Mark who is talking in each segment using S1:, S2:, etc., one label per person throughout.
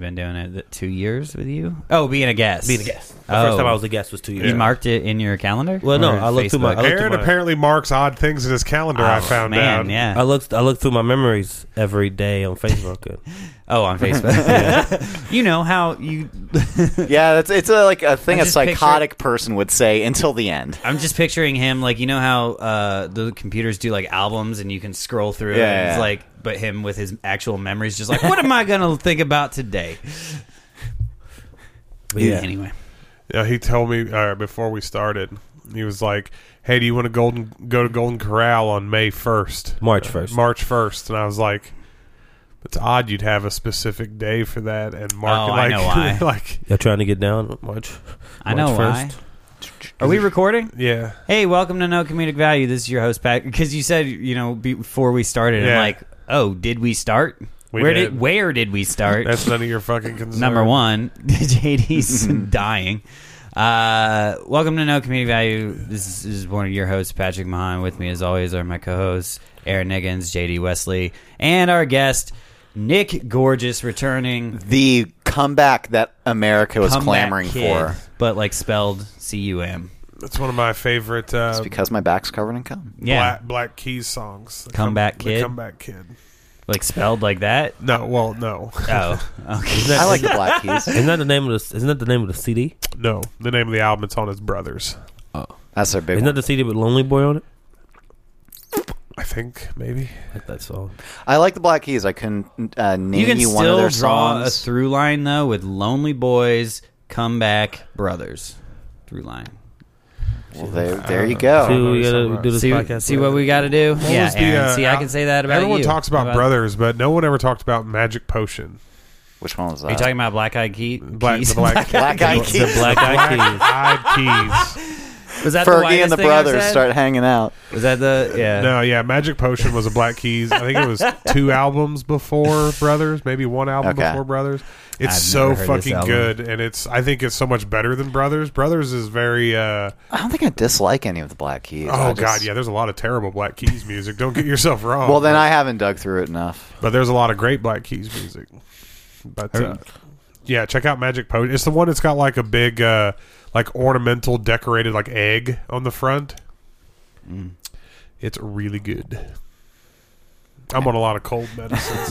S1: Been doing it th- two years with you? Oh, being a guest.
S2: Being a guest. The
S1: oh.
S2: first time I was a guest was two years
S1: You
S2: ago.
S1: marked it in your calendar?
S2: Well, no,
S1: Or
S2: I looked through my-
S1: Facebook? Oh,
S2: I looked through
S3: Aaron
S2: my-
S3: apparently marks odd things in his calendar. I found
S1: man,
S3: out.
S1: yeah.
S2: I looked I looked through my memories every day on Facebook.
S1: Oh, on Facebook. you know how you.
S4: Yeah, that's it's a, like a thing
S1: I
S4: a
S1: just picture-
S4: psychotic person would say until the end.
S1: I'm just picturing him like you know how uh, the computers do like albums and you can scroll through.
S4: Yeah,
S1: and it's
S4: yeah.
S1: like but him with his actual memories, just like what am I gonna think about today?
S2: But yeah.
S1: Anyway,
S3: Yeah, he told me uh, before we started. He was like, "Hey, do you want to golden go to Golden Corral on May 1st?
S2: March
S3: Uh,
S2: 1st.
S3: March first, and I was like, "It's odd you'd have a specific day for that." And Mark,
S1: Oh, I
S3: like,
S1: know why.
S3: like,
S2: Y'all trying to get down March?
S1: I know why. Are we recording?
S3: yeah,
S1: Hey, welcome to No Comedic Value. This is your host Pat. Because you said you know before we started, I'm
S3: Yeah.
S1: like, oh, did we start?
S3: We
S1: where
S3: did.
S1: where did we start?
S3: that's none of your fucking concern.
S1: Number one, JD's dying. Uh, welcome to No Community Value. This is one of your hosts, Patrick Mahan. With me, as always, are my co-hosts Aaron Niggins, JD Wesley, and our guest Nick Gorgeous, returning
S4: The comeback that America was
S1: comeback
S4: clamoring
S1: kid,
S4: for.
S1: but like spelled C U M.
S3: That's one of my favorite uh,
S1: Um,
S4: It's because my back's covered in cum.
S1: Yeah,
S3: Black Black Keys songs. The
S1: Comeback
S3: the
S1: Kid?
S3: Comeback Kid.
S1: like spelled like that.
S3: No, well, no,
S1: Oh, okay.
S4: I like the black keys.
S2: Isn't that the name of the Isn't that the name of the CD?
S3: no. The name of the album it's on is Brothers.
S4: That's their big
S2: Isn't that
S4: one.
S2: the CD with Lonely Boy on it?
S3: I think maybe.
S2: Like that song.
S4: I like the black keys. I couldn't uh, name
S1: you
S4: you,
S1: can
S4: one of
S1: still
S4: their
S1: draw a
S4: songs.
S1: through line though with Lonely Boys, Comeback Brothers, through line.
S4: well, there, there you
S2: See
S4: go.
S2: what we gotta
S3: somewhere.
S2: do this
S1: see,
S2: podcast.
S1: see
S2: with.
S1: what we got to do.
S3: What
S1: yeah,
S3: was the,
S1: Aaron,
S3: uh,
S1: see, I can say that about
S3: Everyone
S1: you.
S3: talks about,
S1: What
S3: Brothers, but no one ever talked about Magic Potion.
S4: Which one was that?
S1: Are you talking about Black Eyed Key?
S3: Black, the black,
S4: black eyed keys.
S2: the Black Eyed Peas.
S3: eyed keys.
S1: Was that the
S4: Fergie and
S1: widest
S4: the
S1: thing I
S4: brothers
S1: said?
S4: start hanging out.
S1: Was that the yeah?
S3: No, yeah, Magic Potion was a Black Keys. I think it was two albums before Brothers, maybe one album
S4: Okay.
S3: before Brothers. It's
S1: I've
S3: so
S1: never heard this
S3: fucking
S1: album.
S3: good, and it's I think it's so much better than Brothers. Brothers is very uh,
S4: I don't think I dislike any of the black keys.
S3: oh
S4: I just-
S3: god, yeah. There's a lot of terrible Black Keys music. Don't get yourself wrong.
S4: Well,
S1: Oh,
S4: then I haven't dug through it enough.
S3: but there's a lot of great Black Keys music. But uh, yeah, check out Magic Potion. It's the one that's got like a big uh, like ornamental decorated like egg on the front.
S1: Mm.
S3: It's really good. I'm on a lot of cold medicines.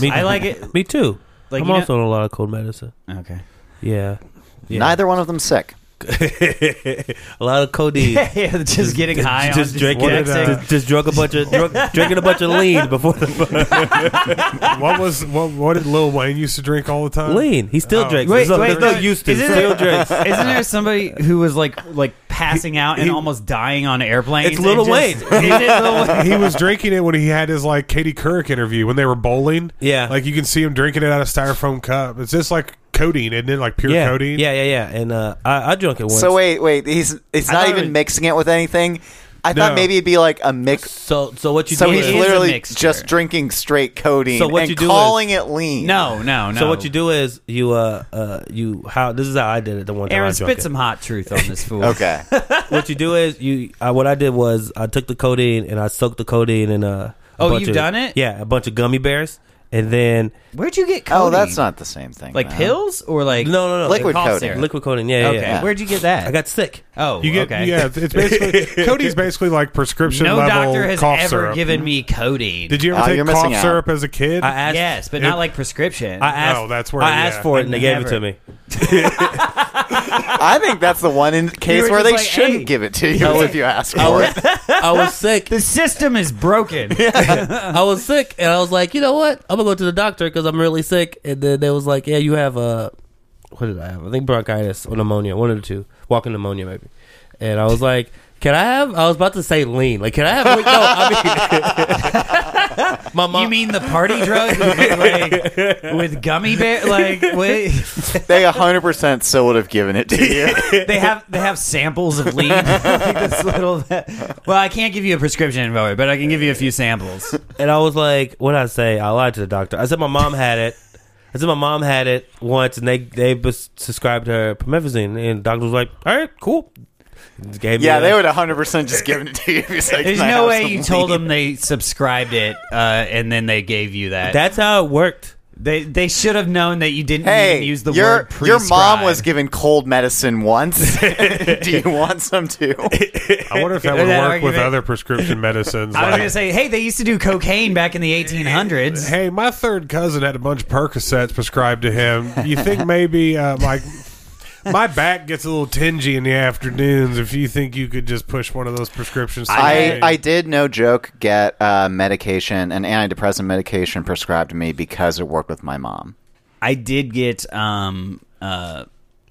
S2: Me-
S1: I like it.
S2: Me too.
S1: Like,
S2: I'm
S1: you know-
S2: also on a lot of cold medicine.
S1: Okay.
S2: Yeah. yeah.
S4: Neither one of them sick.
S2: a lot of codeine.
S1: yeah, just getting high. on
S2: just drinking,
S3: what did, uh,
S2: just, just drunk a bunch of drunk, drinking a bunch of lean before the
S3: what was what, what did Lil Wayne used to drink all the time?
S2: lean. He still
S3: Oh.
S2: drinks.
S1: Wait,
S2: there's no,
S1: wait,
S2: there's no
S1: wait.
S2: use to.
S1: Isn't
S2: Still
S1: it-
S2: drinks.
S1: Isn't there somebody who was like like passing out and
S2: he-
S1: almost dying on airplanes?
S2: It's Lil
S1: and just-
S2: Wayne.
S1: Isn't it Lil Wayne?
S3: He was drinking it when he had his like Katie Couric interview when they were bowling.
S2: Yeah.
S3: like you can see him drinking it out of styrofoam cup. It's just like codeine, isn't it? Like pure
S2: yeah,
S3: codeine.
S2: yeah, yeah, yeah. And uh, I, I drunk it once.
S4: So wait, wait. He's it's
S2: I
S4: not
S2: thought
S4: even
S2: it-
S4: mixing it with anything. I
S3: No.
S4: thought maybe it'd be like a mix.
S2: so so what you
S4: So
S2: do?
S4: he's
S1: it is
S2: Is,
S1: lit- a
S4: literally
S1: mixture.
S4: just drinking straight codeine
S2: So what
S4: and
S2: you do is-
S4: calling it lean.
S1: No, no, no.
S2: so what you do is you uh uh you how this is how I did it the one time I
S1: Aaron,
S2: drunk
S1: spit
S2: it.
S1: some hot truth on this fool.
S4: Okay.
S2: what you do is you uh, what I did was I took the codeine and I soaked the codeine in uh, a
S1: Oh,
S2: bunch
S1: you've
S2: of-
S1: done it?
S2: Yeah, a bunch of gummy bears, and then
S1: Where'd you get? Codeine?
S4: oh, that's not the same thing.
S1: like
S4: man.
S1: pills or like
S2: no no no
S4: Liquid
S1: cough
S4: codeine.
S1: syrup?
S2: liquid codeine. Yeah, yeah,
S1: Okay,
S2: yeah.
S1: where'd you get that?
S2: I got sick.
S1: Oh,
S3: You get
S1: okay.
S3: yeah. it's- It's basically Cody's basically like prescription
S1: No
S3: level
S1: doctor has
S3: cough
S1: ever
S3: syrup.
S1: given me codeine.
S3: Did you ever
S4: Oh,
S3: take
S4: you're
S3: cough
S4: missing out.
S3: syrup as a kid?
S2: I asked.
S1: yes, but
S3: It-
S1: not like prescription.
S2: I asked.
S3: No, Oh, that's where-
S2: I
S3: yeah.
S2: asked for it, and they gave it
S1: Never.
S2: to me.
S4: I think that's the one in
S1: were
S4: case where
S1: just
S4: they
S1: like,
S4: shouldn't
S1: hey.
S4: give it to you if you ask for it.
S2: I was sick.
S1: the system is broken.
S2: I was sick, and I was like, you know what? I'm gonna go to the doctor because I'm really sick. And then they was like, yeah, you have uh, what did I have? I think bronchitis or pneumonia, one of the two, walking pneumonia maybe. And I was like, can I have? I was about to say lean, like can I have? No, I mean, my mom.
S1: You mean the party drug with, like, with gummy bear? Like wait,
S4: They 100% still would have given it to you.
S1: they have they have samples of lean. Like this little. Well, I can't give you a prescription for it, but I can give you a few samples.
S2: and I was like, what did I say? I lied to the doctor. I said my mom had it. I said my mom had it once, and they they bes- prescribed her promethazine, and the doctor was like, all right, cool. Gave me
S4: yeah,
S2: a-
S4: they would 100% just given it to you. If you said,
S1: There's
S4: "Can I
S1: no
S4: have
S1: way
S4: some
S1: you told
S4: lean?"
S1: them they subscribed it uh, and then they gave you that.
S2: That's how it worked.
S1: They they should have known that you didn't
S4: Hey,
S1: even use the
S4: your
S1: word
S4: your mom was
S1: prescribe.
S4: given cold medicine once. Do you want some too?
S3: I wonder if that
S1: Or that
S3: would work with
S1: argument.
S3: other prescription medicines.
S1: I was
S3: like-
S1: gonna say, hey, they used to do cocaine back in the 1800s.
S3: Hey, my third cousin had a bunch of Percocets prescribed to him. You think maybe uh, like my back gets a little tingy in the afternoons? If you think you could just push one of those prescriptions, to
S4: I,
S3: me.
S4: I did no joke get uh, medication an antidepressant medication prescribed to me because it worked with my mom.
S1: I did get um, uh,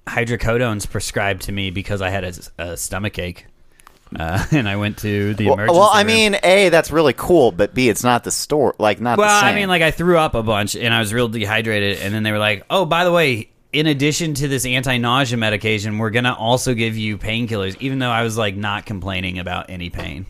S1: hydrocodones prescribed to me because I had a, a stomach ache, uh, and I went to the
S4: Well,
S1: emergency.
S4: well, I
S1: room.
S4: mean, a that's really cool, but b it's not the store like not.
S1: well,
S4: the
S1: I
S4: same.
S1: mean, like I threw up a bunch and I was real dehydrated, and then they were like, "Oh, by the way." In addition to this anti-nausea medication, we're gonna also give you painkillers, even though I was like not complaining about any pain.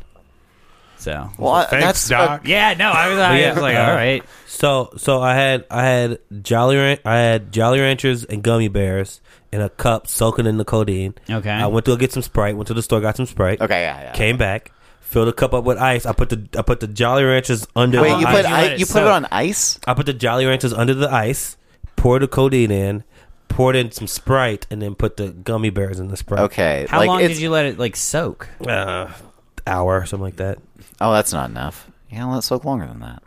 S1: So,
S4: well,
S3: Thanks,
S4: uh, that's
S3: Doc.
S1: yeah, no, I was, I
S2: Yeah.
S1: was like, all right,
S2: So so I had I had Jolly Ran- I had Jolly Ranchers and gummy bears in a cup soaking in the codeine.
S1: Okay.
S2: I went to go get some Sprite. Went to the store, got some Sprite.
S4: uh, okay, yeah, yeah.
S2: Came back, filled the cup up with ice. I put the I put the Jolly Ranchers under.
S4: Wait,
S2: the
S4: you
S1: Why
S2: ice.
S4: put
S1: did you
S4: I,
S1: let it
S4: you put it
S1: soak?
S4: on ice?
S2: I put the Jolly Ranchers under the ice, poured the codeine in, poured in some Sprite, and then put the gummy bears in the Sprite.
S4: Okay,
S1: How
S4: like
S1: long
S4: it's,
S1: did you let it like soak?
S2: Uh, hour or something like that.
S4: Oh, that's not enough. Yeah, let's look longer than that.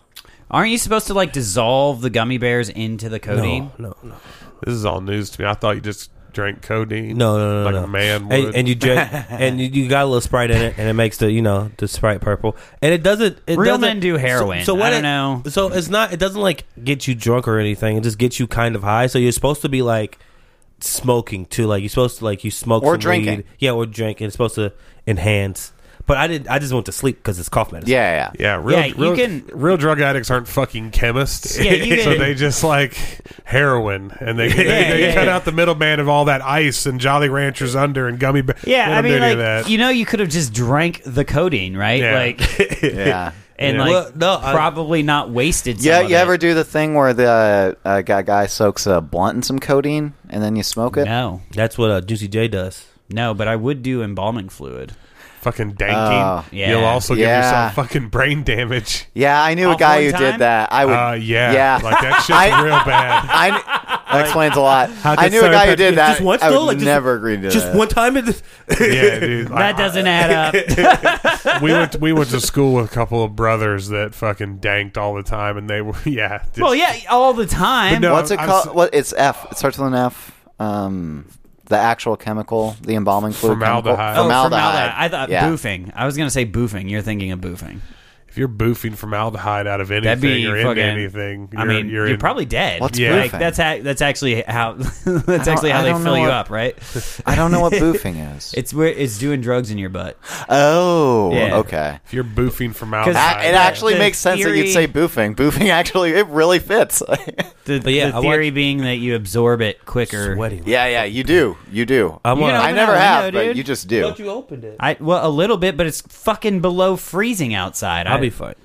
S1: Aren't you supposed to like dissolve the gummy bears into the codeine?
S2: No, no, no,
S3: this is all news to me. I thought you just drank codeine.
S2: no, no, no.
S3: like
S2: no.
S3: a man would.
S2: and, and you drink, and you, you got a little Sprite in it, and it makes the you know the Sprite purple, and it doesn't. It
S1: Real
S2: doesn't,
S1: men do heroin. I
S2: what
S1: don't know.
S2: it, So it's not. It doesn't like get you drunk or anything. It just gets you kind of high. So you're supposed to be like smoking too. Like you're supposed to like you smoke
S4: Or
S2: some
S4: drinking.
S2: weed. Yeah, or drinking. It's supposed to enhance. But I did. I just went to sleep because it's cough medicine.
S4: Yeah, yeah.
S3: yeah, real,
S1: Yeah, you
S3: real,
S1: can-
S3: real drug addicts aren't fucking chemists.
S1: Yeah, you
S3: so
S1: can-
S3: they just like heroin, and they, they, they
S1: yeah,
S3: cut
S1: yeah.
S3: out the middleman of all that ice and Jolly Ranchers under and gummy. Bear.
S1: Yeah,
S3: They
S1: I
S3: don't do
S1: mean,
S3: any of
S1: like
S3: that.
S1: you know, you could have just drank the codeine, right?
S3: Yeah.
S1: Like,
S4: yeah. yeah.
S1: and
S2: Yeah.
S1: like
S2: Well, no, I-
S1: probably not wasted. Some
S4: Yeah,
S1: of
S4: you
S1: it.
S4: ever do the thing where the uh, guy guy soaks a blunt in some codeine and then you smoke it?
S1: No,
S2: That's what uh, Juicy J does.
S1: no, but I would do embalming fluid.
S3: fucking danking.
S4: Oh,
S1: yeah.
S3: You'll also
S4: Yeah.
S3: give yourself fucking brain damage.
S4: Yeah, I knew
S1: Off
S4: a guy
S1: one
S4: who
S1: time?
S4: did that. I would.
S3: Uh, yeah,
S4: Oh, yeah.
S3: like that shit's
S4: I-
S3: real bad.
S4: I kn- that explains a lot. I
S2: could
S4: knew a guy who
S2: somebody-
S4: did that.
S2: Just once,
S4: I would
S2: though? Like, just-
S4: never agree to
S2: Just
S4: that.
S2: one time in the.
S3: Yeah, dude. Like,
S1: That doesn't add up.
S3: we went we went to school with a couple of brothers that fucking danked all the time, and they were yeah. just-
S1: well, yeah, all the time.
S3: But no,
S4: What's it
S3: I'm
S4: called?
S3: s-
S4: What? It's F. It starts with an F. Um, the actual chemical, the embalming fluid. chemical.
S3: Formaldehyde.
S1: Oh,
S4: Formaldehyde.
S1: I thought
S4: yeah.
S1: boofing. I was gonna say boofing. You're thinking of boofing.
S3: If you're boofing formaldehyde out of
S1: That'd
S3: anything
S1: be
S3: or
S1: fucking.
S3: into anything,
S1: I mean, you're,
S3: in-
S1: probably dead.
S4: What's
S3: Yeah.
S1: Like
S4: boofing?
S1: that's ha- that's actually how that's
S4: I
S1: actually
S4: don't-
S1: how
S4: I
S1: they
S4: don't
S1: fill
S4: know
S1: you
S4: what-
S1: up, right?
S4: I don't know what boofing is.
S1: It's where it's doing drugs in your butt.
S4: oh,
S1: Yeah.
S4: okay.
S3: If you're boofing
S4: That,
S3: formaldehyde,
S4: it actually
S1: The
S4: makes sense that
S1: theory-
S4: you'd say boofing. Boofing actually, it really fits.
S1: The,
S2: But yeah,
S1: the
S2: I
S1: theory being that you absorb it quicker.
S2: Sweating.
S4: yeah, yeah, you do. You do.
S2: I'm
S1: You
S2: on.
S1: know-
S4: I
S1: open
S4: never
S1: that
S4: have,
S1: window,
S4: but
S1: dude.
S4: you just do.
S2: you opened it.
S1: I well a little bit, but it's fucking below freezing outside.
S2: I'll
S1: I-
S2: be fine.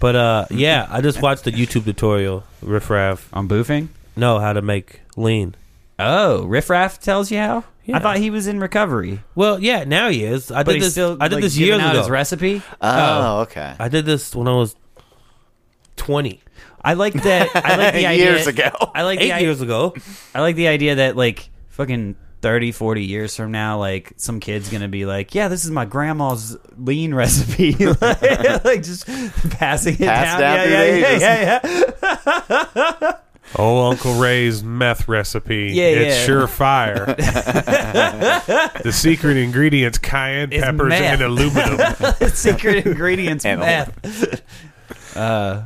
S2: But uh, yeah, I just watched the YouTube tutorial riff raff.
S1: on boofing.
S2: No, how to make lean.
S1: Oh, Riff Raff tells you how.
S2: Yeah.
S1: I thought he was in recovery,
S2: Well, yeah, now he is. I
S1: but
S2: did
S1: he's
S2: this.
S1: still
S2: I did
S1: like,
S2: this
S1: giving
S2: years
S1: out
S2: ago.
S1: his recipe.
S4: Oh, okay.
S2: I did this when I was twenty.
S1: I like that. I like the idea.
S4: Years ago.
S1: I like the
S2: Eight
S1: idea.
S2: years ago,
S1: I like the idea that like fucking 30, 40 years from now, like some kid's gonna be like, "Yeah, this is my grandma's lean recipe," like, like, just passing it down.
S4: Passed down
S1: yeah,
S4: through
S1: yeah,
S4: the
S1: yeah,
S4: ages.
S1: yeah, yeah.
S3: oh Uncle Ray's meth recipe,
S1: Yeah,
S3: it's
S1: yeah.
S3: sure fire. the secret ingredients: cayenne
S1: It's
S3: peppers
S1: meth.
S3: and aluminum.
S1: Secret ingredients,
S4: And
S1: meth. Uh,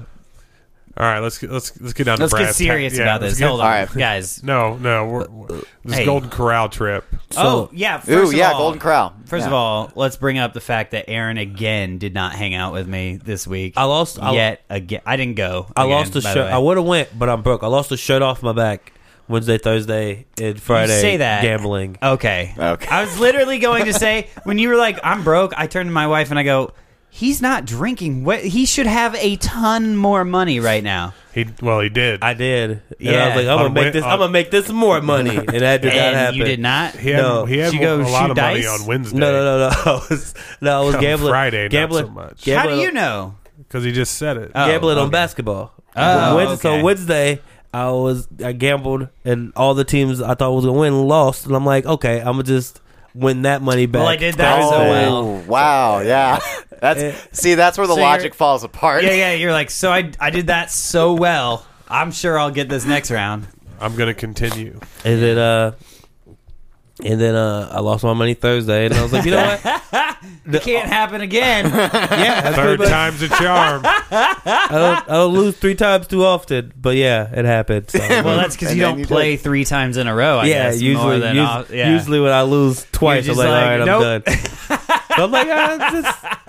S3: All right, let's get, let's let's get down
S1: let's
S3: to brass
S1: get serious
S3: tack- yeah,
S1: about
S3: let's
S1: this.
S3: get-
S1: Hold on,
S4: All right.
S1: guys.
S3: No, no, we're, we're- this
S1: Hey.
S3: Golden Corral trip.
S1: oh yeah.
S4: Ooh,
S1: First of
S4: yeah,
S1: all-
S4: Golden Corral.
S1: First
S4: Yeah.
S1: of all, let's bring up the fact that Aaron again did not hang out with me this week.
S2: I lost. I,
S1: yet again. I didn't go.
S2: I lost the
S1: again, by
S2: shirt.
S1: way.
S2: I would have went, but I'm broke. I lost the shirt off my back Wednesday, Thursday, and Friday.
S1: say that.
S2: gambling.
S1: Okay.
S4: Okay.
S1: I was literally going to say when you were like, "I'm broke," I turned to my wife and I go, "He's not drinking. What? He should have a ton more money right now."
S3: He well, he did.
S2: I did. And I
S1: Yeah.
S2: was like, I'm gonna
S3: On
S2: make
S3: Wed-
S2: this.
S3: on-
S2: I'm gonna make this more money, and that did not
S1: and
S2: happen.
S1: you did not.
S3: he had,
S2: no.
S3: he had
S1: Did you go
S3: mo- a lot
S1: shoot
S3: of
S1: dice?
S3: money on Wednesday.
S2: No, no, no, no. I was no, I was
S3: On
S2: gambling
S3: Friday, not
S2: Gambling
S3: so much.
S1: How
S2: Gambling,
S1: do you know?
S3: because he just said it.
S1: Oh,
S2: Gambling on
S1: okay.
S2: basketball.
S1: Oh,
S2: Wed-
S1: okay.
S2: So Wednesday, I was I gambled, and all the teams I thought was gonna win lost, and I'm like, okay, I'm gonna just win that money back.
S1: Well, I did that as
S2: Thursday.
S1: well. Eh,
S4: wow, yeah. That's see, that's where the
S1: So you're-
S4: logic falls apart.
S1: Yeah, yeah. You're like, so I, I did that so well. I'm sure I'll get this next round.
S3: I'm going to continue.
S2: And then uh and then uh I lost my money Thursday and I was like, you know what?
S1: It can't happen again.
S2: yeah, that's
S3: Third
S2: pretty much-
S3: time's a charm.
S2: I don't, I don't lose three times too often, but yeah, it happened. So.
S1: Well, that's because
S4: And
S1: you
S4: then
S1: don't
S4: you
S1: play three times in a row. I
S2: yeah,
S1: guess, more
S2: usually
S1: than
S2: us-
S1: all- yeah.
S2: usually when I lose twice, I'm
S1: just
S2: like, all
S1: like,
S2: right,
S1: nope.
S2: I'm done. so I'm like, ah, it's just-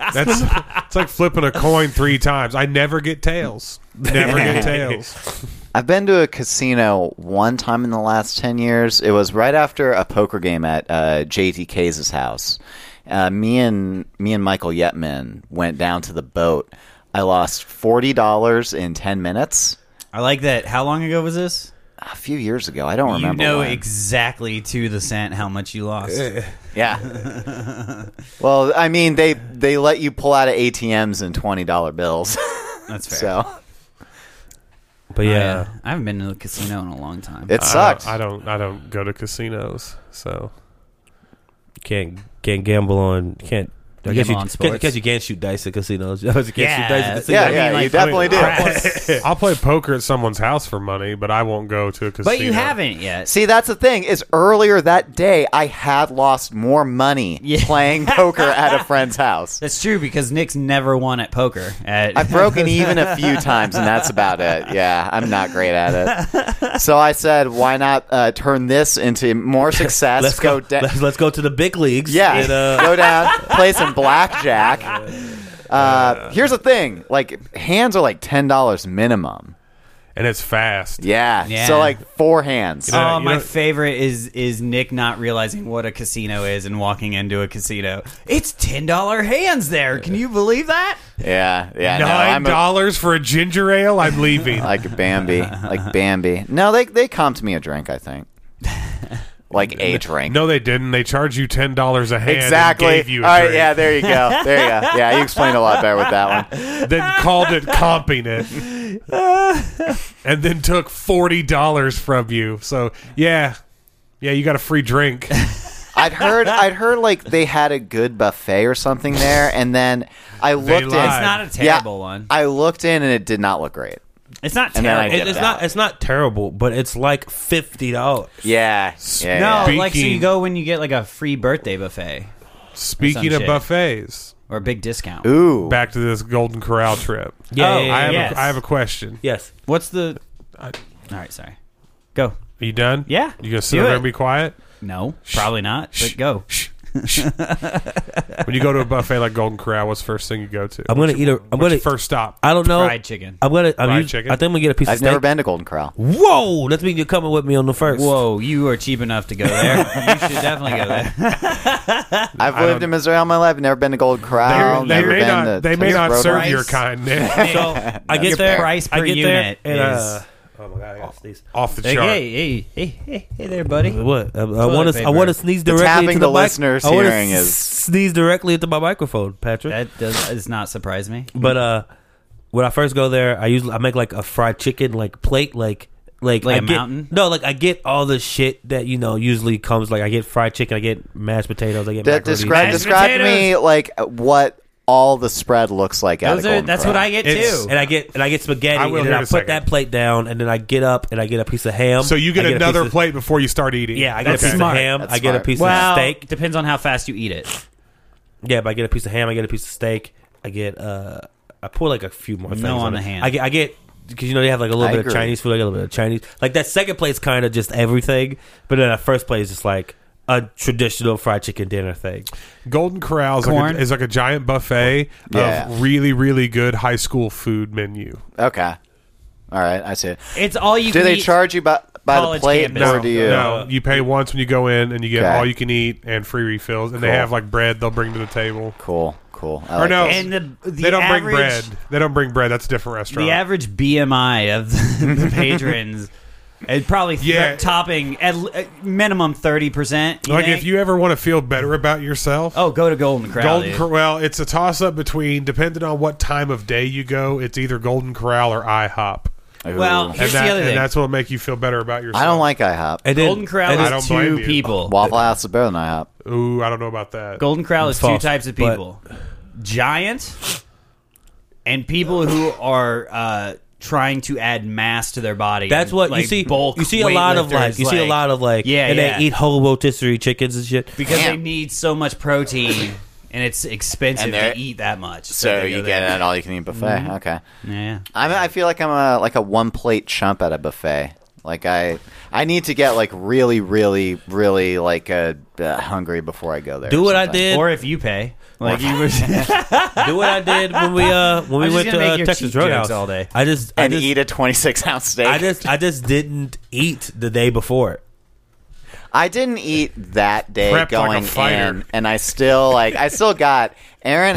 S3: That's it's like flipping a coin three times. I never get tails. Never get tails.
S4: I've been to a casino one time in the last 10 years. It was right after a poker game at uh, JTK's house. Uh, me and me and Michael Yetman went down to the boat. I lost $40 in 10 minutes
S1: I like that. How long ago was this?
S4: a few years ago. I don't
S1: You
S4: remember. Eh,
S1: know
S4: when.
S1: exactly to the cent how much you lost.
S4: yeah. well, I mean they they let you pull out of ATMs in $20 bills.
S1: That's fair.
S4: so
S2: but
S1: Oh,
S2: yeah,
S1: I haven't been to the casino in a long time.
S4: it sucks.
S3: I don't, I don't. I don't go to casinos. So
S2: can't can't gamble on can't. I guess
S1: Gamble
S2: you,
S1: on
S2: can't,
S1: sports.
S2: guess you can't shoot dice at casinos. you can't
S1: Yeah.
S2: shoot dice at casinos.
S4: yeah,
S1: I mean,
S4: yeah,
S1: like,
S4: you definitely do.
S3: I'll play poker at someone's house for money, but I won't go to a casino.
S1: but you haven't yet.
S4: See, that's the thing is earlier that day I had lost more money
S1: Yeah.
S4: playing poker at a friend's house.
S1: That's true because Nick's never won at poker. At,
S4: I've broken even a few times, and that's about it. Yeah, I'm not great at it. So I said, why not uh, turn this into more success?
S2: Let's go.
S4: da-
S2: let's, let's go to the big leagues.
S4: yeah,
S2: and, uh,
S4: go down, play some blackjack. Uh, here's the thing: like hands are like ten dollars minimum.
S3: and it's fast.
S4: Yeah.
S1: Yeah.
S4: so like four hands.
S3: know-
S1: Oh,
S3: you
S1: my
S3: know-
S1: favorite is is Nick not realizing what a casino is and walking into a casino. It's ten dollar hands there. Can you believe that?
S4: yeah, yeah. no,
S3: Nine
S4: I'm a-
S3: dollars for a ginger ale. I'm leaving.
S4: like Bambi, like Bambi. No, they they comped me a drink. I think, like a drink.
S3: no, they didn't. They charge you ten dollars a hand.
S4: exactly.
S3: And gave you a
S4: All right,
S3: drink.
S4: yeah. There you go. There you go. Yeah, you explained a lot better with that one.
S3: Then called it comping it, and then took forty dollars from you. So yeah, yeah, you got a free drink.
S4: I'd heard, I'd heard like they had a good buffet or something there, and then I looked in.
S1: It's
S3: lied.
S1: not a terrible one.
S4: I looked in and it did not look great.
S1: It's not
S4: And then I
S1: terrible.
S2: it- it's not it's not terrible, but it's like fifty dollars.
S4: Yeah, yeah.
S1: no,
S4: yeah.
S1: like so you
S3: Speaking-
S1: go when you get like a free birthday buffet
S3: Speaking
S1: Some
S3: of
S1: shit.
S3: buffets,
S1: or a big discount.
S4: Ooh,
S3: back to this Golden Corral trip.
S2: Yeah,
S1: Oh,
S2: yeah, yeah,
S3: I have,
S1: yes.
S3: a, I have a question.
S2: Yes.
S1: What's the? all right, sorry. Go.
S3: Are you done?
S1: Yeah.
S3: You gonna sit
S1: Do
S3: over
S1: it.
S3: there and be quiet?
S1: No, probably not. But go.
S3: Shh, shh. when you go to a buffet like Golden Corral, what's the first thing you go to?
S2: I'm gonna
S3: What's
S2: eat
S3: your-
S2: a- I'm
S3: what's your
S2: gonna-
S3: first stop.
S2: I don't know.
S1: Fried chicken.
S2: I'm gonna. I'm
S3: Fried
S2: us-
S3: chicken?
S2: I think I'm gonna get a piece
S4: I've
S2: of steak.
S4: never been to Golden Corral.
S2: Whoa, that means you're coming with me on the first.
S1: Whoa, you are cheap enough to go there. you should definitely go there.
S4: I've
S3: I
S4: lived
S3: don't-
S4: in Missouri all my life. Never been to Golden Corral.
S3: They, they
S4: never
S3: may
S4: been
S3: not.
S4: To
S3: they may not
S4: Road
S3: serve
S4: Runner.
S3: your kind.
S2: So I get
S1: Your
S2: there.
S1: price
S2: I
S1: per
S2: get
S1: unit
S2: there, and,
S1: is-
S2: uh, oh my god, I got sneeze.
S3: off the
S1: Like,
S3: chart.
S1: hey, hey, hey, hey, hey there, buddy.
S2: What? I, I want to. I
S1: paper.
S2: want to sneeze
S4: The
S2: directly
S4: tapping
S2: into
S4: the
S2: the mic-
S4: listeners
S2: I wanna
S4: hearing
S2: s-
S4: is-
S2: sneeze directly into my microphone, Patrick.
S1: That does, does not surprise me.
S2: But uh, when I first go there, I usually I make like a fried chicken like plate like. Like,
S1: Like
S2: I
S1: a
S2: get-
S1: mountain?
S2: No, like I get all the shit that you know usually comes. Like I get fried chicken, I get mashed potatoes, I get
S4: De-
S2: macaroni.
S4: describe
S1: Mashed
S4: describe to me
S1: potatoes.
S4: like what all the spread looks like out
S1: Those
S4: of
S1: are,
S4: Golden
S1: that's
S4: Corral.
S1: what I get
S3: It's-
S1: too.
S2: and I get and I get spaghetti,
S3: I will
S2: and
S3: here
S2: then I
S3: in a
S2: put
S3: second.
S2: that plate down, and then I get up and I get a piece of ham.
S3: so you get
S2: I a
S3: another
S2: piece of-
S3: plate before you start eating.
S2: Yeah, I get
S1: That's
S2: a piece
S1: smart.
S2: of ham.
S4: That's
S2: I get
S4: smart.
S2: a piece
S1: well,
S2: of steak.
S1: depends on how fast you eat it.
S2: Yeah, but I get a piece of ham. I get a piece of steak. I get uh, I pour like a few more. things
S1: on
S2: on
S1: the
S2: it.
S1: ham.
S2: I get I get because you know they have like a little
S4: I
S2: bit
S4: agree.
S2: of Chinese food. I get a little bit of Chinese. Like that second plate's kind of just everything, but then that first plate is just like a traditional fried chicken dinner thing.
S3: Golden Corral is
S1: Corn.
S3: like, a, is like a giant buffet
S4: Yeah.
S3: of really, really good high school food menu.
S4: Okay. All right, I see. it.
S1: It's all you
S4: Do
S1: can
S4: they
S1: eat.
S4: charge you by, by the
S1: college
S4: plate
S1: campus.
S4: or
S1: No,
S4: do you?
S3: No, you pay once when you go in, and you get
S4: Okay.
S3: all you can eat and free refills. And they
S4: Cool.
S3: have like bread they'll bring to the table.
S4: Cool, cool. I
S3: Or
S4: like
S3: no,
S4: that.
S1: And the- the
S3: they don't
S1: average-
S3: bring bread. They don't bring bread. That's a different restaurant.
S1: The average BMI of the, the patrons is probably th-
S3: Yeah.
S1: topping at l- at minimum 30%.
S3: like
S1: think?
S3: if you ever want to feel better about yourself,
S1: Oh, go to Golden Corral.
S3: Golden
S1: dude.
S3: Corral. Well, it's a toss up between depending on what time of day you go. It's either Golden Corral or IHOP.
S4: Ooh.
S1: Well,
S3: And,
S1: here's
S3: that,
S1: the other
S3: and
S1: thing.
S3: that's what make you feel better about yourself.
S4: I don't like IHOP.
S2: And then-
S1: Golden Corral
S2: and
S3: I
S1: is
S2: it's-
S3: don't blame
S1: two
S3: you.
S1: people.
S4: Waffle House is better than IHOP.
S3: Ooh, I don't know about that.
S1: Golden Corral is
S2: It's false,
S1: two types of
S2: but-
S1: people: giant and people who are uh, trying to add mass to their body.
S2: That's
S1: and,
S2: what you
S1: like,
S2: see.
S1: Bulk.
S2: you see a lot of like
S1: weightlifters,
S2: you see a lot of like
S1: Yeah,
S2: and
S1: yeah.
S2: they eat whole rotisserie chickens and shit.
S1: because they
S4: Damn.
S1: need so much protein, and it's expensive
S4: And they're-
S1: to eat that much.
S4: So
S1: they go
S4: you
S1: there.
S4: get an all-you-can-eat buffet.
S1: Mm-hmm.
S4: Okay.
S1: yeah.
S4: I'm, I feel like I'm a like a one plate chump at a buffet. Like I I need to get like really really really like uh, uh, hungry before I go there.
S2: Do
S4: or
S2: what I
S4: something.
S2: did.
S1: Or if you pay, like you were,
S2: do what I did when we uh when
S1: I'm
S2: we
S1: just
S2: went
S1: gonna
S2: to
S1: make
S2: uh,
S1: your
S2: Texas
S1: cheat jokes
S2: Roadhouse
S1: all day.
S2: I just I
S4: and
S2: just,
S4: eat a 26 ounce steak.
S2: I just I just didn't eat the day before.
S4: I didn't eat that
S3: Prepped
S4: day
S3: like a
S4: going
S3: fighter.
S4: in, and I still like I still got. Aaron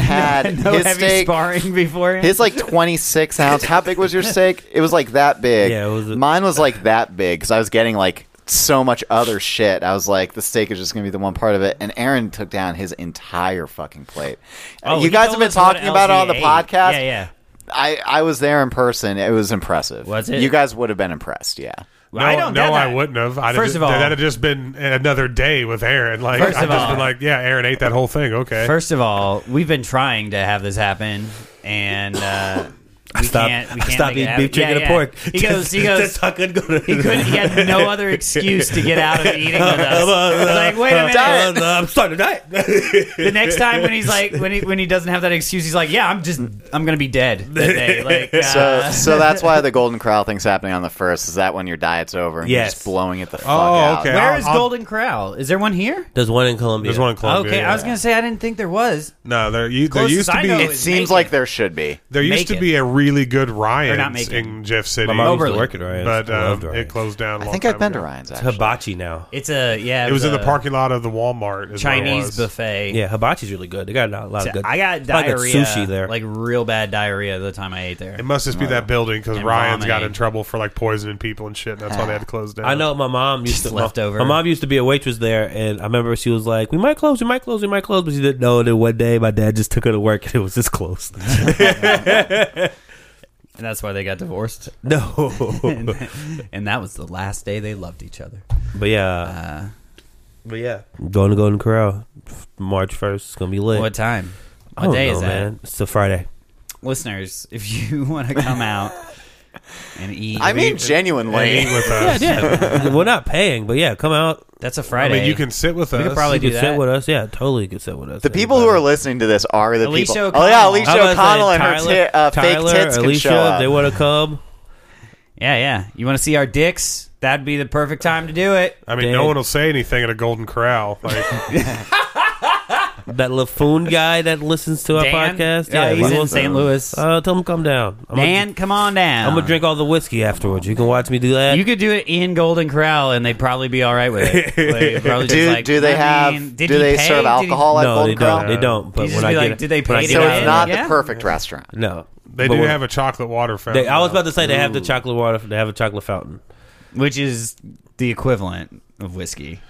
S4: had
S1: no
S4: his
S1: heavy
S4: steak.
S1: sparring before
S4: His like 26 ounce. How big was your steak? It was like that big.
S2: Yeah, it was a-
S4: Mine was like that big because I was getting like so much other shit. I was like, the steak is just gonna be the one part of it. And Aaron took down his entire fucking plate.
S1: Oh,
S4: you
S1: he
S4: guys have
S1: told
S4: been
S1: us what
S4: talking about it
S1: else
S4: on the
S1: he ate.
S4: podcast.
S1: Yeah, yeah.
S4: I I was there in person. It was impressive.
S1: Was it?
S4: You guys would have been impressed. Yeah.
S1: Well,
S3: no,
S1: I don't
S3: no,
S1: get
S3: I
S1: that.
S3: wouldn't have. I'd
S1: First
S3: have,
S1: of all-
S3: that'd have just been another day with Aaron. Like, I'd
S1: First
S3: just
S1: of all-
S3: been like, yeah, Aaron ate that whole thing. Okay,
S1: First of all, we've been trying to have this happen, and uh, we
S2: Stop!
S1: can't. We
S2: I
S1: can't
S2: stopped
S1: make it
S2: eating
S1: happen.
S2: beef chicken
S1: Yeah,
S2: and
S1: yeah.
S2: pork.
S1: He goes. He
S2: That's-
S1: goes.
S2: that's how I couldn't go to.
S1: He couldn't. He had no other excuse to get out of eating with us. It's like, wait a minute.
S2: Uh, I'm starting to diet.
S1: The next time when he's like, when he when he doesn't have that excuse, he's like, yeah, I'm just, I'm gonna be dead that day. Like, uh,
S4: So, so that's why the Golden Corral thing's happening on the first. Is that when your diet's over and
S2: Yes.
S4: you're just blowing it the fuck
S3: Oh,
S4: out?
S3: okay.
S1: where
S3: I'll-
S1: is
S3: I'll-
S1: Golden Corral? Is there one here?
S2: There's one in Colombia.
S3: there's one in Colombia.
S1: okay,
S3: yeah.
S1: I was gonna say I didn't think there was.
S3: no, there, you, there
S1: Closest
S3: used to
S1: I
S3: be
S1: know
S4: It
S1: is
S4: seems
S1: Macon.
S4: like there should be.
S3: there used to
S1: Macon.
S3: be a really good
S1: not
S3: Ryan's
S1: Macon.
S3: in Jeff City,
S2: My mom used
S1: Oberlin.
S2: to work at Ryan's.
S3: but
S2: I
S3: um,
S2: loved Ryan's.
S3: it closed down. I
S4: I think I've been to Ryan's.
S2: It's
S4: Actually.
S2: hibachi now.
S1: It's a yeah.
S3: It was in the
S1: a
S3: parking lot of the Walmart. is where it
S1: Chinese
S3: was.
S1: buffet.
S2: Yeah, hibachi's really good. They got a lot of good.
S1: I got
S2: lot of good
S1: diarrhea,
S2: sushi there.
S1: like real bad diarrhea the time I ate there.
S3: It must just be
S2: uh,
S3: that building because
S1: And
S3: Ryan's got
S1: vomiting.
S3: in trouble for like poisoning people and shit, and that's why they had to close down.
S2: I know my mom used to
S1: Just leftover.
S2: My, mom used to be a waitress there, and I remember she was like, "We might close, we might close, we might close," but she didn't know. And then one day, my dad just took her to work, and it was just closed.
S1: And that's why they got divorced.
S2: no,
S1: and that was the last day they loved each other.
S2: but yeah,
S1: Uh,
S2: but yeah, going to Golden Corral f- March first. It's gonna be lit.
S1: what time?
S2: I
S1: What
S2: don't
S1: day
S2: know,
S1: is that?
S2: man. It's a Friday.
S1: Listeners, if you want to come out and eat,
S4: I mean, genuinely.
S3: Eat with us.
S2: Yeah, we're not paying, but yeah, come out.
S1: that's a
S3: I
S1: Friday.
S3: mean, you can sit with us.
S1: could probably
S2: You can
S1: do
S2: sit
S1: that.
S2: with us. Yeah, totally, you can sit with us.
S4: the people who are listening to this are the
S1: Alicia
S4: people. Oh
S1: O'Connell.
S4: yeah,
S1: I
S4: Alicia O'Connell and her ti- uh, fake tits can
S2: Alicia,
S4: show up.
S2: They want to come.
S1: Yeah, yeah. You want to see our dicks? That'd be the perfect time to do it.
S3: I mean,
S2: Dang.
S3: no one will say anything at a Golden Corral. Like,
S2: That LaFoon guy that listens to our
S1: Dan?
S2: podcast.
S1: Yeah, he's
S2: we
S1: in
S2: want-
S1: St. Louis.
S2: Uh, tell him to come down. I'm
S1: Dan, come on down.
S2: I'm gonna drink all the whiskey afterwards. You can watch me do that.
S1: You could do it in Golden Corral, and they'd probably be all right with it. Like, probably just
S4: do
S1: like,
S4: do they
S1: I
S4: have?
S1: mean, did
S4: do
S1: he
S4: they
S1: pay?
S4: serve
S1: Did he-
S4: alcohol at
S2: no, they
S4: Golden Corral?
S2: don't. They don't. But
S1: You
S2: when
S1: just
S2: I
S1: be
S2: get
S1: like,
S2: it,
S1: did they
S2: when I
S1: pay to
S2: get
S4: So
S2: it,
S1: Yeah.
S4: it's not
S1: Yeah.
S4: the perfect restaurant.
S2: No,
S3: they
S2: But
S3: do
S2: when-
S3: have a chocolate water fountain.
S2: They, I was
S3: though.
S2: about to say they have the chocolate water. They have a chocolate fountain.
S1: Which is the equivalent of whiskey.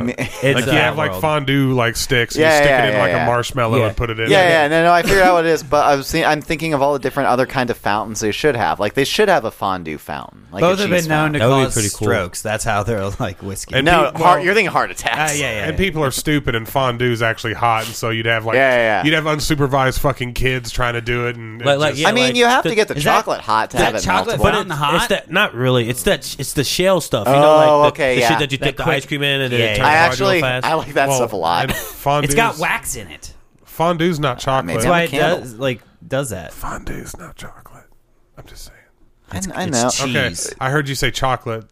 S4: mean,
S2: It's,
S3: like
S2: uh,
S3: you have like
S1: World.
S3: fondue like sticks. and you
S4: Yeah,
S3: stick
S4: yeah,
S3: it in
S4: yeah,
S3: like
S4: yeah.
S3: a marshmallow
S2: Yeah.
S3: and put it in.
S4: Yeah, yeah, no, no, I figured out what it is, but I was seeing, I'm thinking of all the different other kind of fountains they should have. Like they should have a fondue fountain. Like
S1: Both
S4: a
S1: have been
S4: cheese
S1: known to
S2: That would be
S1: cause
S2: pretty cool.
S1: strokes. That's how they're like whiskey.
S3: And-
S4: fountain.
S3: Pete-
S4: No, heart,
S3: well-
S4: you're thinking heart attacks.
S1: Ah, yeah, yeah.
S3: And people are stupid, and fondue's actually hot, and so you'd have like
S4: Yeah, yeah, yeah.
S3: you'd have unsupervised fucking kids trying to do it, and it
S2: Like- like,
S3: just-
S2: yeah.
S4: I mean,
S2: like,
S4: you have to
S2: the-
S4: get the
S1: is that-
S4: chocolate hot to
S1: that
S4: have it
S1: chocolate
S4: meltable.
S1: But
S2: But
S1: on
S2: it's,
S1: the hot?
S2: it's that not really. It's that it's the shell stuff. You
S4: Oh,
S2: know, like the,
S4: okay,
S2: the
S4: yeah.
S2: shit that you
S1: That
S2: dip the
S1: quick-
S2: ice cream in and
S1: Yeah,
S2: it
S1: yeah.
S2: turns
S4: I
S2: hard real
S4: actually,
S2: fast.
S4: I like that
S3: well,
S4: stuff a lot.
S3: and Fondue's,
S1: it's got wax in it.
S3: Fondue's not chocolate.
S4: maybe
S1: That's why
S4: a
S1: it
S4: candle.
S1: does like does that.
S3: Fondue's not chocolate. I'm just saying.
S4: I, I
S1: it's
S4: know.
S1: cheap.
S3: Okay,
S1: Jeez.
S3: I heard you say chocolate.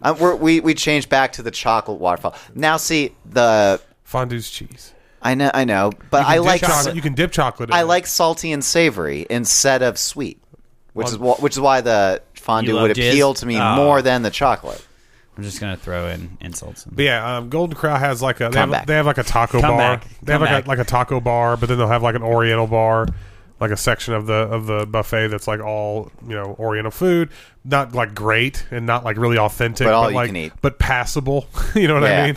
S4: Uh, we're, we we changed back to the chocolate waterfall. Now, see the
S3: Fondue's cheese.
S4: I know I know, but Uh, I
S3: You can dip
S4: like
S3: chocolate.
S4: sa-
S3: you can dip chocolate. In
S4: I
S3: it.
S4: like salty and savory instead of sweet, which is wh- which is why the fondue
S1: You
S4: would
S1: love jizz?
S4: appeal to me
S1: Oh.
S4: more than the chocolate.
S1: I'm just gonna throw in insults.
S3: But yeah, um, Golden Corral has like a they
S4: Come back.
S3: have, they have like a taco
S1: Come
S3: bar.
S1: back.
S3: They have
S1: Come
S3: like
S1: back.
S3: a, like a taco bar, but then they'll have like an Oriental bar, like a section of the of the buffet that's like all you know Oriental food, not like great and not like really authentic,
S4: But all you
S3: like
S4: can eat.
S3: but passable. you know what
S4: Yeah.
S3: uh, I mean?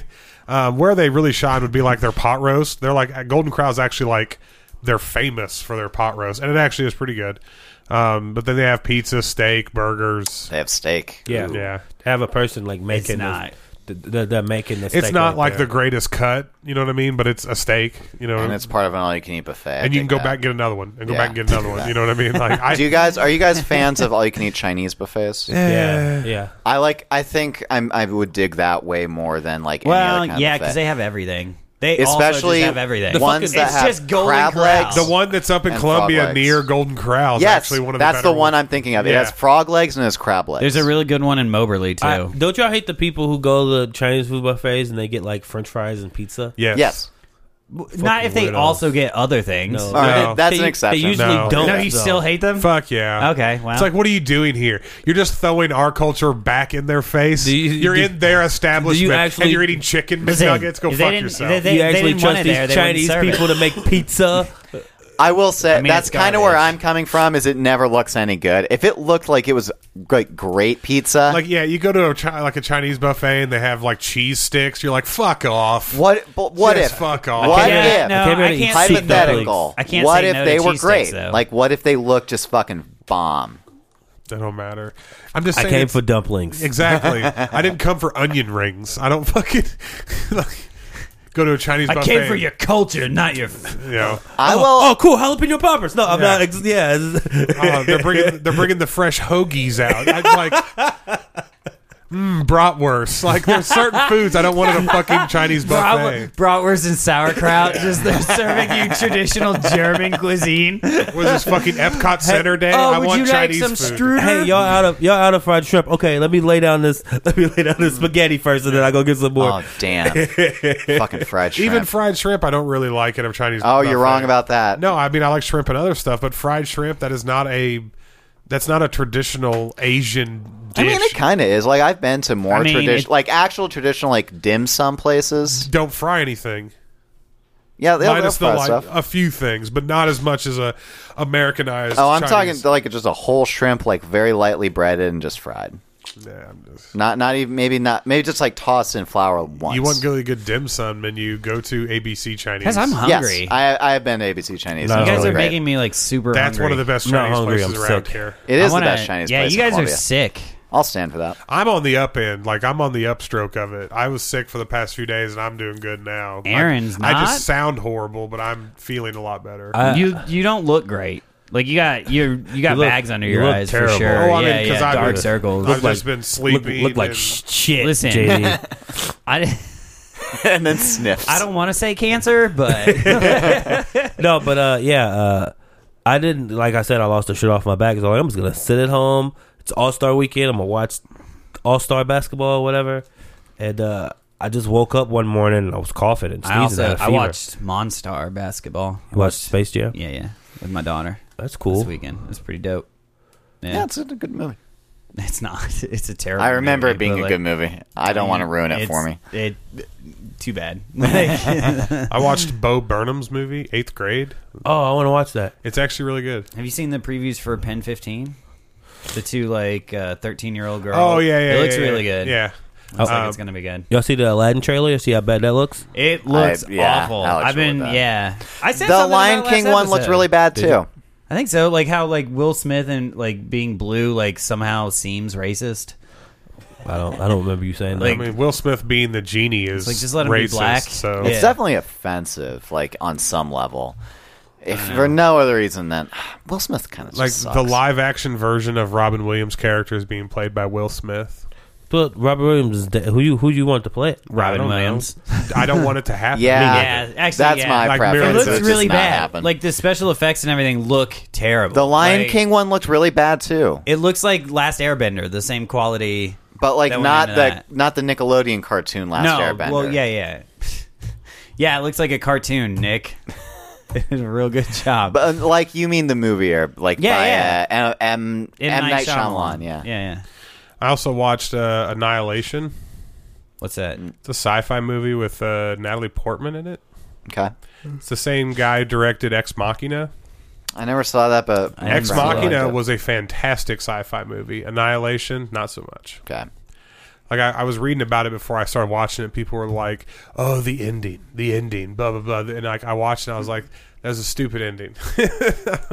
S3: Um, where they really shine would be like their pot roast. They're like at Golden Corral's actually like. they're famous for their pot roast, and it actually is pretty good. Um, but then they have pizza, steak, burgers.
S4: They have steak.
S2: Yeah,
S3: Yeah,
S2: Have a person like making
S1: It's not.
S2: The, the, the, the making the.
S3: it's
S2: steak
S3: not
S2: right
S3: like
S2: there.
S3: the greatest cut, you know what I mean? But it's a steak, you know.
S4: And it's part of an all-you-can-eat buffet. I
S3: and you can go
S4: dig that.
S3: back and get another one, and go
S4: Yeah.
S3: back and get another one. You know what I mean? Like I,
S4: Do you guys are you guys fans of all-you-can-eat Chinese buffets?
S2: Yeah, yeah.
S4: I like. I think I'm, I would dig that way more than like any
S1: Well,
S4: other kind
S1: yeah,
S4: of
S1: because
S4: buffet.
S1: they have everything. They
S4: especially
S1: also just have everything.
S4: the ones
S1: it's
S4: that have
S1: just golden
S4: crab
S1: corrals.
S4: legs.
S3: The one that's up in
S4: And
S3: Columbia
S4: frog legs.
S3: near Golden Corral is
S4: yes,
S3: actually one of the
S4: that's
S3: better
S4: the one
S3: ones.
S4: I'm thinking of. It
S3: Yeah.
S4: has frog legs and it has crab legs.
S1: There's a really good one in Moberly too.
S2: I- don't y'all hate the people who go to Chinese food buffets and they get like French fries and pizza?
S3: Yes.
S4: yes.
S1: Not if they
S2: weirdos.
S1: also get other things.
S2: No.
S4: All right,
S3: No.
S4: that's
S2: They-
S4: an exception.
S2: They usually
S3: No.
S2: don't.
S1: No, you
S2: though.
S1: still hate them?
S3: Fuck yeah.
S1: Okay, wow.
S3: It's like, what are you doing here? You're just throwing our culture back in their face.
S2: Do you-
S3: you, are
S2: do-
S3: in their establishment,
S2: actually-
S3: and you're eating chicken
S1: Listen,
S3: McNuggets. Go
S1: if they
S3: fuck
S1: didn't-
S3: yourself.
S1: if they-
S2: you actually
S1: didn't want
S2: trust
S1: it
S2: these
S1: there, they wouldn't
S2: Chinese
S1: serve it.
S2: people to make pizza.
S4: I will say
S1: mean,
S4: that's
S1: it's
S4: kind of where
S1: garbage.
S4: I'm coming from. Is it never looks any good? If it looked like it was like great pizza,
S3: like, yeah, you go to a chi- like a Chinese buffet and they have like cheese sticks. You're like, fuck off.
S4: what? But what
S3: Yes,
S4: if?
S3: fuck off.
S4: What
S1: Yeah,
S4: if?
S1: no,
S2: I can't
S1: I
S2: really
S1: can't
S2: see
S1: see that.
S4: Hypothetical.
S1: I can't
S4: what
S1: say
S4: if
S1: no to
S4: they were
S1: cheesesteaks,
S4: great?
S1: though.
S4: like, what if they looked just fucking bomb?
S3: That don't matter. I'm just
S2: I
S3: saying.
S2: came
S3: it's-
S2: for dumplings.
S3: exactly. I didn't come for onion rings. I don't fucking like, go to a Chinese
S1: I
S3: buffet.
S1: came for your culture, not your.
S3: You know,
S4: I will.
S2: Oh, cool! Jalapeno poppers. No, I'm
S3: Yeah.
S2: not. Ex- yeah, it's-
S3: Oh, they're bringing they're bringing the fresh hoagies out. I'm like, mm, bratwurst. Like there's certain foods I don't want at a fucking Chinese buffet.
S1: Bratwurst and sauerkraut, just they're serving you traditional German cuisine.
S3: Was this fucking Epcot Center Day?
S1: oh,
S3: I
S1: would
S3: want
S1: you like
S3: Chinese
S1: some
S3: food.
S1: strudel?
S2: hey, y'all out of y'all out of fried shrimp. Okay, let me lay down this. Let me lay down this spaghetti first, and then I go get some more.
S4: Oh damn! Fucking fried shrimp.
S3: Even fried shrimp, I don't really like at a Chinese.
S4: oh, you're
S3: buffet.
S4: wrong about that.
S3: No, I mean I like shrimp and other stuff, but fried shrimp that is not a that's not a traditional Asian
S4: I
S3: dish.
S4: mean it kind of is. Like I've been to more
S1: I mean, it-
S4: traditional, like actual traditional, like dim sum places.
S3: don't fry anything.
S4: Yeah, they'll, they'll
S3: Minus the
S4: fry
S3: like
S4: stuff.
S3: a few things, but not as much as a Americanized.
S4: Oh, I'm
S3: Chinese.
S4: talking like just a whole shrimp, like very lightly breaded and just fried.
S3: Yeah, I'm just-
S4: Not, not even maybe not maybe just like tossed in flour once.
S3: You want really good dim sum menu? Go to ABC Chinese.
S1: Guys, I'm hungry.
S4: Yes, I, I have been to ABC Chinese.
S2: No,
S1: you
S4: It's
S1: guys
S4: really
S1: are
S4: great.
S1: making me like super.
S3: That's one of the best
S2: I'm not
S3: Chinese
S2: hungry,
S3: places
S2: I'm
S3: around
S2: sick.
S3: here.
S4: It is
S1: I wanna-
S4: the best Chinese
S1: Yeah,
S4: place.
S1: you
S4: in
S1: guys are
S4: Columbia.
S1: sick.
S4: I'll stand for that.
S3: I'm on the up end. Like I'm on the upstroke of it. I was sick for the past few days, and I'm doing good now.
S1: Aaron's
S3: I, I
S1: not? Uh,
S3: just sound horrible, but I'm feeling a lot better.
S2: I-
S1: you you don't look great. Like you got you you got
S2: You look-
S1: bags under
S2: you
S1: your
S2: look
S1: eyes
S2: terrible.
S1: for sure.
S3: Oh, I mean,
S1: yeah,
S3: 'cause
S1: yeah,
S3: I've
S1: dark
S3: been-
S1: circles.
S3: I've just been
S2: Look,
S3: sleepy.
S2: look like
S3: and-
S2: shit.
S1: Listen.
S2: JD.
S1: I, di-
S4: and then sniffs.
S1: I don't want to say cancer, but
S2: no, but uh, yeah, uh, I didn't. Like I said, I lost the shit off my back. So I'm just gonna sit at home. It's All Star Weekend. I'm gonna watch All Star basketball, whatever. And uh, I just woke up one morning and I was coughing and
S1: I also
S2: sneezing. had a
S1: I
S2: fever.
S1: watched Monstar basketball. I
S2: You watched Space Jam.
S1: Yeah, yeah, with my daughter
S2: That's
S1: this
S2: cool.
S1: weekend. It's pretty dope.
S4: Yeah, it's a good movie.
S1: It's not. It's a terrible.
S4: I remember it
S1: movie,
S4: being
S1: but,
S4: a
S1: like,
S4: good movie. I don't want to ruin it
S1: it's-
S4: for me.
S1: It too bad. Like,
S3: I watched Bo Burnham's movie Eighth Grade.
S2: Oh, I want to watch that.
S3: It's actually really good.
S1: have you seen the previews for Pen Fifteen? The two like thirteen year old girl.
S3: Oh yeah, yeah.
S1: It looks
S3: yeah, yeah.
S1: really good.
S3: Yeah.
S1: looks like
S3: Um,
S1: it's gonna be good.
S2: Y'all see the Aladdin trailer? You see how bad that looks?
S1: It looks
S4: yeah,
S1: awful.
S4: Alex
S1: I've
S4: will
S1: been
S4: with that.
S1: yeah. I said
S4: The
S1: something
S4: Lion
S1: about it
S4: King
S1: last
S4: one looked
S1: episode.
S4: really bad
S2: you?
S4: too.
S1: I think so. Like how like Will Smith and like being blue like somehow seems racist.
S2: I don't. I don't remember you saying
S1: Like-
S2: that.
S3: I mean, Will Smith being the genie is
S1: like, just let him be
S3: racist,
S1: black.
S3: So
S1: Yeah.
S4: It's definitely offensive, like on some level. If for no other reason than Will Smith kind of
S3: like
S4: sucks.
S3: the live action version of Robin Williams' character is being played by Will Smith.
S2: But Robert Williams is dead. Who you who you want to play it?
S3: I
S1: Robin
S3: don't know.
S1: Williams.
S3: I don't want it to happen.
S4: Yeah. Me
S1: Yeah, actually,
S4: That's
S1: yeah.
S4: my
S3: Like,
S4: preference.
S1: It
S3: It's-
S1: looks
S4: just
S1: really
S4: not
S1: bad.
S4: happen.
S1: Like the special effects and everything look terrible.
S4: the Lion
S1: Like,
S4: King one looked really bad too,
S1: It looks like Last Airbender, the same quality.
S4: but like
S1: that went
S4: not the
S1: into that.
S4: not the Nickelodeon cartoon Last
S1: no,
S4: Airbender.
S1: well, yeah, yeah, yeah. It looks like a cartoon, Nick. Real good job.
S4: But uh, like you mean the movie or like
S1: Yeah,
S4: by,
S1: yeah.
S4: Uh, M, M, M Night Shyamalan, yeah.
S1: yeah, yeah.
S3: I also watched uh, Annihilation.
S1: What's that?
S4: Mm.
S3: It's a sci-fi movie with uh, Natalie Portman in it.
S4: Okay.
S3: It's the same guy who directed Ex Machina.
S4: I never saw that, but
S1: I
S3: Ex
S1: never saw
S3: Machina
S4: Liked it.
S3: was a fantastic sci-fi movie. Annihilation, not so much.
S4: okay.
S3: Like I, I was reading about it before I started watching it. People were like, "Oh, the ending, the ending, blah blah blah," and like I watched it, and I was like, That was a stupid ending.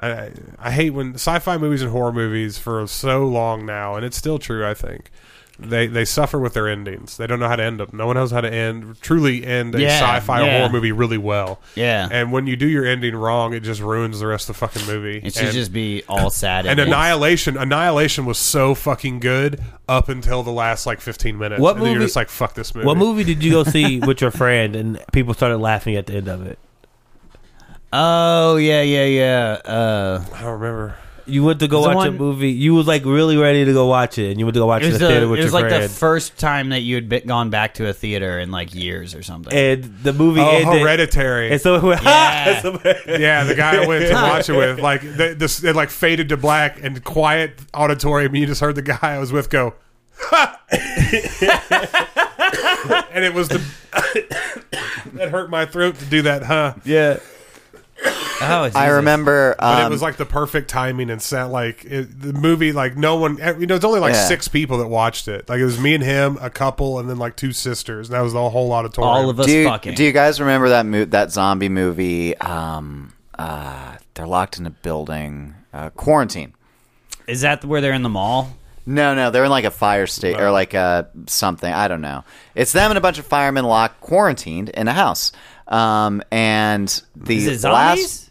S3: I, I hate when sci-fi movies and horror movies for so long now, and it's still true. I think they they suffer with their endings. They don't know how to end them. No one knows how to end truly end a
S1: Yeah,
S3: sci-fi or
S1: yeah.
S3: horror movie really well.
S1: Yeah.
S3: And when you do your ending wrong, it just ruins the rest of the fucking movie.
S1: It should
S3: And-
S1: just be all sad.
S3: and
S1: endings.
S3: Annihilation, Annihilation was so fucking good up until the last like fifteen minutes.
S2: What
S3: and then you're
S2: movie-
S3: just like, fuck this movie.
S2: What movie did you go see with your friend and people started laughing at the end of it?
S1: Oh yeah, yeah, yeah. Uh,
S3: I don't remember.
S2: You went to go
S1: The
S2: watch a
S1: one-
S2: movie. You was like really ready to go watch it, and you went to go watch
S1: it
S2: it in the
S1: was,
S2: theater
S1: the,
S2: with
S1: it was
S2: your
S1: like the
S2: friend.
S1: first time that you had been, gone back to a theater in like years or something.
S2: and the movie
S3: Oh,
S2: ended.
S3: Hereditary.
S2: And so it went,
S1: Yeah.
S3: yeah, the guy I went to watch it with, like, they, this, it like faded to black and quiet auditorium. And you just heard the guy I was with go, "Huh." and it was the. it hurt my throat to do that, huh?
S2: yeah.
S1: oh, Jesus.
S4: I remember.
S3: But it
S4: um,
S3: was like the perfect timing and sound like it, the movie, like no one, eh, you know, it's only like
S4: Yeah.
S3: six people that watched it. Like it was me and him, a couple, and then like two sisters, and that was the whole auditorium.
S1: all of us
S4: do you,
S1: fucking.
S4: do you guys remember that mo- that zombie movie? Um, uh, they're locked in a building. Uh, quarantine.
S1: Is that where they're in the mall?
S4: No, no, they're in like a fire state
S1: Oh.
S4: or like a something. I don't know. It's them and a bunch of firemen locked quarantined in a house. Um, and the
S1: Is it
S4: last
S1: zombies?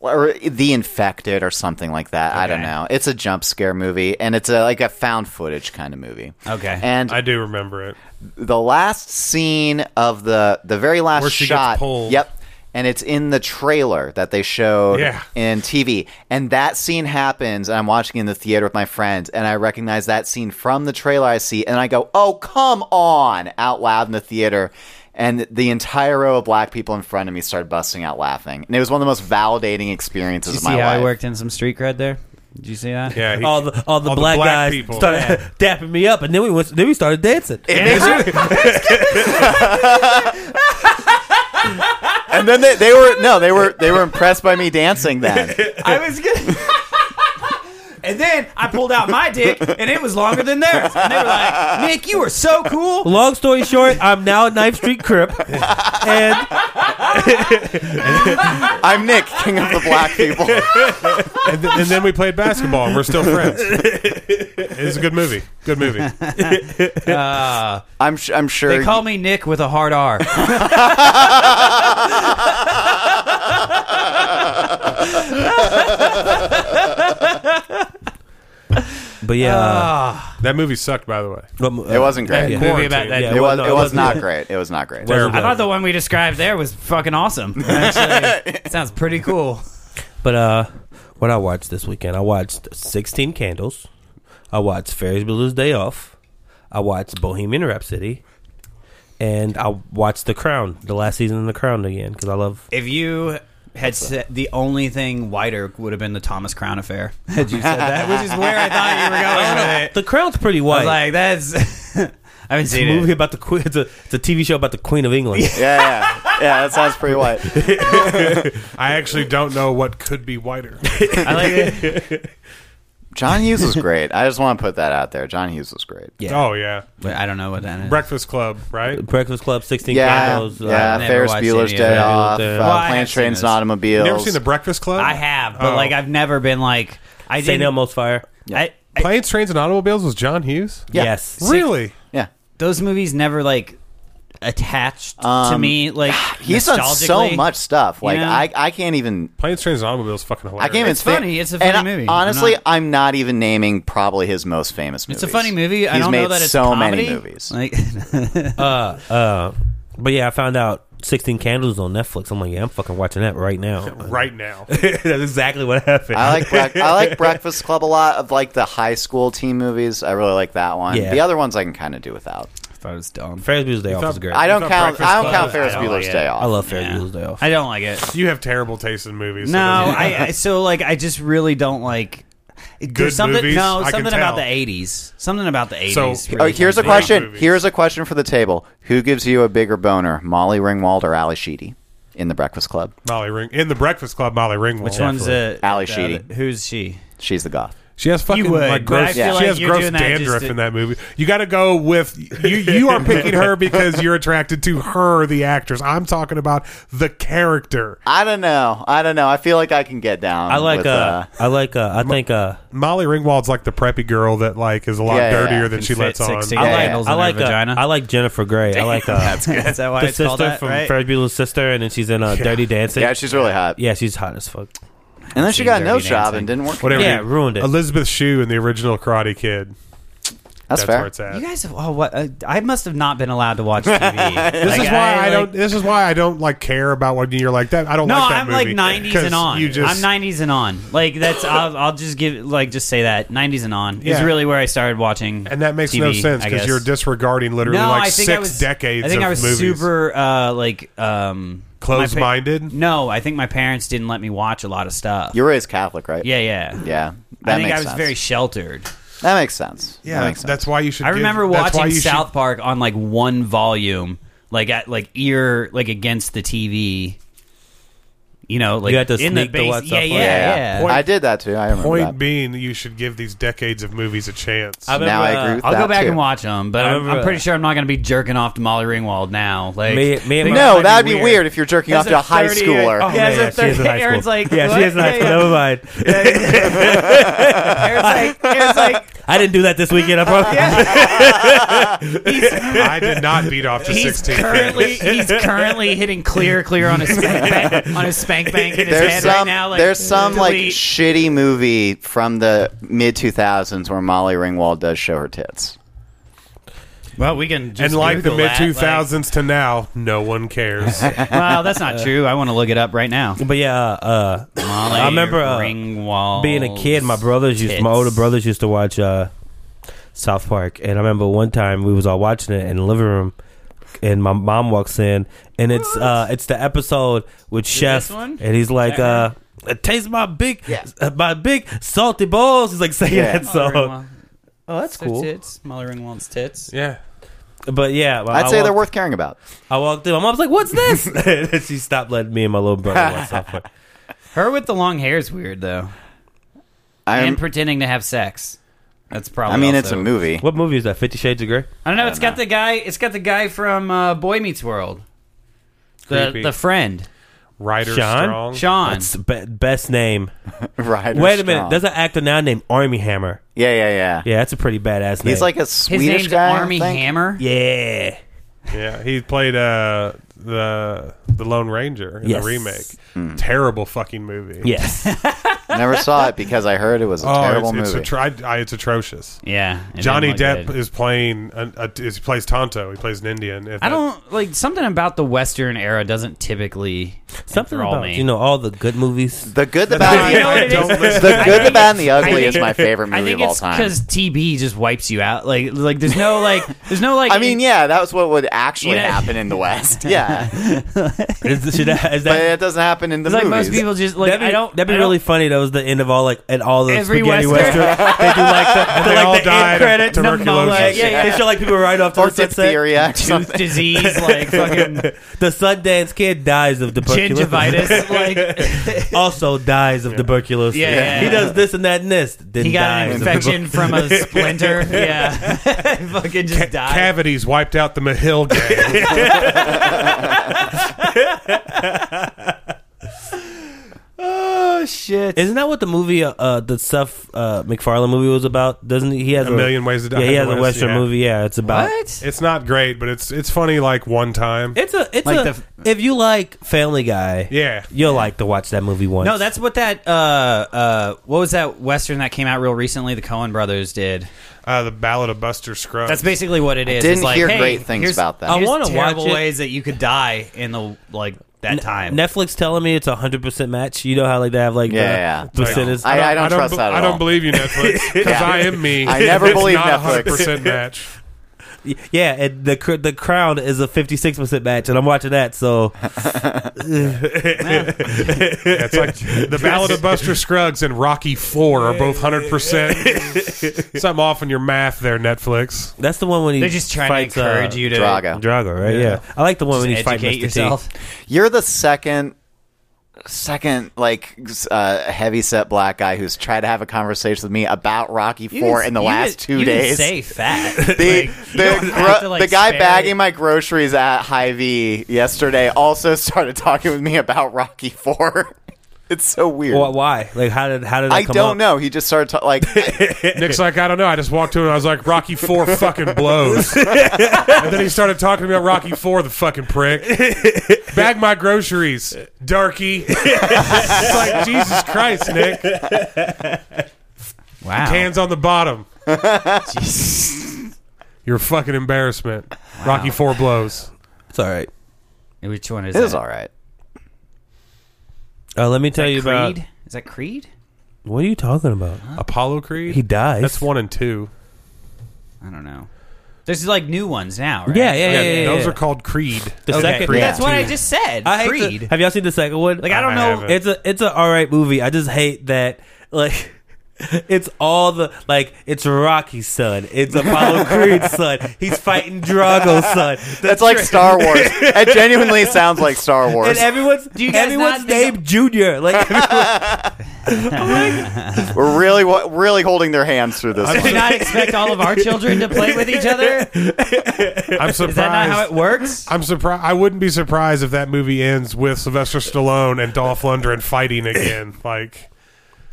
S4: or the infected or something like that. I don't
S1: Okay.
S4: know. It's a jump scare movie and it's a, like a found footage kind of movie.
S1: Okay.
S4: And
S3: I do remember it.
S4: the last scene of the the very last
S3: Where she gets
S4: shot.
S3: pulled.
S4: Yep. And it's in the trailer that they showed
S3: Yeah.
S4: in TV. And that scene happens, and I'm watching in the theater with my friends, and I recognize that scene from the trailer I see, and I go, oh, come on, out loud in the theater. And the entire row of black people in front of me started busting out laughing. And it was one of the most validating experiences
S1: Did you
S4: of
S1: see
S4: my
S1: how I
S4: life.
S1: worked in some street cred there? Did you see that?
S3: Yeah, he-
S2: all the all the
S3: all the
S2: black,
S3: black
S2: guys
S3: people.
S2: started dapping me up, and then we went, then we started dancing.
S4: And then they, they were no, they were they were impressed by me dancing then.
S1: I was good. and then I pulled out my dick, and it was longer than theirs. And they were like, "Nick, you were so cool."
S2: Long story short, I'm now a Knife Street Crip, and
S4: I'm Nick, king of the black people.
S3: and, th- and then we played basketball, and we're still friends. it's a good movie. Good movie.
S1: Uh,
S4: I'm sh- I'm sure
S1: they call me Nick with a hard R.
S2: but yeah, uh,
S1: Ah.
S3: That movie sucked, by the way.
S2: but, uh,
S4: It wasn't great.
S2: Yeah.
S4: It,
S1: Movie about that.
S2: Yeah.
S4: was.
S2: no,
S4: it was
S2: wasn't-
S4: not great. It was not great.
S2: Wasn't
S1: I
S2: good.
S1: thought the one we described there was fucking awesome. Actually, it sounds pretty cool.
S2: But uh, what I watched this weekend, I watched Sixteen Candles, I watched Ferris Bueller's Day Off, I watched Bohemian Rhapsody, and I watched The Crown, the last season of The Crown again because I love.
S1: If you had said the only thing whiter would have been the Thomas Crown affair, had you said that, which is where I thought you were going with it.
S2: The Crown's pretty
S1: I
S2: white.
S1: was like, that's. I haven't
S2: it's a
S1: seen
S2: movie
S1: it.
S2: about the queen. It's a, it's a TV show about the Queen of England.
S4: Yeah, yeah, yeah. That sounds pretty white.
S3: I actually don't know what could be whiter.
S1: I like it.
S4: John Hughes was great. I just want to put that out there. John Hughes was great.
S1: Yeah.
S3: Oh yeah,
S1: But I don't know what that is.
S3: Breakfast Club, right?
S2: Breakfast Club, Sixteen
S4: Yeah,
S2: Candles. uh,
S4: yeah.
S1: uh, never
S4: Ferris
S1: watched
S4: Bueller's
S1: any of
S4: Day
S1: that.
S4: Off,
S2: Well,
S4: uh,
S1: I have
S4: Planes,
S1: seen
S4: Trains,
S1: this.
S4: and Automobiles.
S3: You never seen the Breakfast Club?
S1: I have, but
S3: Oh.
S1: like I've never been like I
S2: Uh, St.
S1: didn't.
S2: Elmo's Fire.
S1: I, I,
S3: Planes, Trains, and Automobiles was John Hughes.
S4: Yeah.
S2: Yes.
S3: Really?
S4: Yeah,
S1: those movies never like attached to
S4: Um,
S1: me. Like
S4: he's done so
S1: nostalgically.
S4: much stuff. Like
S1: know?
S4: I, I can't even.
S3: Planes, Trains, and Automobiles fucking
S4: I
S3: hilarious.
S4: can't even.
S1: It's
S4: think-
S1: funny. It's a funny
S4: and, uh,
S1: movie. I'm
S4: Honestly,
S1: not-
S4: I'm not even naming probably his most famous movies.
S1: It's a funny movie. I
S4: He's
S1: don't
S4: made
S1: know that it's
S4: so
S1: comedy.
S4: many movies.
S1: Like,
S2: Uh, uh, but yeah, I found out Sixteen Candles on Netflix. I'm like, yeah, I'm fucking watching that right now.
S3: Right now,
S2: That's exactly what happened.
S4: I like break I like Breakfast Club a lot. Of like the high school team movies, I really like that one.
S2: Yeah.
S4: The other ones I can kind of do without.
S1: I thought it was dumb.
S2: Ferris Bueller's Day Off
S3: thought-
S2: is great.
S4: I don't
S3: thought
S4: count.
S3: Breakfast
S4: I don't
S3: Club-
S4: count Ferris
S1: I don't
S4: Bueller's
S1: like it.
S4: Day Off.
S2: I love Ferris
S1: Yeah.
S2: Bueller's Day Off.
S1: I don't like it.
S3: you have terrible taste in movies. so
S1: No,
S3: doesn't-
S1: I, I so like I just really don't like. There's something,
S3: movies?
S1: No,
S3: I can
S1: something about
S3: tell.
S1: the '80s. Something about the '80s.
S3: So-
S4: Oh,
S1: really
S4: here's a
S1: turned me
S4: question.
S3: movies.
S4: Here's a question for the table. Who gives you a bigger boner, Molly Ringwald or Ali Sheedy, in the Breakfast Club?
S3: Molly Ring in the Breakfast Club. Molly Ringwald.
S1: Which one's it?
S4: Ally
S1: the-
S4: Sheedy.
S1: Who's she?
S4: She's the goth.
S3: She has fucking
S1: would,
S3: like
S1: but I
S3: gross.
S1: feel
S3: She
S1: like
S3: has
S1: you're
S3: gross
S1: doing that just
S3: dandruff
S1: to-
S3: in that movie. You got to go with you. You are picking her because you're attracted to her, the actress. I'm talking about the character.
S4: I don't know. I don't know. I feel like I can get down.
S2: I like
S4: with,
S2: uh, I like uh, I think uh,
S3: Molly Ringwald's like the preppy girl that like is a lot
S4: Yeah, yeah,
S3: dirtier
S4: yeah.
S3: than
S1: Can
S3: she
S1: fit
S3: lets on.
S1: 60
S4: Yeah,
S2: I like
S4: yeah.
S2: I like uh,
S1: Vagina.
S2: I like Jennifer Grey. I like uh,
S1: Is that why
S2: the
S1: it's called
S2: sister
S1: that,
S2: from
S1: right?
S2: Ferris Bueller's sister, and then she's in uh, Dirty Dancing.
S4: yeah, she's really hot.
S2: yeah, she's hot as fuck.
S4: And then she
S1: Seen
S4: got a
S1: Dirty
S4: nose job
S1: Dancing.
S4: and didn't work.
S3: Whatever.
S2: Yeah,
S3: you-
S2: ruined it.
S3: Elizabeth Shue in the original Karate Kid.
S4: That's,
S3: That's,
S4: fair.
S3: where it's at.
S1: You guys, have, oh, what? Uh, I must have not been allowed to watch TV.
S3: This is why I, don't. This is why I don't like care about when you're like that. I don't
S1: No,
S3: like that
S1: I'm
S3: movie.
S1: like 90s
S3: 'Cause
S1: and on.
S3: You just,
S1: I'm 90s and on. Like that's I'll, I'll just give like just say that 90s and on is
S3: Yeah.
S1: really where I started watching.
S3: and that makes
S1: TV,
S3: no sense
S1: because
S3: because you're disregarding literally
S1: no,
S3: like
S1: I think
S3: six
S1: I was,
S3: decades.
S1: I think
S3: of
S1: I was
S3: movies.
S1: super uh, like um, my pa-
S3: Closed-minded?
S1: No, I think my parents didn't let me watch a lot of stuff.
S4: You're raised Catholic, right?
S1: yeah, yeah,
S4: Yeah. That
S1: I think
S4: makes
S1: I was
S4: sense.
S1: very sheltered.
S4: that makes sense.
S3: Yeah,
S4: that makes
S3: that's,
S4: sense.
S3: that's why you should.
S1: I
S3: give-
S1: remember
S3: that's why
S1: watching
S3: you should-
S1: South Park on like one volume, like at like ear like against the TV. You know, like
S2: You had to
S1: in the
S2: sneak the
S1: base.
S2: WhatsApp
S1: yeah, yeah,
S2: on.
S4: yeah,
S1: yeah.
S4: yeah. I did that too. I remember
S3: Point
S4: that.
S3: being, you should give these decades of movies a chance.
S2: I
S4: now I
S2: remember,
S4: agree
S2: uh,
S4: with
S1: I'll
S4: that
S1: go back
S4: too.
S1: and watch them, but I'm,
S2: remember
S1: I'm pretty
S2: that.
S1: sure I'm not going to be jerking off to Molly Ringwald now. Like,
S2: Me- me and
S1: I
S2: my-
S1: think
S4: No,
S1: that
S4: that'd be weird. if you're jerking off
S1: As
S4: to a
S1: a
S4: high
S1: 38
S4: schooler.
S2: uh,
S1: oh, Yeah, it's a
S2: she is in high
S1: 30 Aaron's
S2: school.
S1: like,
S2: yeah, she is in high
S1: what?
S2: school.
S1: Yeah, yeah.
S2: Never mind.
S1: Aaron's like, Aaron's like,
S2: I didn't do that this weekend. I promise.
S3: I did not beat off to
S1: he's
S3: 16.
S1: currently he's currently hitting clear, clear on his spank bank, on his spank bank in his
S4: There's
S1: head
S4: some,
S1: right now. Like,
S4: there's some like
S1: delete.
S4: shitty movie from the mid 2000s where Molly Ringwald does show her tits.
S1: well, we can just
S3: and like the
S1: Google
S3: mid
S1: that,
S3: 2000s to now, no one cares.
S1: Like, well, that's
S2: Uh,
S1: not true. I want to look it up right now.
S2: But yeah, uh, uh,
S1: Molly
S2: I remember, uh,
S1: Ringwald.
S2: being
S4: Oh,
S2: a kid, my brothers used my
S1: tits.
S2: older brothers used to watch uh, South Park, and I remember one time we was all watching it in the living room, and my mom walks in, and it's uh, it's the episode with Chef,
S1: this one?
S2: and he's like. Uh,
S1: That
S2: Taste my big, uh, my big salty balls. He's like saying
S4: Yeah.
S2: that song,
S1: Molly
S2: Oh, that's
S1: Ringwald's Tits. Molly Ringwald's tits.
S3: yeah.
S2: but yeah, I
S1: Oh,
S4: I'd say
S2: walked,
S4: they're worth caring about.
S2: I walked in. My mom's like, "What's this?" and she stopped letting me and my little brother watch South Park.
S1: Her with the long hair is weird though,
S4: I'm,
S1: and pretending to have sex. That's probably.
S4: I mean,
S1: also-
S4: it's a movie.
S2: What movie is that? Fifty Shades of Grey.
S1: I don't know. It's got the guy. It's got the guy from uh, Boy Meets World. The
S3: Creepy.
S1: the friend
S3: Ryder
S2: Sean?
S3: Strong.
S1: Sean.
S2: That's be- best name.
S4: Right.
S2: Wait a minute. There's an actor now named Army Hammer.
S4: Yeah, yeah, yeah,
S2: Yeah, that's a pretty badass name.
S4: He's like a
S1: His
S4: Swedish
S1: name's
S4: guy. I
S1: Army
S4: think.
S1: Hammer.
S2: yeah.
S3: Yeah, he played uh, the the Lone Ranger in
S2: Yes.
S3: the remake.
S4: Hmm.
S3: Terrible fucking movie.
S2: Yes.
S4: Never saw it because I heard it was a
S3: Oh,
S4: terrible
S3: it's, it's,
S4: movie.
S3: atro- I, I, it's atrocious.
S1: Yeah. it
S3: Johnny
S1: didn't look
S3: Depp
S1: good.
S3: is playing. An, a, is, he plays Tonto. He plays an Indian. If
S1: I
S3: that-
S1: don't like something about the Western era doesn't typically
S2: Something
S1: enthrall
S2: about
S1: me.
S2: you know all the good movies.
S4: the good, the
S3: I
S4: bad,
S1: You know what
S4: and
S1: it
S4: the
S1: is?
S3: don't listen.
S4: the good, the
S1: think-
S4: bad, and the
S1: I
S4: ugly
S1: think-
S4: is my favorite
S1: I
S4: movie
S1: think
S4: of all
S1: it's
S4: time.
S1: because TB just wipes you out. Like like there's no like there's no like
S4: I mean, yeah, that was what would actually
S1: You know-
S4: happen in the West. Yeah,
S2: Is, should I, is
S4: but
S2: that?
S4: it doesn't happen in the
S1: it's like
S4: movies.
S1: most people just like
S2: That'd be,
S1: I don't
S2: that'd be
S1: I don't-
S2: really funny. That was the end of all like and all those
S1: Every
S2: spaghetti
S1: Western.
S2: western. they do like the,
S3: they
S2: they
S3: all
S2: like the
S3: died
S2: end
S3: of
S2: credit.
S3: tuberculosis.
S2: Like, yeah, yeah. They show like people right off to
S4: or
S2: the sunset.
S4: diphtheria. or
S1: tooth
S4: something.
S1: disease like fucking
S2: The Sundance Kid dies of tuberculosis.
S1: gingivitis like
S2: also dies of tuberculosis.
S1: Yeah, yeah,
S2: He
S1: yeah.
S2: does this and that and this. Then
S1: He got an
S2: dies of
S1: infection from a splinter. Yeah, fucking just died.
S3: Cavities wiped out the Mahill gang.
S1: oh shit!
S2: Isn't that what the movie, uh, uh, the Seth uh, MacFarlane movie was about? Doesn't he, he has
S3: A Million Ways to Die
S2: Yeah, he
S3: in
S2: has
S3: the
S2: a
S3: West,
S2: western
S3: yeah.
S2: movie. Yeah, it's about.
S1: what?
S3: it's not great, but it's it's funny like one time.
S2: It's a it's
S1: Like
S2: a
S1: the f-
S2: if you like Family Guy,
S3: Yeah.
S2: you'll like to watch that movie once.
S1: No, that's what that. Uh, uh, what was that western that came out real recently? The Cohen brothers did.
S3: Uh, the Ballad of Buster Scruggs.
S1: That's basically what it is.
S4: didn't
S1: It's like,
S4: hear
S1: hey,
S4: great things
S1: here's-
S4: about that.
S2: I
S1: Here's
S2: wanna watch
S1: terrible
S2: it.
S1: ways that you could die in the like that time.
S2: Netflix telling me it's a hundred percent match. You know how like they have like
S4: Yeah, yeah, yeah.
S2: the percentage.
S4: I, I, don't trust
S3: be-
S4: that at
S3: I don't
S4: all.
S3: believe you, Netflix, because
S4: Yeah.
S3: I am me.
S4: I never
S3: it's
S4: believe
S3: not
S4: Netflix.
S3: 100% match.
S2: yeah, and the cr- the Crown is a fifty six percent match, and I'm watching that. So
S3: Yeah, it's like the Ballad of Buster Scruggs and Rocky Four are both 100%. Something off in your math there, Netflix.
S2: that's the one when he
S1: They're just trying
S2: fights,
S1: to encourage
S2: uh,
S1: you to
S4: Drago.
S2: Drago, right? Yeah.
S3: Yeah.
S2: I like the one when he's
S1: educate
S2: fighting Mr. T.
S1: yourself.
S4: You're the second second like s- uh, heavy set black guy who's tried to have a conversation with me about Rocky
S1: You
S4: Four
S1: can-
S4: in the
S1: you
S4: last
S1: can-
S4: two
S1: you can
S4: days.
S1: say fat.
S4: The,
S1: don't
S4: the,
S1: have to,
S4: gro-
S1: like,
S4: the guy
S1: spare
S4: bagging
S1: it.
S4: my groceries at Hy-Vee yesterday also started talking with me about Rocky Four. It's so weird.
S2: Wh- why? Like, how did how did that
S4: I
S2: come
S4: don't
S2: up?
S4: know. He just started ta- like
S3: Nick's like, I don't know. I just walked to him and I was like, Rocky Four fucking blows. and then he started talking about Rocky Four, the fucking prick. Bag my groceries, darky. it's like Jesus Christ, Nick.
S1: Wow.
S3: Hands on the bottom. You're a fucking embarrassment. Rocky Four blows.
S2: It's all right.
S1: Which one is
S4: it was
S1: that?
S4: all right.
S2: Uh, let me tell you about.
S1: Creed? Is that Creed?
S2: What are you talking about?
S3: Apollo Creed.
S2: He dies.
S3: That's one and two.
S1: I don't know. There's like new ones now, right?
S2: Yeah, yeah, yeah. yeah,
S3: those
S2: yeah.
S3: are called Creed.
S2: the
S1: Okay,
S2: second.
S1: That's
S4: Yeah.
S1: what I just said.
S2: I hate the-
S1: Creed.
S2: have y'all seen the second one?
S1: like I don't
S3: I
S1: know.
S3: haven't.
S2: it's a it's a all right movie. I just hate that like it's all the like it's Rocky's son, it's Apollo Creed's son, he's fighting Drago's son.
S4: That's like Star Wars. It genuinely sounds like Star
S2: and
S4: Wars.
S2: everyone's
S1: you guys
S2: everyone's
S1: not think-
S2: named Junior. Like everyone-
S4: We're really wa- really holding their hands through this.
S1: Do you
S4: one.
S1: not expect all of our children to play with each other? Is
S3: I'm surprised.
S1: that not how it works?
S3: I'm surprised. I wouldn't be surprised if that movie ends with Sylvester Stallone and Dolph Lundgren fighting again. Like,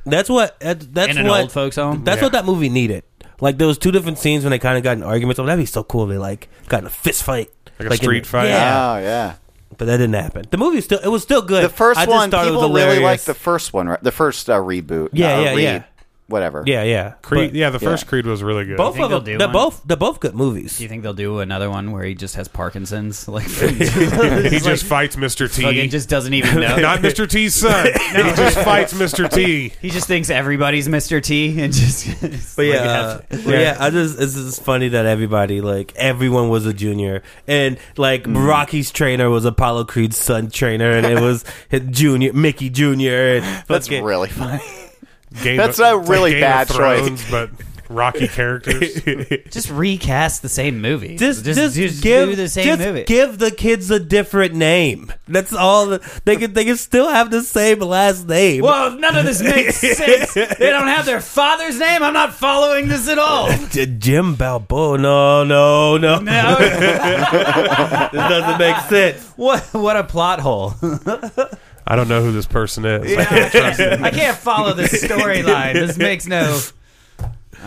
S2: that's what that's, that's
S1: In an
S2: what
S1: old folks home.
S2: that's what that movie needed. Like there was two different scenes when they kind of got in arguments. Oh, that'd be so cool. if They like got in a fist fight,
S3: Like a
S2: in-
S3: street fight?
S2: Yeah,
S4: Oh yeah.
S2: but that didn't happen. The movie still it was still good.
S4: The first
S2: I just
S4: one,
S2: thought it was
S4: people really
S2: hilarious.
S4: liked the first one, right? The first uh, reboot.
S2: Yeah,
S4: Uh,
S2: yeah,
S4: re-
S2: yeah.
S4: Whatever.
S2: yeah, yeah.
S3: Creed.
S2: But-
S3: yeah, the first
S4: yeah.
S3: Creed was really good.
S2: both
S1: think
S2: of them.
S1: they'll do
S2: They're
S1: one?
S2: both they're both good movies.
S1: Do you think they'll do another one where he just has Parkinson's? Like
S3: He
S1: he
S3: just fights Mr. T.
S1: fucking just doesn't even know.
S3: Not Mr. T's son. He just fights Mr. T.
S1: He just thinks everybody's Mr. T and just.
S2: But yeah,
S1: Like,
S2: uh, but yeah. I just it's just funny that everybody like everyone was a junior, and like Rocky's trainer was Apollo Creed's son trainer, and it was his junior Mickey Junior. And
S4: That's
S2: fucking-
S4: really funny.
S3: Game
S4: That's
S3: of-
S4: a
S3: it's
S4: really
S3: Game
S4: bad
S3: of Thrones, but Rocky characters.
S1: just recast the same movie.
S2: Just, just,
S1: just
S2: give
S1: do the same
S2: just
S1: movie.
S2: give the kids a different name. That's all. The, they could they could still have the same last name.
S1: well, none of this makes sense. They don't have their father's name. I'm not following this at all.
S2: D- Jim Balboa. No, no, no.
S1: No.
S2: This doesn't make sense.
S1: what what a plot hole.
S3: I don't know who this person is.
S1: I, can't, I can't follow this storyline. This makes no.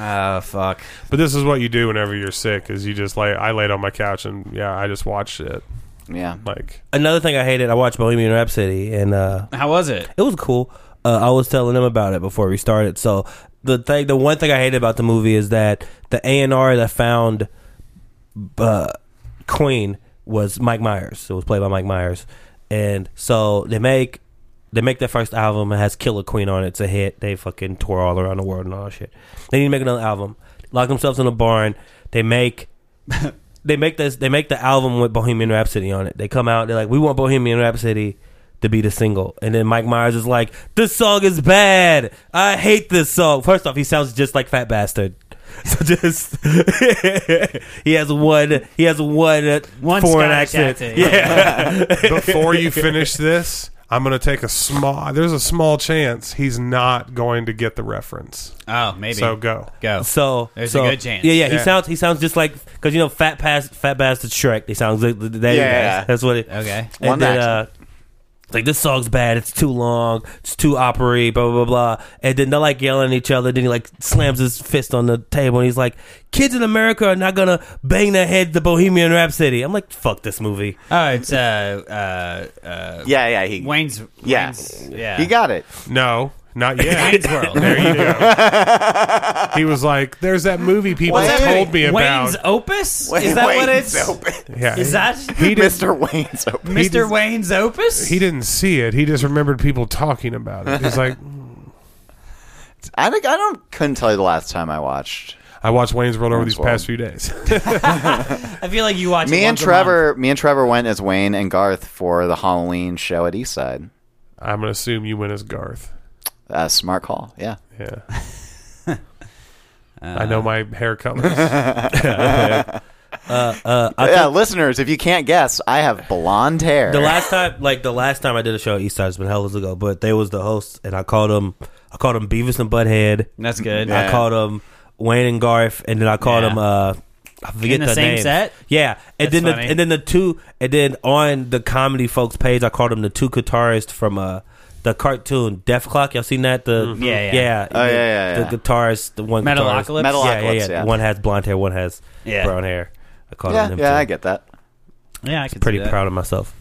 S1: Oh fuck.
S3: But this is what you do whenever you're sick is you just lay I laid on my couch and yeah, I just watched it.
S4: Yeah.
S3: Like
S2: Another thing I hated. I watched Bohemian Rhapsody, and uh,
S1: How was it?
S2: it was cool. Uh, I was telling them about it before we started. So the thing, the one thing I hated about the movie is that the A and R that found uh, Queen was Mike Myers. It was played by Mike Myers, and so they make they make their first album. It has Killer Queen on it. It's a hit. They fucking tour all around the world and all that shit. They need to make another album. Lock themselves in a barn. They make they make this they make the album with Bohemian Rhapsody on it. They come out, they're like, We want Bohemian Rhapsody to be the single. And then Mike Myers is like, This song is bad. I hate this song. First off, he sounds just like Fat Bastard. So just he has one he has one, uh,
S1: One
S2: foreign
S1: Scottish accent,
S2: accent. Yeah.
S3: before you finish this, I'm going to take a small there's a small chance he's not going to get the reference.
S1: Oh, maybe.
S3: So go.
S1: go.
S2: So
S1: There's a
S2: so-
S1: good chance.
S2: Yeah, yeah. He
S3: Yeah.
S2: sounds he sounds just like because you know Fat Pass Fat Bastard Shrek. They sound like that-
S4: Yeah.
S2: That's what it.
S1: Okay.
S2: And
S4: One
S2: then, uh,
S4: accent.
S2: like this song's bad. It's too long. It's too opery. Blah blah blah. blah. And then they're like yelling at each other. Then he like slams his fist on the table and he's like, "Kids in America are not gonna bang their head to Bohemian Rhapsody." I'm like, "Fuck this movie."
S1: Oh, it's uh uh uh
S4: Yeah. Yeah. He.
S1: Wayne's.
S4: Yeah.
S1: Wayne's, yeah.
S4: He got it.
S3: No, not yet.
S1: Wayne's World.
S3: there you go. He was like, "There's that movie people
S4: What's that
S3: told me about."
S1: Wayne's Opus? Is that what
S4: Wayne's
S1: it's?
S4: open.
S3: yeah,
S1: Is that
S4: Mr. Wayne's open.
S1: Mr. Wayne's Opus?
S3: he didn't see it. He just remembered people talking about it. He's like,
S4: I think I don't couldn't tell you the last time I watched.
S3: "I watched Wayne's World over
S4: Wayne's
S3: these past
S4: World.
S3: few days."
S1: I feel like you watch it
S4: Me and
S1: once a month.
S4: Trevor, me and Trevor went as Wayne and Garth for the Halloween show at Eastside.
S3: I'm gonna assume you went as Garth.
S4: Uh, smart call. Yeah.
S3: Yeah.
S1: Uh.
S3: I know my hair colors.
S2: Uh, uh, I
S4: yeah,
S2: think
S4: listeners, if you can't guess, I have blonde hair.
S2: the last time, like the last time I did a show at Eastside, it's been hell ago. But they was the host, and I called them. I called them Beavis and Butthead.
S1: That's good. Uh,
S4: Yeah.
S2: I called them Wayne and Garth, and then I called
S1: Yeah.
S2: them. Uh, I forget
S1: In the
S2: their
S1: same
S2: names.
S1: set?
S2: Yeah, and
S1: That's
S2: then the,
S1: funny.
S2: and then the two, and then on the comedy folks page, I called them the two guitarists from uh the cartoon Death Clock. Y'all seen that? The
S1: Yeah, yeah.
S4: Oh,
S2: the,
S4: yeah, yeah,
S2: the
S4: yeah.
S2: guitarist, the one guitarist.
S1: Metalocalypse.
S4: Metal-
S2: Yeah, yeah, yeah,
S4: Metalocalypse, yeah.
S2: One has blonde hair, one has
S1: Yeah.
S2: brown hair. I called
S4: yeah,
S2: them.
S4: yeah,
S2: two.
S4: I get that.
S1: Yeah, I could
S2: Pretty
S1: see that.
S2: proud of myself.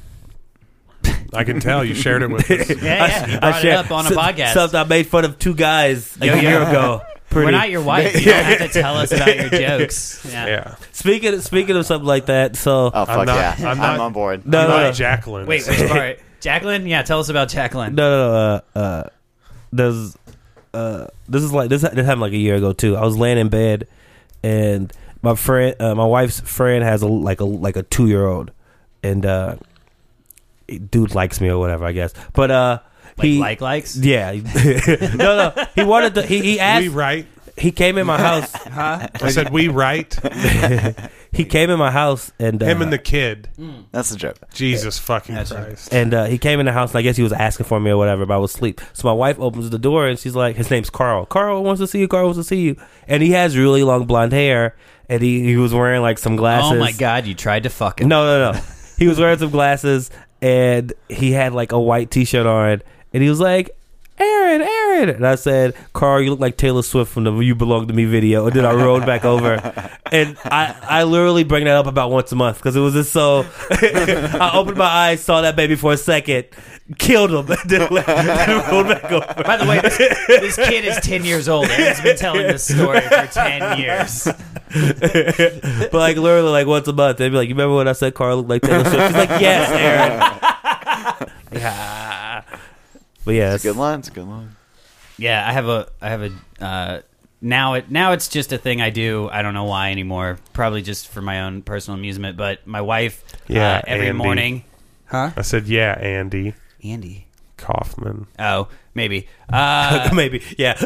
S3: I can tell you shared it with us.
S1: Yeah, yeah. You brought it
S2: shared
S1: up on a
S2: some-
S1: podcast.
S2: Something I made fun of two guys a
S1: Yo, yo.
S2: year ago. Pretty.
S1: We're not your wife. You don't have to tell us about your jokes. Yeah.
S3: Yeah.
S2: speaking speaking of something like that. So
S4: Oh fuck
S3: not-
S4: yeah,
S3: I'm
S4: I'm,
S3: not-
S4: on board.
S2: No, no,
S3: Not
S2: no.
S3: Jacqueline.
S1: Wait, wait, sorry. Jacqueline? Yeah, tell us about Jacqueline.
S2: No, no, no. Uh, uh, there's, uh, this is like this. This happened like a year ago too. I was laying in bed, and my friend, uh, my wife's friend, has a like a like a two year old, and uh, dude likes me or whatever, I guess. But uh,
S1: Like
S2: he
S1: like likes?
S2: yeah, no, no. He wanted to. He, he
S3: We
S2: asked.
S3: right.
S2: He came in my house.
S3: I said we right.
S2: He came in my house and uh,
S3: Him and the kid.
S4: That's a joke.
S3: Jesus fucking
S1: Mm. That's right.
S3: Christ.
S2: and uh, he came in the house and I guess he was asking for me or whatever, but I was asleep. So my wife opens the door and she's like, "His name's Carl. Carl wants to see you. Carl wants to see you." And he has really long blonde hair, and he he was wearing like some glasses.
S1: Oh my god, you tried to fuck him.
S2: No, no, no. he was wearing some glasses and he had like a white T-shirt on, and he was like. Aaron, Aaron, and I said, "Carl, you look like Taylor Swift from the "You Belong to Me" video." And then I rolled back over, and I, I literally bring that up about once a month because it was just so. I opened my eyes, saw that baby for a second, killed him, and then, then rolled back over.
S1: By the way, this, this kid is 10 years old and has been telling this story for 10 years.
S2: But like literally, like once a month, they'd be like, "You remember when I said Carl looked like Taylor Swift?" She's like, "Yes, Aaron." yeah. But yeah,
S4: It's a good line. It's a good line.
S1: Yeah, I have a I have a uh, now it now it's just a thing I do. I don't know why anymore. Probably just for my own personal amusement, but my wife
S3: Yeah,
S1: uh, every
S3: Andy.
S1: morning. Huh?
S3: I said yeah, Andy
S1: Andy.
S3: Kaufman.
S1: Oh, maybe. Uh,
S2: maybe. Yeah.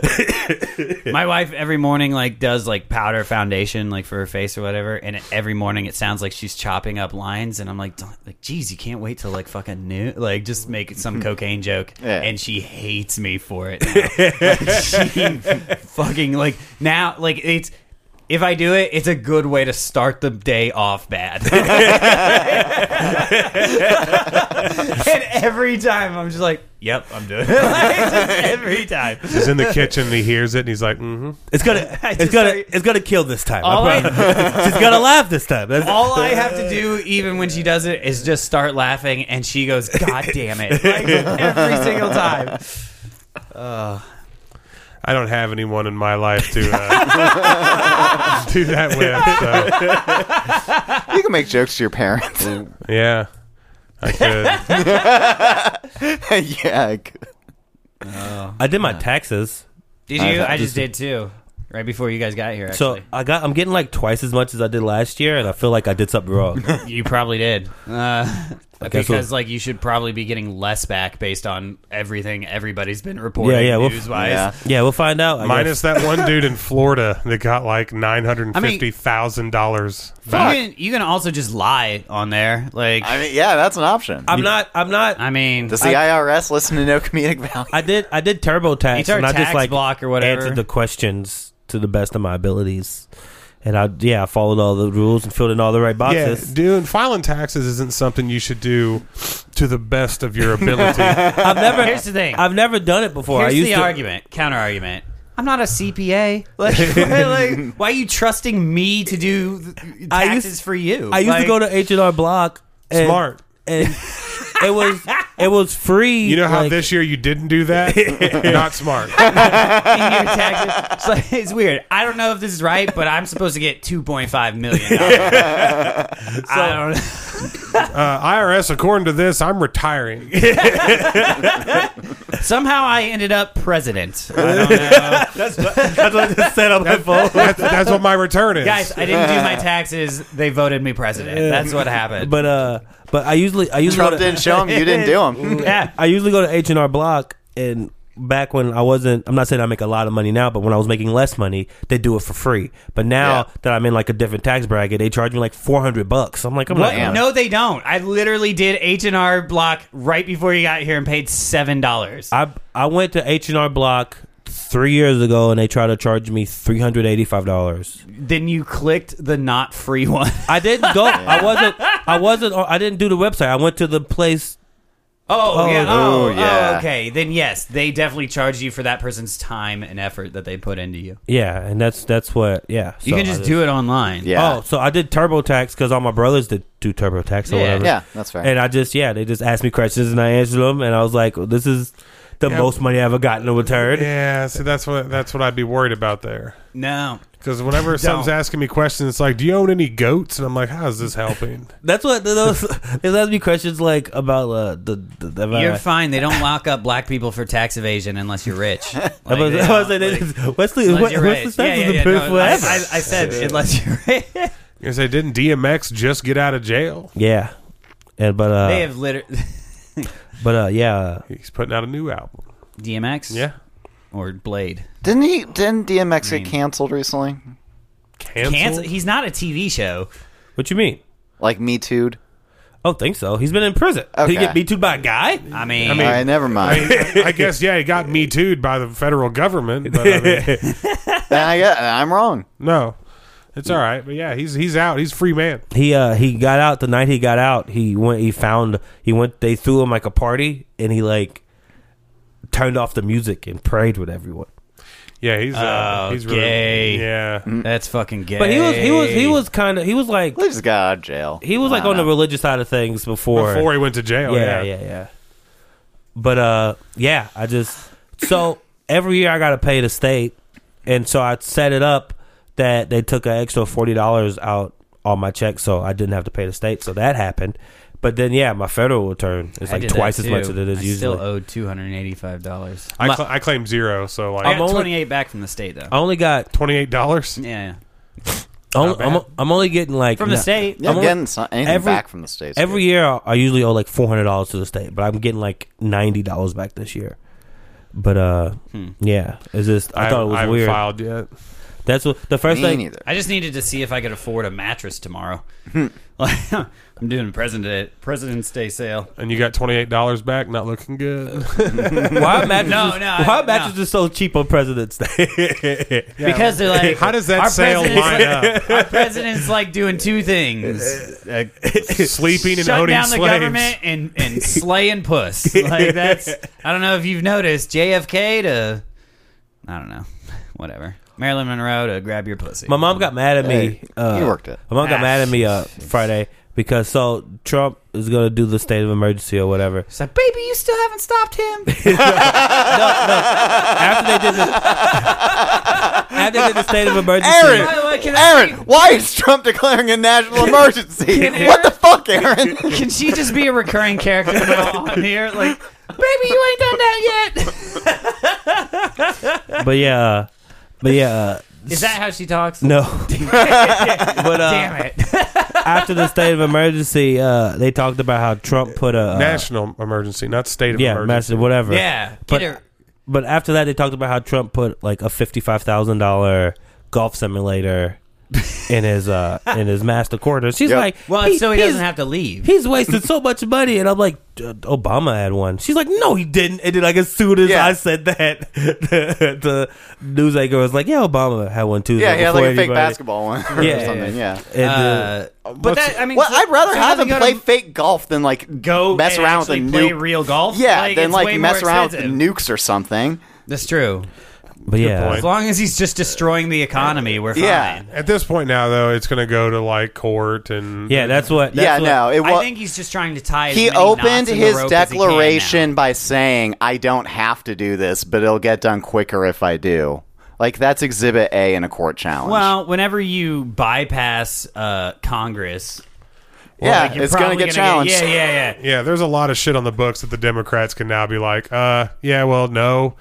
S1: my wife every morning like does like powder foundation like for her face or whatever and every morning it sounds like she's chopping up lines and i'm like "Don't- like geez you can't wait till like fucking noon like just make some cocaine joke
S4: Yeah.
S1: and she hates me for it now. Like, she fucking like now like it's if I do it, it's a good way to start the day off bad. and every time I'm just like, "Yep, I'm doing it." Like, just every time.
S3: He's in the kitchen and he hears it and he's like, mm-hmm.
S2: It's gonna,
S1: I
S2: it's
S1: just
S2: gonna,
S1: like-
S2: it's gonna kill this time.
S1: All
S2: I
S1: I-
S2: promise. She's gonna laugh this time. That's,
S1: All I have to do, even when she does it, is just start laughing, and she goes, "God damn it!" Like every single time.
S3: I don't have anyone in my life to uh, do that with. So,
S4: You can make jokes to your parents.
S3: yeah, I could.
S4: yeah, I could.
S2: I did my taxes,
S1: Did
S4: I
S1: you?
S4: thought
S1: I just did too, right before you guys got here.
S2: so
S1: Actually,
S2: I got, I'm getting like twice as much as I did last year, and I feel like I did something wrong.
S1: you probably did, uh,
S2: guess
S1: because
S2: we'll-
S1: like you should probably be getting less back based on everything everybody's been reporting.
S2: Yeah, yeah, we'll-
S1: news
S4: Yeah.
S1: wise.
S2: yeah, we'll find out. I
S3: Minus that one dude in Florida that got like nine hundred and fifty thousand dollars.
S1: You can you can also just lie on there. Like
S4: I mean, yeah, that's an option.
S2: guess. I'm not, I'm not.
S1: I mean,
S4: Does the IRS listen to no comedic value?
S2: I did, I did TurboTax,
S1: it's our
S2: and I
S1: tax
S2: just like
S1: block or whatever.
S2: answered the questions to the best of my abilities, and I, yeah, I followed all the rules and filled in all the right
S3: Yeah,
S2: boxes.
S3: doing filing taxes isn't something you should do to the best of your ability.
S2: I've never,
S1: Here's the thing.
S2: I've never done it before.
S1: Here's
S2: I used
S1: the
S2: to,
S1: argument, counter argument. I'm not a CPA. Like, like, why are you trusting me to do th- taxes
S2: I used-
S1: for you?
S2: I used
S1: Like,
S2: to go to H and R Block. And,
S3: Smart.
S2: and it was it was free.
S3: You know how
S2: like-
S3: this year you didn't do that? Not smart. Uh,
S1: in your taxes. It's, like, it's weird. I don't know if this is right, but I'm supposed to get 2.5 million. dollars. I don't.
S3: Uh, IRS, according to this, I'm retiring.
S1: Somehow I ended up president. I don't know.
S2: That's what I just said on my phone.
S3: That's, that's what my return is.
S1: Guys, I didn't do my taxes. They voted me president. That's what happened.
S2: But uh, but I usually I usually go
S4: Trump
S2: to,
S4: didn't show him. You didn't do him.
S1: yeah.
S2: I usually go to H and R Block and back when I wasn't, I'm not saying I make a lot of money now, but when I was making less money, they do it for free. But now
S4: Yeah.
S2: that I'm in like a different tax bracket, they charge me like 400 bucks. I'm like, I'm
S1: What?
S2: not.
S4: Man.
S1: No, they don't. I literally did H and R Block right before you got here and paid seven dollars.
S2: I I went to H and R Block three years ago, and they tried to charge me three hundred eighty five dollars.
S1: Then you clicked the not free one.
S2: I didn't go. I wasn't. I wasn't. I didn't do the website. I went to the place.
S1: Oh, yeah. Oh,
S4: oh, yeah.
S1: oh, okay. Then yes, they definitely charge you for that person's time and effort that they put into you.
S2: Yeah, and that's that's what. Yeah,
S1: You can just do it online.
S4: Yeah.
S2: Oh, so I did TurboTax because all my brothers did do TurboTax or
S1: Yeah.
S2: whatever.
S4: yeah, that's fair.
S2: And I just yeah, they just asked me questions and I answered them, and I was like, well, this is the
S3: Yeah.
S2: most money I ever got in a return.
S3: Yeah, see, that's what that's what I'd be worried about there.
S1: Oh, No.
S3: Because whenever someone's asking me questions, it's like, "Do you own any goats?" and I'm like, "How is this helping?"
S2: That's what those. they asked me questions like about uh, the, the, the
S1: You're fine. They don't lock up black people for tax evasion unless you're rich. Like,
S2: I was,
S1: they
S2: I was
S1: don't,
S2: like,
S1: like,
S2: Wesley,
S1: unless
S2: what,
S1: you're
S2: what's the
S1: rich.
S2: status
S1: Yeah,
S2: of the
S1: yeah,
S2: proof
S1: yeah, no, I,
S2: left?
S1: I, I said unless you're rich.
S3: You say, "Didn't DMX just get out of jail?"
S2: yeah, and but uh,
S1: they have literally
S2: but uh, yeah, uh,
S3: He's putting out a new album.
S1: DMX.
S3: Yeah,
S1: Or Blade.
S4: Didn't he? Didn't DMX
S1: mean-
S4: get canceled recently?
S3: canceled.
S1: Cancel. He's not a TV show.
S2: what you mean?
S4: Like Me Too'd?
S2: I don't think so. He's been in prison. He
S4: Okay.
S2: get beat to by a guy.
S1: I mean,
S3: I mean-
S4: All right, never mind.
S3: I, mean, I guess yeah, he got me too'd by the federal government. But I mean,
S4: Then I get, I'm wrong.
S3: no, it's all right. But yeah, he's he's out. He's a free man.
S2: He uh he got out the night he got out. He went. He found. He went. They threw him like a party, and he like turned off the music and prayed with everyone.
S3: Yeah, he's uh,
S1: Oh,
S3: he's really
S1: gay.
S3: yeah.
S1: that's fucking gay.
S2: But he was he was he was kind of he was like
S4: He just got out of jail.
S2: he was like
S4: Wow.
S2: on the religious side of things before.
S3: Before he went to jail.
S2: yeah, yeah, yeah. But uh, yeah, I just so every year I gotta pay the state, and so I set it up that they took an extra forty dollars out on my check, so I didn't have to pay the state. So that happened. But then yeah, my federal return is
S1: I
S2: like
S1: did that
S2: twice as
S1: too.
S2: much as it is
S1: I
S2: usually.
S1: Still owed two hundred and eighty-five dollars.
S3: I,
S2: My-
S3: cla I claim zero, so like
S1: I got
S2: only-
S1: twenty-eight back from the state though.
S2: I only got
S3: twenty eight dollars.
S1: Yeah, yeah.
S2: I'm,
S3: bad.
S2: I'm, I'm only getting like
S1: from the
S2: no-
S1: state.
S4: Yeah,
S2: I'm
S4: I'm
S2: only-
S4: getting some, anything
S2: every-
S4: back from the states.
S2: Every
S4: dude.
S2: year I I usually owe like four hundred dollars to the state, but I'm getting like ninety dollars back this year. But uh,
S1: Hmm.
S2: yeah, it's just I,
S3: I,
S2: thought it
S3: I
S2: was
S3: haven't
S2: weird.
S3: filed yet.
S2: That's what the first
S4: me
S2: thing.
S4: neither.
S1: I just needed to see if I could afford a mattress tomorrow. Like, I'm doing President President's Day sale.
S3: And you got twenty eight dollars back. Not looking good.
S2: Why mattresses?
S1: No, no,
S2: why
S1: I-
S2: mattresses are so cheap on President's Day?
S1: Because they're like,
S3: How does
S1: our
S3: that sale
S1: president's
S3: line up?
S1: Our president's like doing two things: uh,
S3: Sleeping and
S1: shutting
S3: owning
S1: down the
S3: slaves.
S1: government and and slaying puss. Like that's I don't know if you've noticed JFK to I don't know, whatever Marilyn Monroe to grab your pussy.
S2: my mom got mad at me. uh,
S4: you worked it.
S2: My mom got
S1: Ah,
S2: mad at me uh, Friday because so Trump is gonna do the state of emergency or whatever.
S1: She's like, baby, you still haven't stopped him.
S2: After they did the, after they did the state of emergency,
S4: Aaron,
S1: By the way, can I
S4: Aaron,
S1: say-
S4: why is Trump declaring a national emergency?
S1: Can
S4: what the fuck, Aaron?
S1: Can she just be a recurring character now on here? Like, baby, you ain't done that yet.
S2: but yeah, uh, but yeah, uh,
S1: Is that how she talks?
S2: no. but uh,
S1: Damn it.
S2: after the state of emergency, uh, they talked about how Trump put a uh,
S3: National emergency, not state of
S2: yeah,
S3: emergency.
S2: massive whatever.
S1: Yeah, get
S2: But-
S1: her.
S2: But after that, they talked about how Trump put like a fifty-five thousand dollar golf simulator in his uh in his master quarter. She's
S4: Yep.
S2: like,
S1: Well, so he doesn't
S2: he's-
S1: have to leave.
S2: He's wasted so much money, and I'm like, "Uh, Obama had one. She's like, no, he didn't. And then, like, as soon as
S4: Yeah.
S2: I said that, the, the news anchor was like, yeah, Obama had one too.
S4: yeah, he had like
S2: before
S4: a fake
S2: anybody."
S4: basketball one or
S2: Yeah.
S4: something. Yeah.
S2: And, uh,
S1: Uh, but that, I mean,
S4: Well,
S1: so-
S4: I'd rather
S1: so
S4: have
S1: does
S4: him
S1: he
S4: play
S1: to
S4: fake golf than like
S1: go
S4: mess
S1: and
S4: around with a
S1: actually play
S4: nuke.
S1: real golf.
S4: yeah, then
S1: it's way
S4: like mess
S1: more
S4: around
S1: expensive.
S4: with nukes or something.
S1: That's true.
S2: but yeah,
S1: As long as he's just destroying the economy, we're
S4: Yeah.
S1: fine.
S3: At this point now, though, it's going to go to like court and
S2: yeah, that's what. That's
S4: yeah,
S2: what,
S4: no, Oh, it
S1: I
S4: was.
S1: think he's just trying to tie. As
S4: He
S1: many
S4: opened
S1: knots in the
S4: his
S1: rope as he can now.
S4: declaration by saying, "I don't have to do this, but it'll get done quicker if I do." Like that's Exhibit A in a court challenge.
S1: Well, whenever you bypass uh, Congress,
S4: yeah,
S1: like, you're
S4: it's gonna
S1: probably
S4: get challenged.
S1: Yeah, yeah, yeah.
S3: Yeah, there's a lot of shit on the books that the Democrats can now be like, uh, yeah, well, no.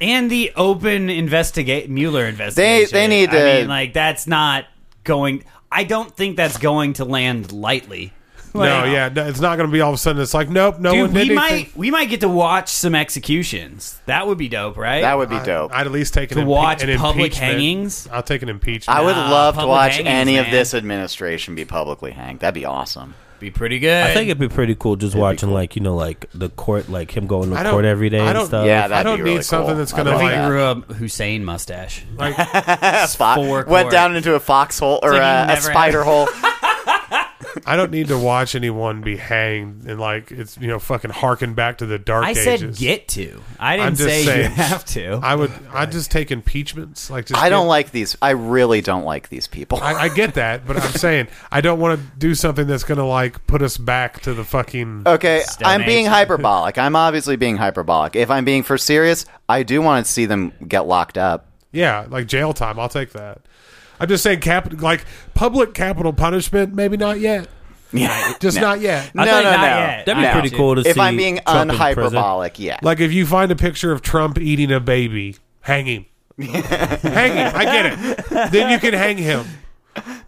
S1: and the open investigate Mueller investigation.
S4: they need
S1: I
S4: to-
S1: mean, like that's not going. I don't think that's going to land lightly.
S3: no, yeah, no, it's not going to be all of a sudden. It's like, nope, no one
S1: Dude,
S3: did
S1: we
S3: anything.
S1: might we might get to watch some executions. That would be dope, right?
S4: That would be
S3: I-
S4: dope. I,
S3: I'd at least take an
S1: to
S3: impe-
S1: watch
S3: an
S1: public
S3: impeachment.
S1: hangings.
S3: I'll take an impeachment.
S4: would
S1: Nah,
S4: love to
S1: public
S4: watch
S1: hangings,
S4: any of
S1: man.
S4: this administration be publicly hanged. That'd be awesome.
S1: Be pretty good.
S2: I think it'd be pretty cool just watching, like you know, like the court, like him going
S3: I
S2: to
S3: don't-
S2: court every day
S3: I
S2: and
S3: don't-
S2: stuff.
S4: yeah, that'd
S3: I don't
S4: be
S3: need
S4: really
S3: something
S4: cool.
S3: that's
S4: I
S3: gonna,
S4: love
S1: I
S3: like,
S1: that.
S4: that.
S1: grew a Hussein mustache.
S3: Like,
S4: Spot-
S1: four
S4: went
S1: chord.
S4: down into a foxhole or
S1: like you
S4: a, a
S1: never
S4: spider hole.
S3: I don't need to watch anyone be hanged and like it's you know fucking harken back to the dark
S1: I
S3: ages.
S1: said get to. I
S3: I'm
S1: didn't
S3: just
S1: say you
S3: saying.
S1: have to.
S3: I would. I just take impeachments. Like just
S4: I don't
S3: get-
S4: like these. I really don't like these people.
S3: I, I get that, but I'm saying I don't want to do something that's going to like put us back to the fucking.
S4: Okay,
S1: Stone
S4: I'm being
S1: Age.
S4: hyperbolic. I'm obviously being hyperbolic. If I'm being for serious, I do want to see them get locked up.
S3: Yeah, like jail time. I'll take that. I'm just saying, cap like public capital punishment. Maybe not yet.
S4: Yeah,
S3: Just not yet.
S4: No,
S1: thought
S4: no,
S1: not
S4: no.
S1: yet.
S2: that'd be
S1: No.
S2: pretty cool to see.
S4: If I'm being
S2: Trump in prison.
S4: unhyperbolic, yeah.
S3: Like if you find a picture of Trump eating a baby, hang him. hang him. I get it. Then you can hang him.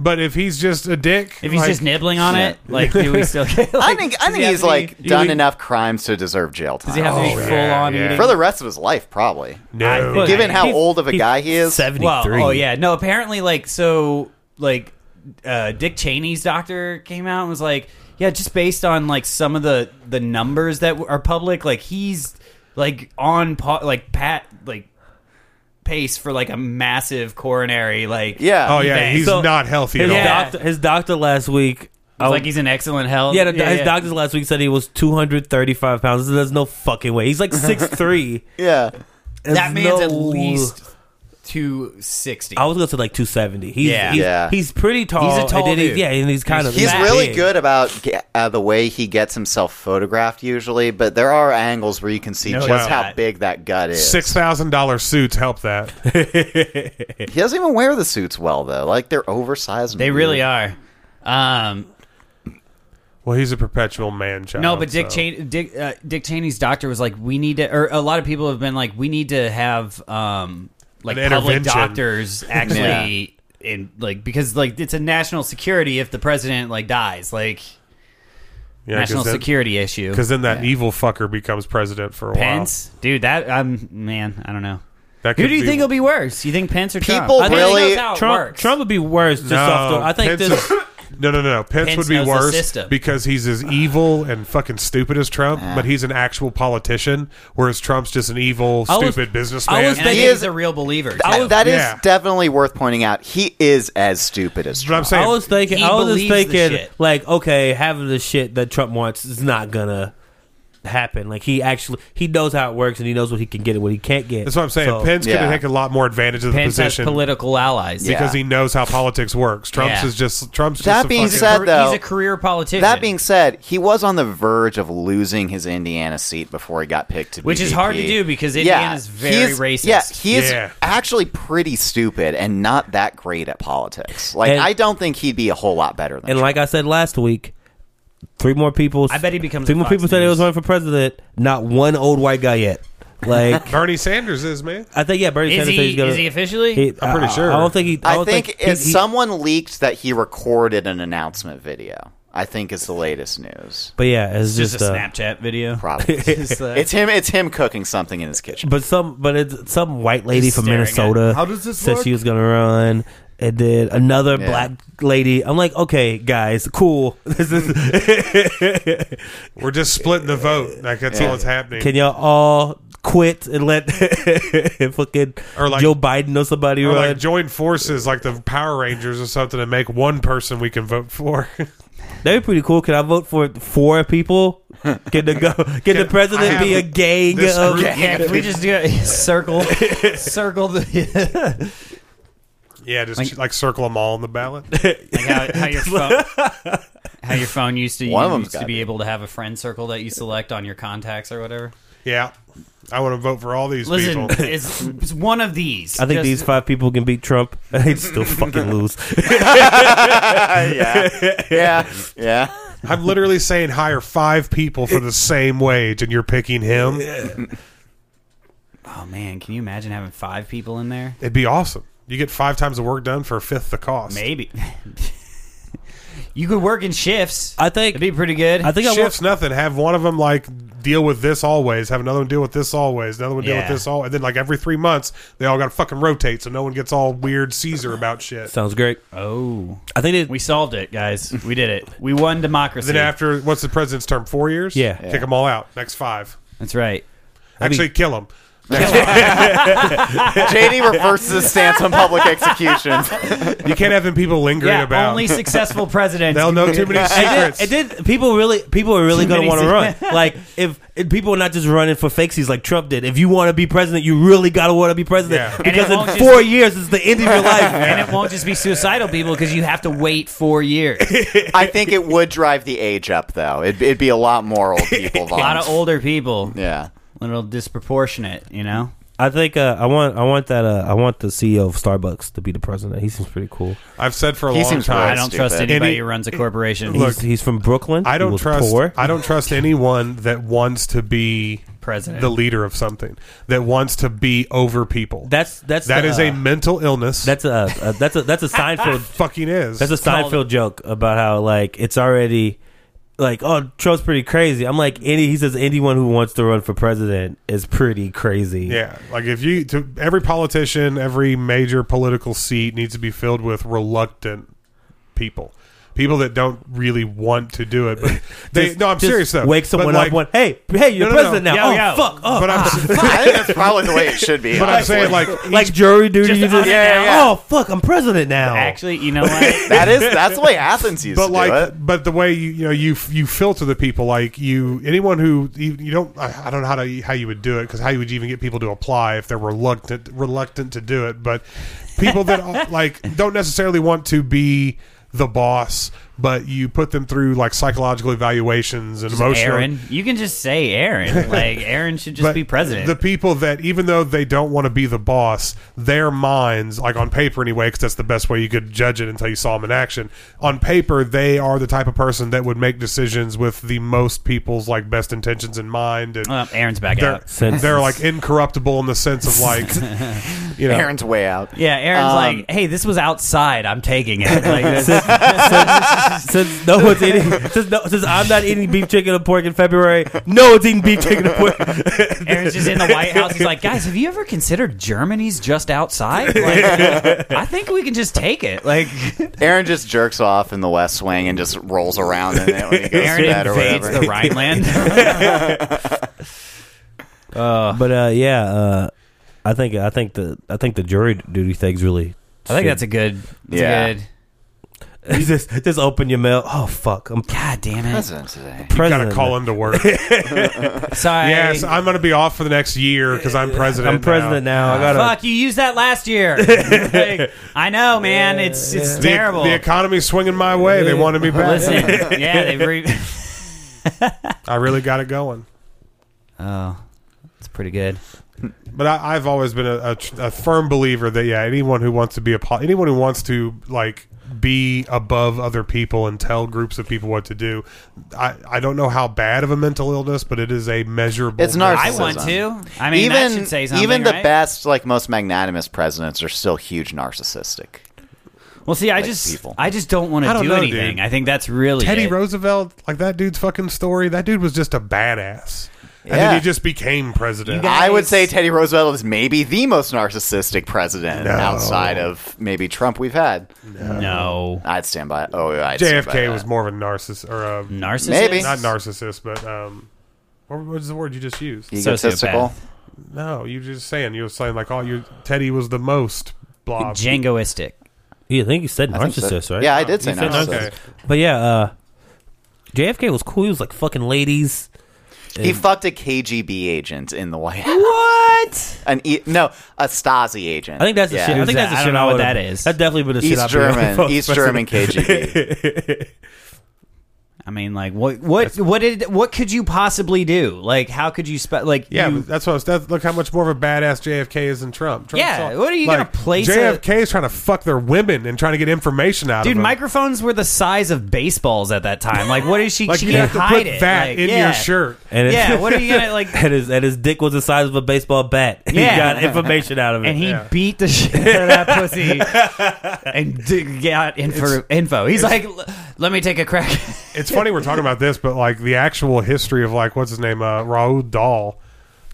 S3: But if he's just a dick,
S1: If he's
S3: like,
S1: just nibbling on it, like do we still get?
S4: I
S1: Like,
S4: think
S1: does
S4: I
S1: he
S4: think
S1: have
S4: he's
S1: to be-
S4: like
S1: do
S4: done
S1: we-
S4: enough crimes to deserve jail time
S1: Does he have to be
S3: Oh, yeah,
S1: full on
S3: yeah.
S1: eating?
S4: for the rest of his life, probably.
S1: I
S3: no,
S1: think-
S4: Given how
S1: He's-
S4: old of a
S2: he's
S4: guy he is,
S2: Seventy-three.
S1: Well, oh yeah, no. Apparently, like so, like uh, Dick Cheney's doctor came out and was like, yeah, just based on like some of the the numbers that w- are public, like he's like on pa- like pat like pace for like a massive coronary like
S4: yeah.
S3: oh yeah,
S1: Bang.
S3: he's
S2: So-
S3: not healthy at
S2: His
S3: all.
S1: Yeah.
S2: doctor, his doctor last week.
S1: It's like he's in excellent health.
S2: yeah, the, his doctor last week said he was 235 pounds. There's no fucking way. He's like 6'3".
S4: yeah.
S1: That
S2: There's
S1: man's
S2: no-
S1: at least two sixty.
S2: I was gonna say like 270. He's,
S1: Yeah.
S2: he's,
S4: Yeah.
S2: he's pretty tall.
S1: He's a tall
S2: and then he-
S1: dude.
S2: yeah, and he's kind of
S4: He's
S1: Matt
S4: really
S2: big.
S4: good about ge- uh, the way he gets himself photographed usually, but there are angles where you can see
S1: No,
S4: just
S1: wow.
S4: how big that gut is.
S3: Six thousand dollar suits help that.
S4: He doesn't even wear the suits well though; like they're oversized. and
S1: They
S4: weird.
S1: really are. Um,
S3: Well, he's a perpetual man child.
S1: No, but Dick
S3: so.
S1: Cheney, Dick, uh, Dick Cheney's doctor was like, we need to, or a lot of people have been like, we need to have um, like
S3: An
S1: public
S3: intervention.
S1: doctors actually in like because like it's a national security if the president like dies, like
S3: Yeah, 'cause
S1: national
S3: then-
S1: security issue.
S3: Because then that evil fucker becomes president for a
S1: Pence, dude, that I'm man, I don't know.
S3: while. That
S1: Who
S3: could
S1: do you
S3: be-
S1: think will be worse? You think Pence or Trump?
S4: People
S1: I think
S4: really-
S1: he knows how it
S2: Trump,
S1: works.
S2: Trump would be worse just
S3: No,
S2: off the. I think
S3: Pence
S2: this.
S3: is- no, no, no, no. Pence,
S1: Pence
S3: would be
S1: knows the
S3: worse
S1: system.
S3: because he's as evil and fucking stupid as Trump, but he's an actual politician, whereas Trump's just an evil,
S2: I was-
S3: stupid
S2: I was
S3: businessman.
S1: and I
S2: thinking-
S1: think
S4: He
S1: he's
S4: is-
S1: a real believer.
S4: Th-
S1: too.
S4: that is
S3: yeah.
S4: definitely worth pointing out. He is as stupid as
S3: That's what I'm
S4: Trump.
S3: saying.
S2: I was thinking.
S1: He
S2: I was just
S1: believes the
S2: thinking
S1: shit.
S2: like, okay, having the shit that Trump wants is not gonna happen. Like he actually he knows how it works and he knows what he can get and what he can't get.
S3: That's what I'm saying.
S2: So,
S3: Pence could
S4: Yeah.
S3: have taken a lot more advantage of the
S1: Pence has
S3: position
S1: political allies.
S4: Yeah.
S3: because he knows how politics works. Trump's
S1: Yeah.
S3: is just Trump's.
S4: That
S3: just a
S4: being
S3: fucking-
S4: said-
S1: He's
S4: though,
S1: a career politician.
S4: That being said, he was on the verge of losing his Indiana seat before he got picked to be
S1: Which is
S4: VP.
S1: hard to do because Indiana's very
S4: he's-
S1: racist.
S4: Yeah, he's
S3: Yeah.
S4: actually pretty stupid and not that great at politics. Like
S2: And-
S4: I don't think he'd be a whole lot better than
S2: And
S4: Trump.
S2: like I said last week, three more people.
S1: I bet he becomes
S2: Three
S1: a
S2: more
S1: Fox
S2: people said he
S1: News.
S2: was running for president. Not one old white guy yet. Like
S3: Bernie Sanders is man.
S2: I think yeah, Bernie
S1: Is
S2: Sanders
S1: he-
S2: said he's gonna.
S1: is he officially?
S3: I'm pretty
S2: I-
S3: sure.
S2: I don't think he. I,
S4: I
S2: don't
S4: think,
S2: he-
S4: if
S2: he-
S4: someone leaked that he recorded an announcement video. I think is the latest news.
S2: But yeah, it's
S1: just,
S2: just,
S1: a
S2: uh,
S1: Snapchat video.
S4: Probably
S1: Just, uh,
S4: it's him. It's him cooking something in his kitchen.
S2: But some, but it's some white lady
S1: Just
S2: from
S1: staring at-
S2: Minnesota.
S1: How does this
S2: said
S1: work?
S2: she was gonna run? And then another
S4: Yeah.
S2: black lady. I'm like, okay, guys, cool. This is.
S3: We're just splitting the vote. Like that's all that's happening.
S2: Can y'all all quit and let fucking
S3: Or like-
S2: Joe Biden or somebody
S3: or
S2: run?
S3: like join forces like the Power Rangers or something and make one person we can vote for.
S2: That'd be pretty cool. Can I vote for four people? Can the go? Can, the
S3: I
S2: president
S3: have
S2: be a gang
S3: this
S2: of?
S3: group-
S1: yeah, if we just do a circle, circle the
S3: yeah, just
S1: Like-
S3: like, circle them all on the ballot.
S1: like how, how your phone, how your phone used to
S4: One of
S1: you
S4: them's
S1: used to
S4: gotta
S1: be
S4: be.
S1: able to have a friend circle that you select on your contacts or whatever.
S3: Yeah, I want to vote for all these
S1: Listen,
S3: people.
S1: it's, it's one of these.
S2: I think
S1: Just-
S2: these five people can beat Trump. They still fucking lose.
S4: yeah, yeah, yeah.
S3: I'm literally saying hire five people for the same wage, and you're picking him.
S1: Oh man, can you imagine having five people in there?
S3: It'd be awesome. You get five times the work done for a fifth the cost.
S1: Maybe. You could work in shifts.
S2: I think-
S1: it'd be pretty good.
S2: I think I work,
S3: Shifts nothing. Have one of them like deal with this always. Have another one deal with this always. Another one deal
S1: Yeah.
S3: with this all. And then like every three months, they all got to fucking rotate, so no one gets all weird Caesar about shit.
S2: sounds great.
S1: oh,
S2: I think it,
S1: we solved it, guys. We did it. We won democracy.
S3: Then after what's the president's term? Four years.
S2: Yeah.
S3: kick them all out. Next five.
S1: That's right.
S2: be-
S3: Actually, kill 'em.
S4: JD reverses his stance on public executions.
S3: kill them. You can't have them people lingering
S1: Yeah,
S3: about.
S1: only successful presidents.
S3: They'll know too many
S2: it
S3: secrets.
S2: did, it did. People really, people are really
S1: Too
S2: going to
S1: many
S2: want to run.
S1: se-
S2: Like if, if people are not just running for fakesies like Trump did. If you want to be president, you really got to want to be president
S3: Yeah. And
S1: it
S2: because in
S1: won't just-
S2: four years it's the end of your life.
S1: and it won't just be suicidal people because you have to wait four years.
S4: I think it would drive the age up, though. It'd, it'd be a lot more old
S1: A
S4: people.
S1: lot of
S4: volunteering.
S1: older people.
S4: Yeah.
S1: A little disproportionate, you know?
S2: I think uh, I want I want that uh, I want the CEO of Starbucks to be the president. He seems pretty cool.
S3: I've said for a
S4: He
S3: long
S4: seems
S3: time.
S1: I don't trust
S4: stupid.
S1: anybody
S3: Any-
S1: who runs a corporation.
S3: Look,
S2: he's, he's from Brooklyn.
S3: I
S2: he
S3: don't
S2: was
S3: trust.
S2: Poor.
S3: I don't trust anyone that wants to be
S1: President.
S3: the leader of something that wants to be over people.
S2: That's that's
S3: that
S2: the,
S3: is
S2: uh,
S3: a mental illness.
S2: that's a, uh that's a that's a Seinfeld
S3: fucking is.
S2: that's a
S1: called-
S2: Seinfeld joke about how like it's already like oh Trump's pretty crazy. I'm like any he says anyone who wants to run for president is pretty crazy.
S3: yeah, like if you to every politician, every major political seat needs to be filled with reluctant people, people that don't really want to do it. But they
S2: Just-
S3: no, I'm
S2: just
S3: serious though.
S2: Wake
S3: But,
S2: someone
S3: like,
S2: up. One hey hey you're
S3: No, no, no.
S2: president
S1: Yo,
S2: now. oh
S1: yo.
S2: fuck oh
S3: But I'm,
S4: I think that's probably the way it should be.
S3: but I'm
S4: honestly.
S3: saying like
S2: like jury duty.
S1: Just
S2: you just,
S1: on it
S4: Yeah, now. yeah.
S2: Oh fuck I'm president
S3: oh.
S2: now.
S1: Actually, you know what?
S4: that is that's the way Athens used
S3: but
S4: to
S3: like
S4: do it.
S3: but the way you you know you you filter the people like you anyone who you, you don't I I don't know how to how you would do it because how you would even get people to apply if they're reluctant reluctant to do it but people that are, like don't necessarily want to be the boss but you put them through like psychological evaluations and emotional
S1: Aaron. You can just say Aaron. Like, Aaron should just
S3: but
S1: be president.
S3: The people that, even though they don't want to be the boss, their minds, like on paper anyway, because that's the best way you could judge it until you saw them in action. On paper, they are the type of person that would make decisions with the most people's like best intentions in mind, and
S1: Well, Aaron's back
S3: they're
S1: out.
S2: Sense.
S3: they're like incorruptible in the sense of like, you know,
S4: Aaron's way out.
S1: Yeah,
S4: Um,
S1: Aaron's like, hey, this was outside. I'm taking it. Like, this,
S2: since no one's eating, since, no, since I'm not eating beef chicken and pork in February, no one's eating beef chicken and pork.
S1: Aaron's just in the White House. He's like, guys, have you ever considered Germany's just outside? Like, I think we can just take it. Like,
S4: Aaron just jerks off in the West Swing and just rolls around in it when he goes
S1: Aaron
S4: to bed or
S1: invades
S4: whatever.
S1: the Rhineland.
S2: But uh, yeah, uh, I think I think the I think the jury duty thing's really.
S1: I think that's a good. That's
S4: Yeah.
S1: A good,
S2: just just open your mail. Oh fuck, I'm
S1: God damn it!
S4: President today.
S3: gotta
S2: president.
S3: call him to work.
S1: Sorry.
S3: yes, I'm gonna be off for the next year because I'm president.
S2: I'm president now. I gotta.
S1: Fuck, you used that last year. Like, I know, man. it's it's
S3: The-
S1: terrible.
S3: The economy's swinging my way. They wanted me back.
S1: Listen, yeah, they've re-
S3: I really got it going.
S1: Oh, it's pretty good.
S3: But I, I've always been a, a, tr- a firm believer that yeah, anyone who wants to be a pol- anyone who wants to like be above other people and tell groups of people what to do, I, I don't know how bad of a mental illness, but it is a measurable.
S4: It's narcissism.
S1: I want to. I mean, that should say something.
S4: even the
S1: right?
S4: best, like most magnanimous presidents, are still huge narcissistic.
S1: Well, see, I
S4: like
S1: just
S4: people.
S1: I just don't want
S3: I
S1: to
S3: don't
S1: do
S3: know,
S1: anything.
S3: dude.
S1: I think that's really
S3: Teddy
S1: it.
S3: Roosevelt, like that dude's fucking story. That dude was just a badass, and
S4: Yeah.
S3: then he just became president.
S1: got-
S4: I would
S1: Guys.
S4: say Teddy Roosevelt is maybe the most narcissistic president
S3: No.
S4: outside of maybe Trump we've had.
S1: No,
S4: I'd stand by. Oh, I'd stand by
S3: JFK
S4: that.
S3: was more of a narcissist or a
S1: narcissist.
S4: Maybe.
S3: not narcissist, but um, what was the word you just used?
S4: egotistical.
S1: sociopath.
S3: No, you were just saying you were saying like oh, you Teddy was the most blah.
S1: Jingoistic.
S2: Yeah, I think you said
S4: I think so.
S2: narcissist, right?
S4: Yeah, I did say
S3: You said-
S4: narcissist.
S3: okay.
S2: But yeah, uh, JFK was cool. He was like fucking ladies.
S4: He fucked a KGB agent in the White House.
S1: What?
S4: An e- no, a Stasi agent.
S2: I think that's the
S4: Yeah.
S2: shit. I think that's the
S1: I don't
S2: shit
S1: know
S2: I
S1: what
S2: would've-
S1: that is.
S2: That's definitely been the shit.
S4: East
S2: I'd be running
S4: German,
S2: for
S4: East German
S2: president.
S4: KGB.
S1: I mean, like, what, what, what did, what could you possibly do? Like, how could you spell? Like,
S3: Yeah,
S1: you,
S3: but that's what I was. That, look how much more of a badass JFK is than Trump. Trump's
S1: Yeah, what are you gonna place
S3: JFK is trying to fuck their women and trying to get information out
S1: dude.
S3: of uh, them.
S1: Microphones were the size of baseballs at that time. Like, what is she?
S3: like
S1: she
S3: you
S1: can
S3: have to
S1: hide
S3: put
S1: it.
S3: that
S1: Like,
S3: in
S1: yeah.
S3: your shirt.
S2: And it-
S1: Yeah, what are you gonna, like-
S2: and his and his dick was the size of a baseball bat.
S1: Yeah.
S2: he got information out of it.
S1: And he
S3: Yeah.
S1: beat the shit out of that pussy and d- got info. info. He's like, Let me take a crack.
S3: It's funny we're talking about this, but like the actual history of like what's his name, uh, Raoul Dahl,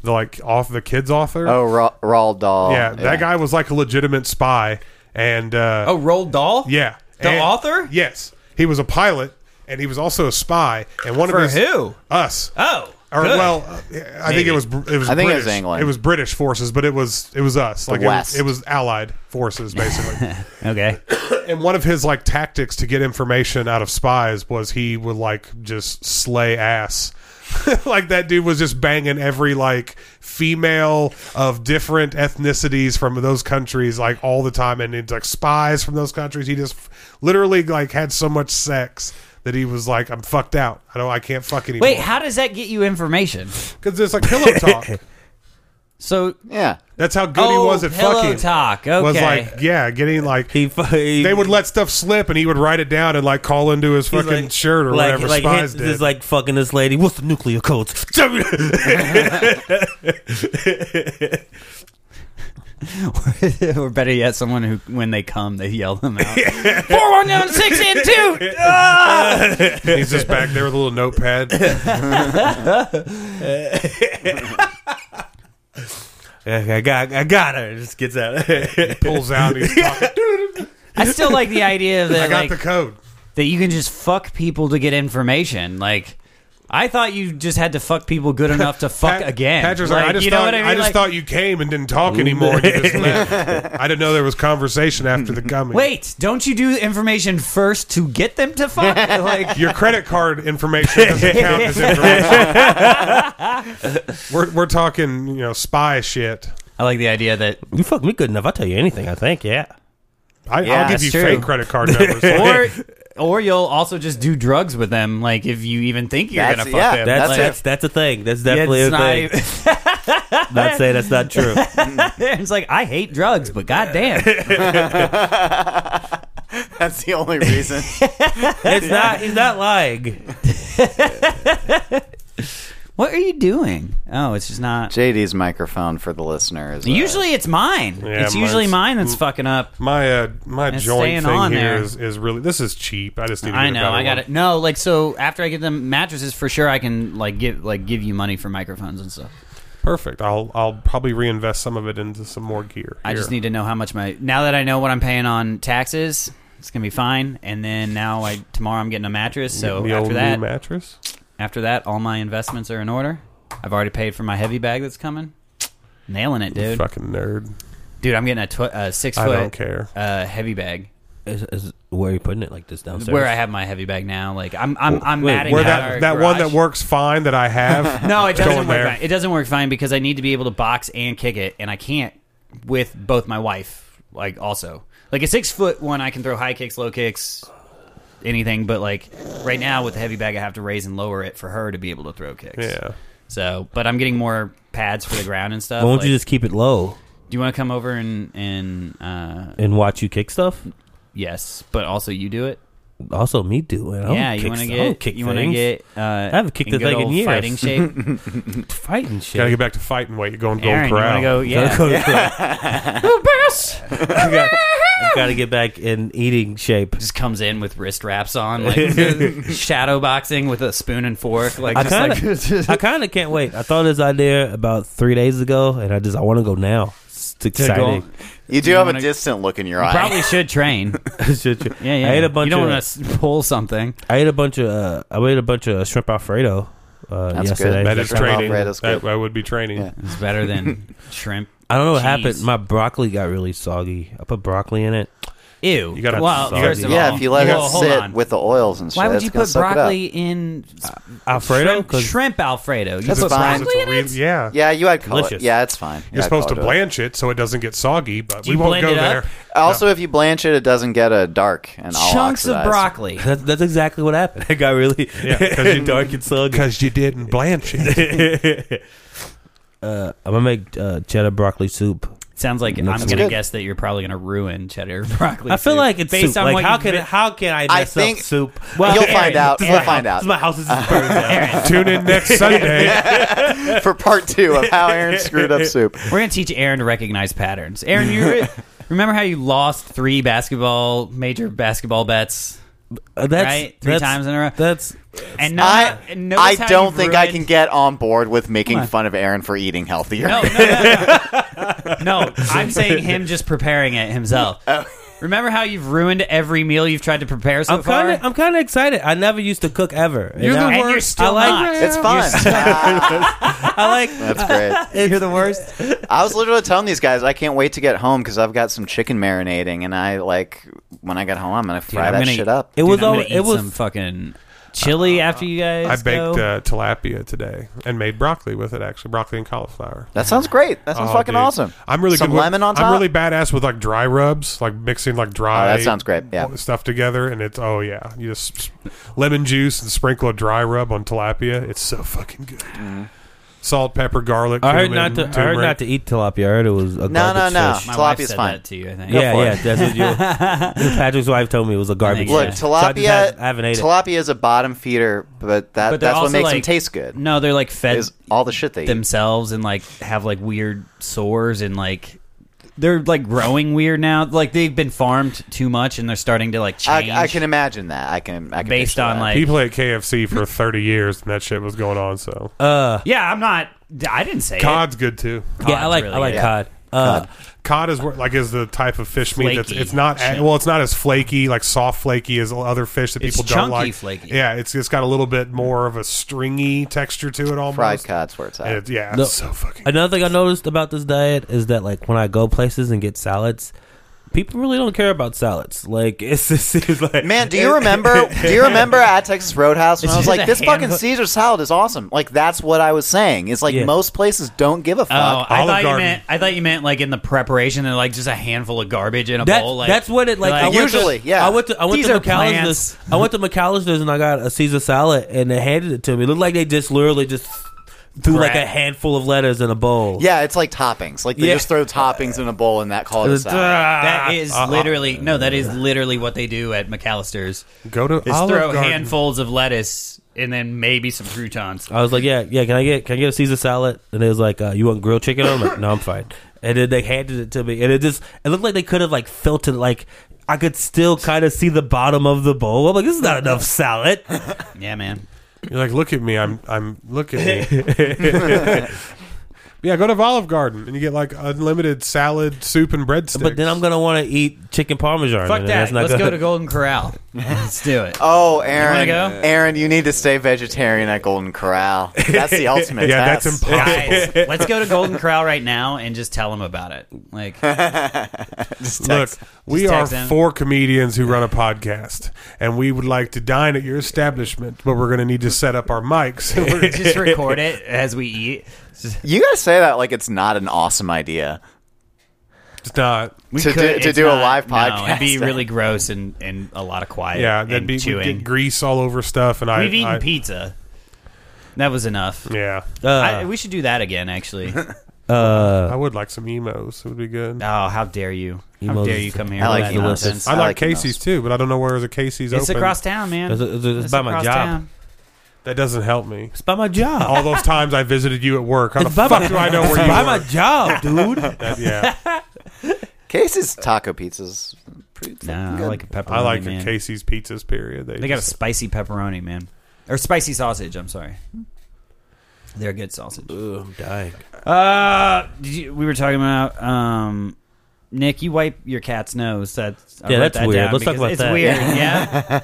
S3: the like off the kids author.
S4: Oh, Ra- Raul Dahl.
S3: yeah, that guy was like a legitimate spy, and uh,
S1: oh, Roll Doll.
S3: yeah,
S1: The
S3: And-
S1: author?
S3: Yes, he was a pilot, and he was also a spy, and one
S1: For
S3: of his
S1: who?
S3: us.
S1: Oh.
S3: Or
S1: good.
S3: well, uh, I think
S1: Maybe.
S3: it was Br- it was
S4: I think it was
S3: British.
S4: England.
S3: It was British forces, but it was it was us. Like it was,
S4: West.
S3: it was Allied forces basically.
S1: Okay.
S3: and one of his like tactics to get information out of spies was he would like just slay ass. like that dude was just banging every like female of different ethnicities from those countries like all the time and it's like spies from those countries he just f- literally like had so much sex that he was like I'm fucked out. I don't I can't fuck anymore.
S1: Wait, how does that get you information?
S3: cuz it's like pillow talk.
S1: So
S4: Yeah.
S3: That's how good he
S1: Oh,
S3: was at
S1: pillow
S3: fucking
S1: talk. Okay.
S3: Was like yeah, getting like
S2: He, fu- he
S3: they would let stuff slip and he would write it down and like call into his
S2: he's
S3: fucking shirt or
S2: like-
S3: whatever
S2: like,
S3: spies
S2: hit-
S3: did.
S2: Just like fucking this lady. What's the nuclear codes?
S1: or better yet, someone who, when they come, they yell them out. Four, one, nine, six, and two. Ah!
S3: He's just back there with a little notepad.
S2: I got, I got her. Just gets out.
S3: Pulls out. He's talking.
S1: I still like the idea
S3: I
S1: that
S3: got
S1: like,
S3: the code.
S1: that you can just fuck people to get information. Like, I thought you just had to fuck people good enough to fuck
S3: Pat-
S1: again.
S3: Patrick's like, I just,
S1: you know
S3: thought,
S1: what I mean?
S3: just
S1: Like,
S3: thought you came and didn't talk anymore. and you just left. I didn't know there was conversation after the coming.
S1: Wait, don't you do information first to get them to fuck? like,
S3: Your credit card information doesn't count as information. we're, we're talking, you know, spy shit.
S1: I like the idea that,
S2: you fuck me good enough. I'll tell you anything. I think. Yeah.
S3: I,
S4: Yeah,
S3: I'll give
S1: that's
S3: you
S1: true.
S3: fake credit card numbers.
S1: or or you'll also just do drugs with them. Like, if you even think you're
S4: That's-
S1: gonna fuck
S4: yeah,
S1: them,
S2: That's
S1: like,
S2: that's, that's a thing. That's
S1: it's
S2: definitely a thing.
S1: not-
S2: Not say that's not true.
S1: it's like I hate drugs, but goddamn,
S4: That's the only reason.
S2: It's not. He's not lying.
S1: what are you doing? Oh, it's just not.
S4: JD's microphone for the listeners. uh,
S1: Usually it's mine.
S3: Yeah,
S1: it's usually mine
S3: mine's-
S1: that's fucking up.
S3: My uh, my
S1: It's staying
S3: joint
S1: on
S3: thing here
S1: there.
S3: is, is really this is cheap. I just need to get
S1: I
S3: a
S1: know.
S3: better
S1: I got
S3: one.
S1: it. No, like so after I get them mattresses, for sure I can like give like give you money for microphones and stuff.
S3: Perfect. I'll I'll probably reinvest some of it into some more gear.
S1: I just
S3: here.
S1: need to know how much my now that I know what I'm paying on taxes, it's gonna be fine. And then now I tomorrow I'm getting a mattress. So
S3: the old
S1: after that,
S3: new mattress.
S1: after that, all my investments are in order. I've already paid for my heavy bag that's coming. Nailing it, dude.
S3: Fucking nerd.
S1: Dude, I'm getting a tw- uh, six
S3: I don't
S1: foot
S3: care.
S1: uh, heavy bag.
S2: Is, is, where are you putting it? Like this downstairs?
S1: Where I have my heavy bag now, like I'm, I'm, I'm
S2: Wait,
S1: matting
S3: Where
S1: out
S3: that
S1: our
S3: that one that
S1: garage.
S3: works fine that I have.
S1: No, it
S3: Going
S1: doesn't work.
S3: there.
S1: Fine. It doesn't work fine because I need to be able to box and kick it, and I can't with both my wife. Like also, like a six foot one, I can throw high kicks, low kicks, anything. But like right now with the heavy bag, I have to raise and lower it for her to be able to throw kicks.
S3: Yeah.
S1: So, but I'm getting more pads for the ground and stuff.
S2: Why won't
S1: Like,
S2: you just keep it low
S1: Do you want to come over and and uh,
S2: and watch you kick stuff?
S1: yes, but also you do it.
S2: Also, me do it. I don't
S1: yeah, you
S2: Oh, kick
S1: want to
S2: s- I don't
S1: get
S2: kick
S1: you want to
S2: things.
S1: get. Uh, I
S2: haven't kicked a
S1: good
S2: thing in
S1: old
S2: years.
S1: Fighting shape.
S2: fighting shit.
S3: Gotta get back to fighting weight. You're going gold
S1: Aaron, you want
S3: corral.
S1: to go? Yeah.
S2: Gotta, got, gotta get back in eating shape.
S1: just comes in with wrist wraps on, like shadow boxing with a spoon and fork, like
S2: I
S1: just like
S2: kinda- I kind of can't wait. I thought of this idea about three days ago, and I just I want to go now. It's exciting.
S4: You do
S1: You
S4: have
S1: wanna-
S4: a distant look in your eye.
S1: probably should train.
S2: Shit, you-
S1: Yeah, yeah.
S2: I ate a bunch.
S1: You don't
S2: of,
S1: want to pull something.
S2: I ate a bunch of. Uh, I ate a bunch of shrimp alfredo uh,
S4: That's good.
S2: yesterday.
S3: That is
S4: Shrimp
S3: training.
S4: Alfredo's
S3: That,
S4: good.
S3: that would be training.
S4: Yeah.
S1: It's better than shrimp.
S2: I don't know what
S1: Jeez.
S2: happened. My broccoli got really soggy. I put broccoli in it.
S1: Ew.
S3: You gotta-
S1: well,
S2: Sorry.
S1: first of
S4: Yeah,
S1: all,
S4: if you let
S1: well,
S4: it
S1: hold
S4: sit
S1: on.
S4: with the oils and shit,
S1: Why would
S4: it's
S1: you
S4: gonna
S1: put
S4: suck it up.
S1: broccoli in
S2: Uh,
S1: s-
S2: Alfredo,
S1: shrimp,
S2: because
S1: shrimp Alfredo? You
S4: That's
S1: put
S4: fine.
S1: broccoli in
S3: Re-
S1: it?
S3: yeah.
S4: Yeah, you had color.
S2: Delicious.
S4: Yeah, it's fine.
S3: You're supposed to blanch it so it doesn't get soggy, but we
S1: you
S3: won't
S1: blend
S3: go
S1: it up?
S3: there.
S4: Also, if you blanch it, it doesn't get a dark and all
S1: Chunks of
S4: oxidized.
S1: broccoli.
S2: that's, that's exactly what happened. It got really
S3: Yeah, 'cause you-
S2: dark and soggy.
S3: Because you didn't blanch it.
S2: Uh, I'm gonna make uh, cheddar broccoli soup.
S1: Sounds like I'm
S2: Looks
S1: going to
S4: good.
S1: guess that you're probably going to ruin cheddar broccoli.
S2: I feel
S1: soup.
S2: like it's
S1: based
S2: soup.
S1: on
S2: like
S1: what
S2: how
S1: you've
S2: can
S1: been-
S2: how can I
S4: I
S2: mess up
S4: think-
S2: soup?
S4: Well, You'll find out.
S2: this is
S4: You'll
S2: my
S4: find
S2: house. This
S4: out.
S2: is my house is burned down.
S3: Tune in next Sunday.
S4: for part two of how Aaron screwed up soup.
S1: We're gonna teach Aaron to recognize patterns. Aaron, you re- remember how you lost three basketball major basketball bets?
S2: Uh, That's,
S1: Right? Three
S2: that's-
S1: times in a row.
S2: That's
S1: And no,
S4: I,
S1: no,
S4: I
S1: it's how
S4: don't
S1: you've
S4: think I
S1: ruined-
S4: can get on board with making fun of Aaron for eating healthier.
S1: No, no, no, no. no, I'm saying him just preparing it himself.
S4: Oh.
S1: Remember how you've ruined every meal you've tried to prepare so
S2: I'm
S1: far?
S2: kind of I'm kind of excited. I never used to cook ever. And
S3: You're the
S2: I,
S1: and you're
S3: worst.
S1: still
S2: I like
S1: not.
S4: It's fun.
S2: I like
S4: That's great.
S1: You're the worst.
S4: I was literally telling these guys I can't wait to get home because I've got some chicken marinating, and I like when I get home I'm gonna fry
S1: I'm
S4: that
S1: gonna-
S4: shit up.
S2: it was
S1: Dude, I'm gonna
S2: always it
S1: eat
S2: was
S1: some fucking chili after you guys.
S3: I baked
S1: go.
S3: uh, tilapia today and made broccoli with it. Actually, broccoli and cauliflower.
S4: that sounds great. That sounds
S3: Oh,
S4: fucking
S3: dude.
S4: awesome.
S3: I'm really
S4: some
S3: good with-
S4: lemon on top.
S3: I'm really badass with like dry rubs, like mixing like dry.
S4: Oh, that sounds great, yeah.
S3: Stuff together, and it's oh yeah, you just s- lemon juice and sprinkle a dry rub on tilapia. It's so fucking good.
S4: Mm-hmm.
S3: Salt, pepper, garlic.
S2: I heard
S3: cumin,
S2: not to I heard
S3: turmeric.
S2: not to eat tilapia. I heard it was a
S4: No,
S2: garbage
S4: no, no.
S2: fish.
S1: My
S4: Tilapia's
S1: wife said
S4: fine.
S1: that to you, I think.
S2: Yeah,
S4: for it.
S2: yeah, that's what you. Patrick's wife told me it was a garbage.
S1: think
S4: Look,
S2: fish.
S1: Yeah.
S2: So I just
S4: tilapia.
S2: had- I haven't ate it.
S4: tilapia is a bottom feeder, but that
S1: But they're
S4: that's what
S1: also,
S4: makes them
S1: like-
S4: taste good.
S1: No, they're like fed
S4: Is all the shit they eat.
S1: themselves and like have like weird sores and like they're like growing weird now. Like they've been farmed too much and they're starting to like change.
S4: I, I can imagine that. I can. I can
S1: Based
S4: picture
S1: on,
S4: that.
S1: like-
S3: People at KFC for 30 years, and that shit was going on. So
S2: Uh,
S1: yeah, I'm not. I didn't say it.
S3: cod's good too.
S2: yeah, I
S1: Cod's
S2: like
S1: really
S2: I like
S1: good.
S2: cod. Uh,
S3: Cod is where- like is the type of fish meat that's
S1: Flaky
S3: it's not a-
S1: shit.
S3: well it's not as flaky like soft flaky as other fish that
S1: It's
S3: people don't
S1: chunky
S3: like.
S1: flaky.
S3: Yeah, it's it's got a little bit more of a stringy texture to it almost.
S4: fried cod's where it's at.
S3: And it- yeah,
S2: No.
S3: it's so fucking.
S2: Another thing I noticed about this diet is that like when I go places and get salads, people really don't care about salads. Like it's, it's, it's like
S4: Man, do you remember? do you remember at Texas Roadhouse when I was
S1: just
S4: like,
S1: a
S4: "This fucking
S1: handful-
S4: Caesar salad is awesome"? Like that's what I was saying. It's like
S2: Yeah.
S4: most places don't give a
S1: Oh,
S4: fuck.
S1: I
S3: Olive
S1: thought you
S3: Garden.
S1: meant. I thought you meant like in the preparation, they're like just a handful of garbage in a
S2: That,
S1: bowl. Like
S2: that's what it like. I went
S4: Usually,
S2: to,
S4: yeah.
S2: I went to I went
S1: These
S2: to
S1: are
S2: McAllister's.
S1: plants.
S2: I went to McAllister's and I got a Caesar salad and they handed it to me. It looked like they just literally just threw like a
S1: Crap.
S2: handful of letters in a bowl.
S4: yeah, it's like toppings. Like they
S2: Yeah.
S4: just throw toppings in a bowl and that call it a
S2: It's,
S4: salad.
S1: That is literally no. That is literally what they do at McAllister's.
S3: Go to
S1: Is
S3: Olive
S1: throw
S3: Garden.
S1: handfuls of lettuce and then maybe some croutons.
S2: I was like, yeah, yeah. Can I get can I get a Caesar salad? And it was like, uh, you want grilled chicken? I'm like, no, I'm fine. And then they handed it to me, and it just it looked like they could have like filtered like. I could still kind of see the bottom of the bowl. I'm like, this is not enough salad.
S1: Yeah, man.
S3: You're like, look at me. I'm I'm look at me. yeah, go to Olive Garden and you get like unlimited salad, soup, and breadsticks.
S2: But then I'm gonna want to eat chicken parmesan.
S1: Fuck
S2: and
S1: that.
S2: That's not
S1: Let's
S2: good.
S1: go to Golden Corral. Let's do it.
S4: Oh, Aaron,
S1: go?
S4: Aaron, you need to stay vegetarian at Golden Corral. That's the ultimate.
S3: yeah,
S4: test.
S3: that's impossible.
S1: Guys, let's go to Golden Corral right now and just tell them about it. Like,
S3: Look, we
S1: Just
S3: are
S1: text him.
S3: four comedians who run a podcast, and we would like to dine at your establishment, but we're going to need to set up our mics. We're-
S1: just record it as we eat.
S4: You gotta say that like it's not an awesome idea.
S3: it's not.
S1: We
S4: To do- to
S1: it's
S4: do a live
S1: no, it'd be
S4: podcast.
S1: really gross and, and a lot of quiet.
S3: Yeah,
S1: and
S3: that'd be we'd
S1: chewing.
S3: get grease all over stuff, and I.
S1: We've eaten
S3: I-
S1: pizza. That was enough.
S3: Yeah,
S2: Uh,
S1: I, we should do that again. Actually.
S2: uh,
S3: I would like some emos. It would be good.
S1: Oh, how dare you! How
S2: Emos
S1: dare
S2: is-
S1: you come here
S4: I
S1: with
S4: like
S1: that
S4: emos.
S1: nonsense?
S4: I
S3: I,
S4: like
S3: like,
S4: emos.
S3: Casey's too, but I don't know where there's a Casey's
S1: It's
S3: open.
S1: across town, man.
S2: it's, it's- it's by my
S1: across
S2: job.
S1: town.
S3: that doesn't help me.
S2: It's by my job.
S3: All those times I visited you at work. How the
S2: It's by
S3: fuck
S2: my,
S3: do I know
S2: it's
S3: where you
S2: by
S3: are?
S2: my job, dude.
S3: yeah,
S4: Casey's taco pizzas. Pretty fucking
S1: No, I
S4: good.
S1: like a pepperoni.
S3: I like
S1: Oh, man.
S3: the Casey's pizzas. Period.
S1: They got a
S3: just-
S1: spicy pepperoni, man, or spicy sausage. I'm sorry. They're a good sausage.
S2: Ooh, I'm dying.
S1: Uh, did you, we were talking about um, Nick. You wipe your cat's nose. That's I
S2: Yeah,
S1: wrote
S2: that's
S1: that
S2: weird.
S1: down
S2: Let's talk
S1: because
S2: about
S1: it's
S2: that.
S1: weird.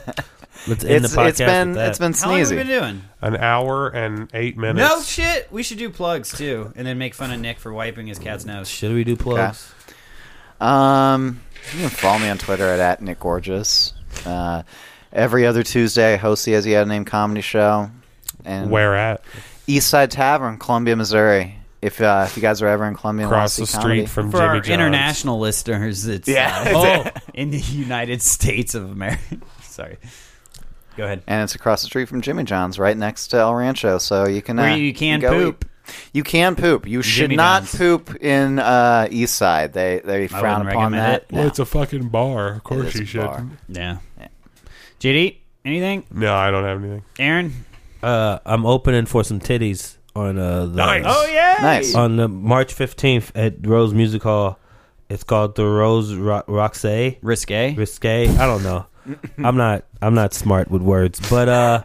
S1: Yeah,
S2: Let's end
S4: It's
S2: the podcast
S4: it's been
S2: with that.
S4: it's been
S1: how long have we
S4: sneezy.
S1: been doing?
S3: an hour and eight minutes.
S1: No shit. We should do plugs too, and then make fun of Nick for wiping his cat's nose.
S2: Should we do plugs?
S4: Um, you can follow me on Twitter at, at Nick Gorgeous. Uh, every other Tuesday, I host the As You Had a Name comedy show. And
S3: Where at?
S4: East Side Tavern, Columbia, Missouri. If uh, if you guys are ever in Columbia, and wanna
S3: Across
S4: see
S3: the street
S4: comedy.
S3: from
S1: For
S3: Jimmy
S1: our
S3: John's.
S1: international listeners, it's
S4: Yeah.
S1: uh,
S2: Oh,
S1: in the United States of America. Sorry. Go ahead.
S4: and it's across the street from Jimmy John's, right next to El Rancho. So you can uh,
S1: Where you can
S4: go
S1: poop.
S4: eat. You can poop. You should
S1: Jimmy
S4: not
S1: John's.
S4: poop in uh, East Side. They they frown
S1: wouldn't
S4: upon
S1: recommend
S4: that.
S1: it.
S3: Well,
S4: No.
S3: it's a fucking bar. Of
S4: It
S3: course
S4: is
S3: you
S4: a
S3: should.
S4: bar.
S1: Yeah. JD, anything?
S3: No, I don't have anything.
S1: Aaron?
S2: uh, I'm opening for some titties on uh, the
S3: Nice.
S1: yeah.
S4: Nice.
S2: on the March 15th at Rose Music Hall. It's called the Rose Ro- Roxay
S1: Risque.
S2: Risque. I don't know. I'm not. I'm not smart with words, but uh,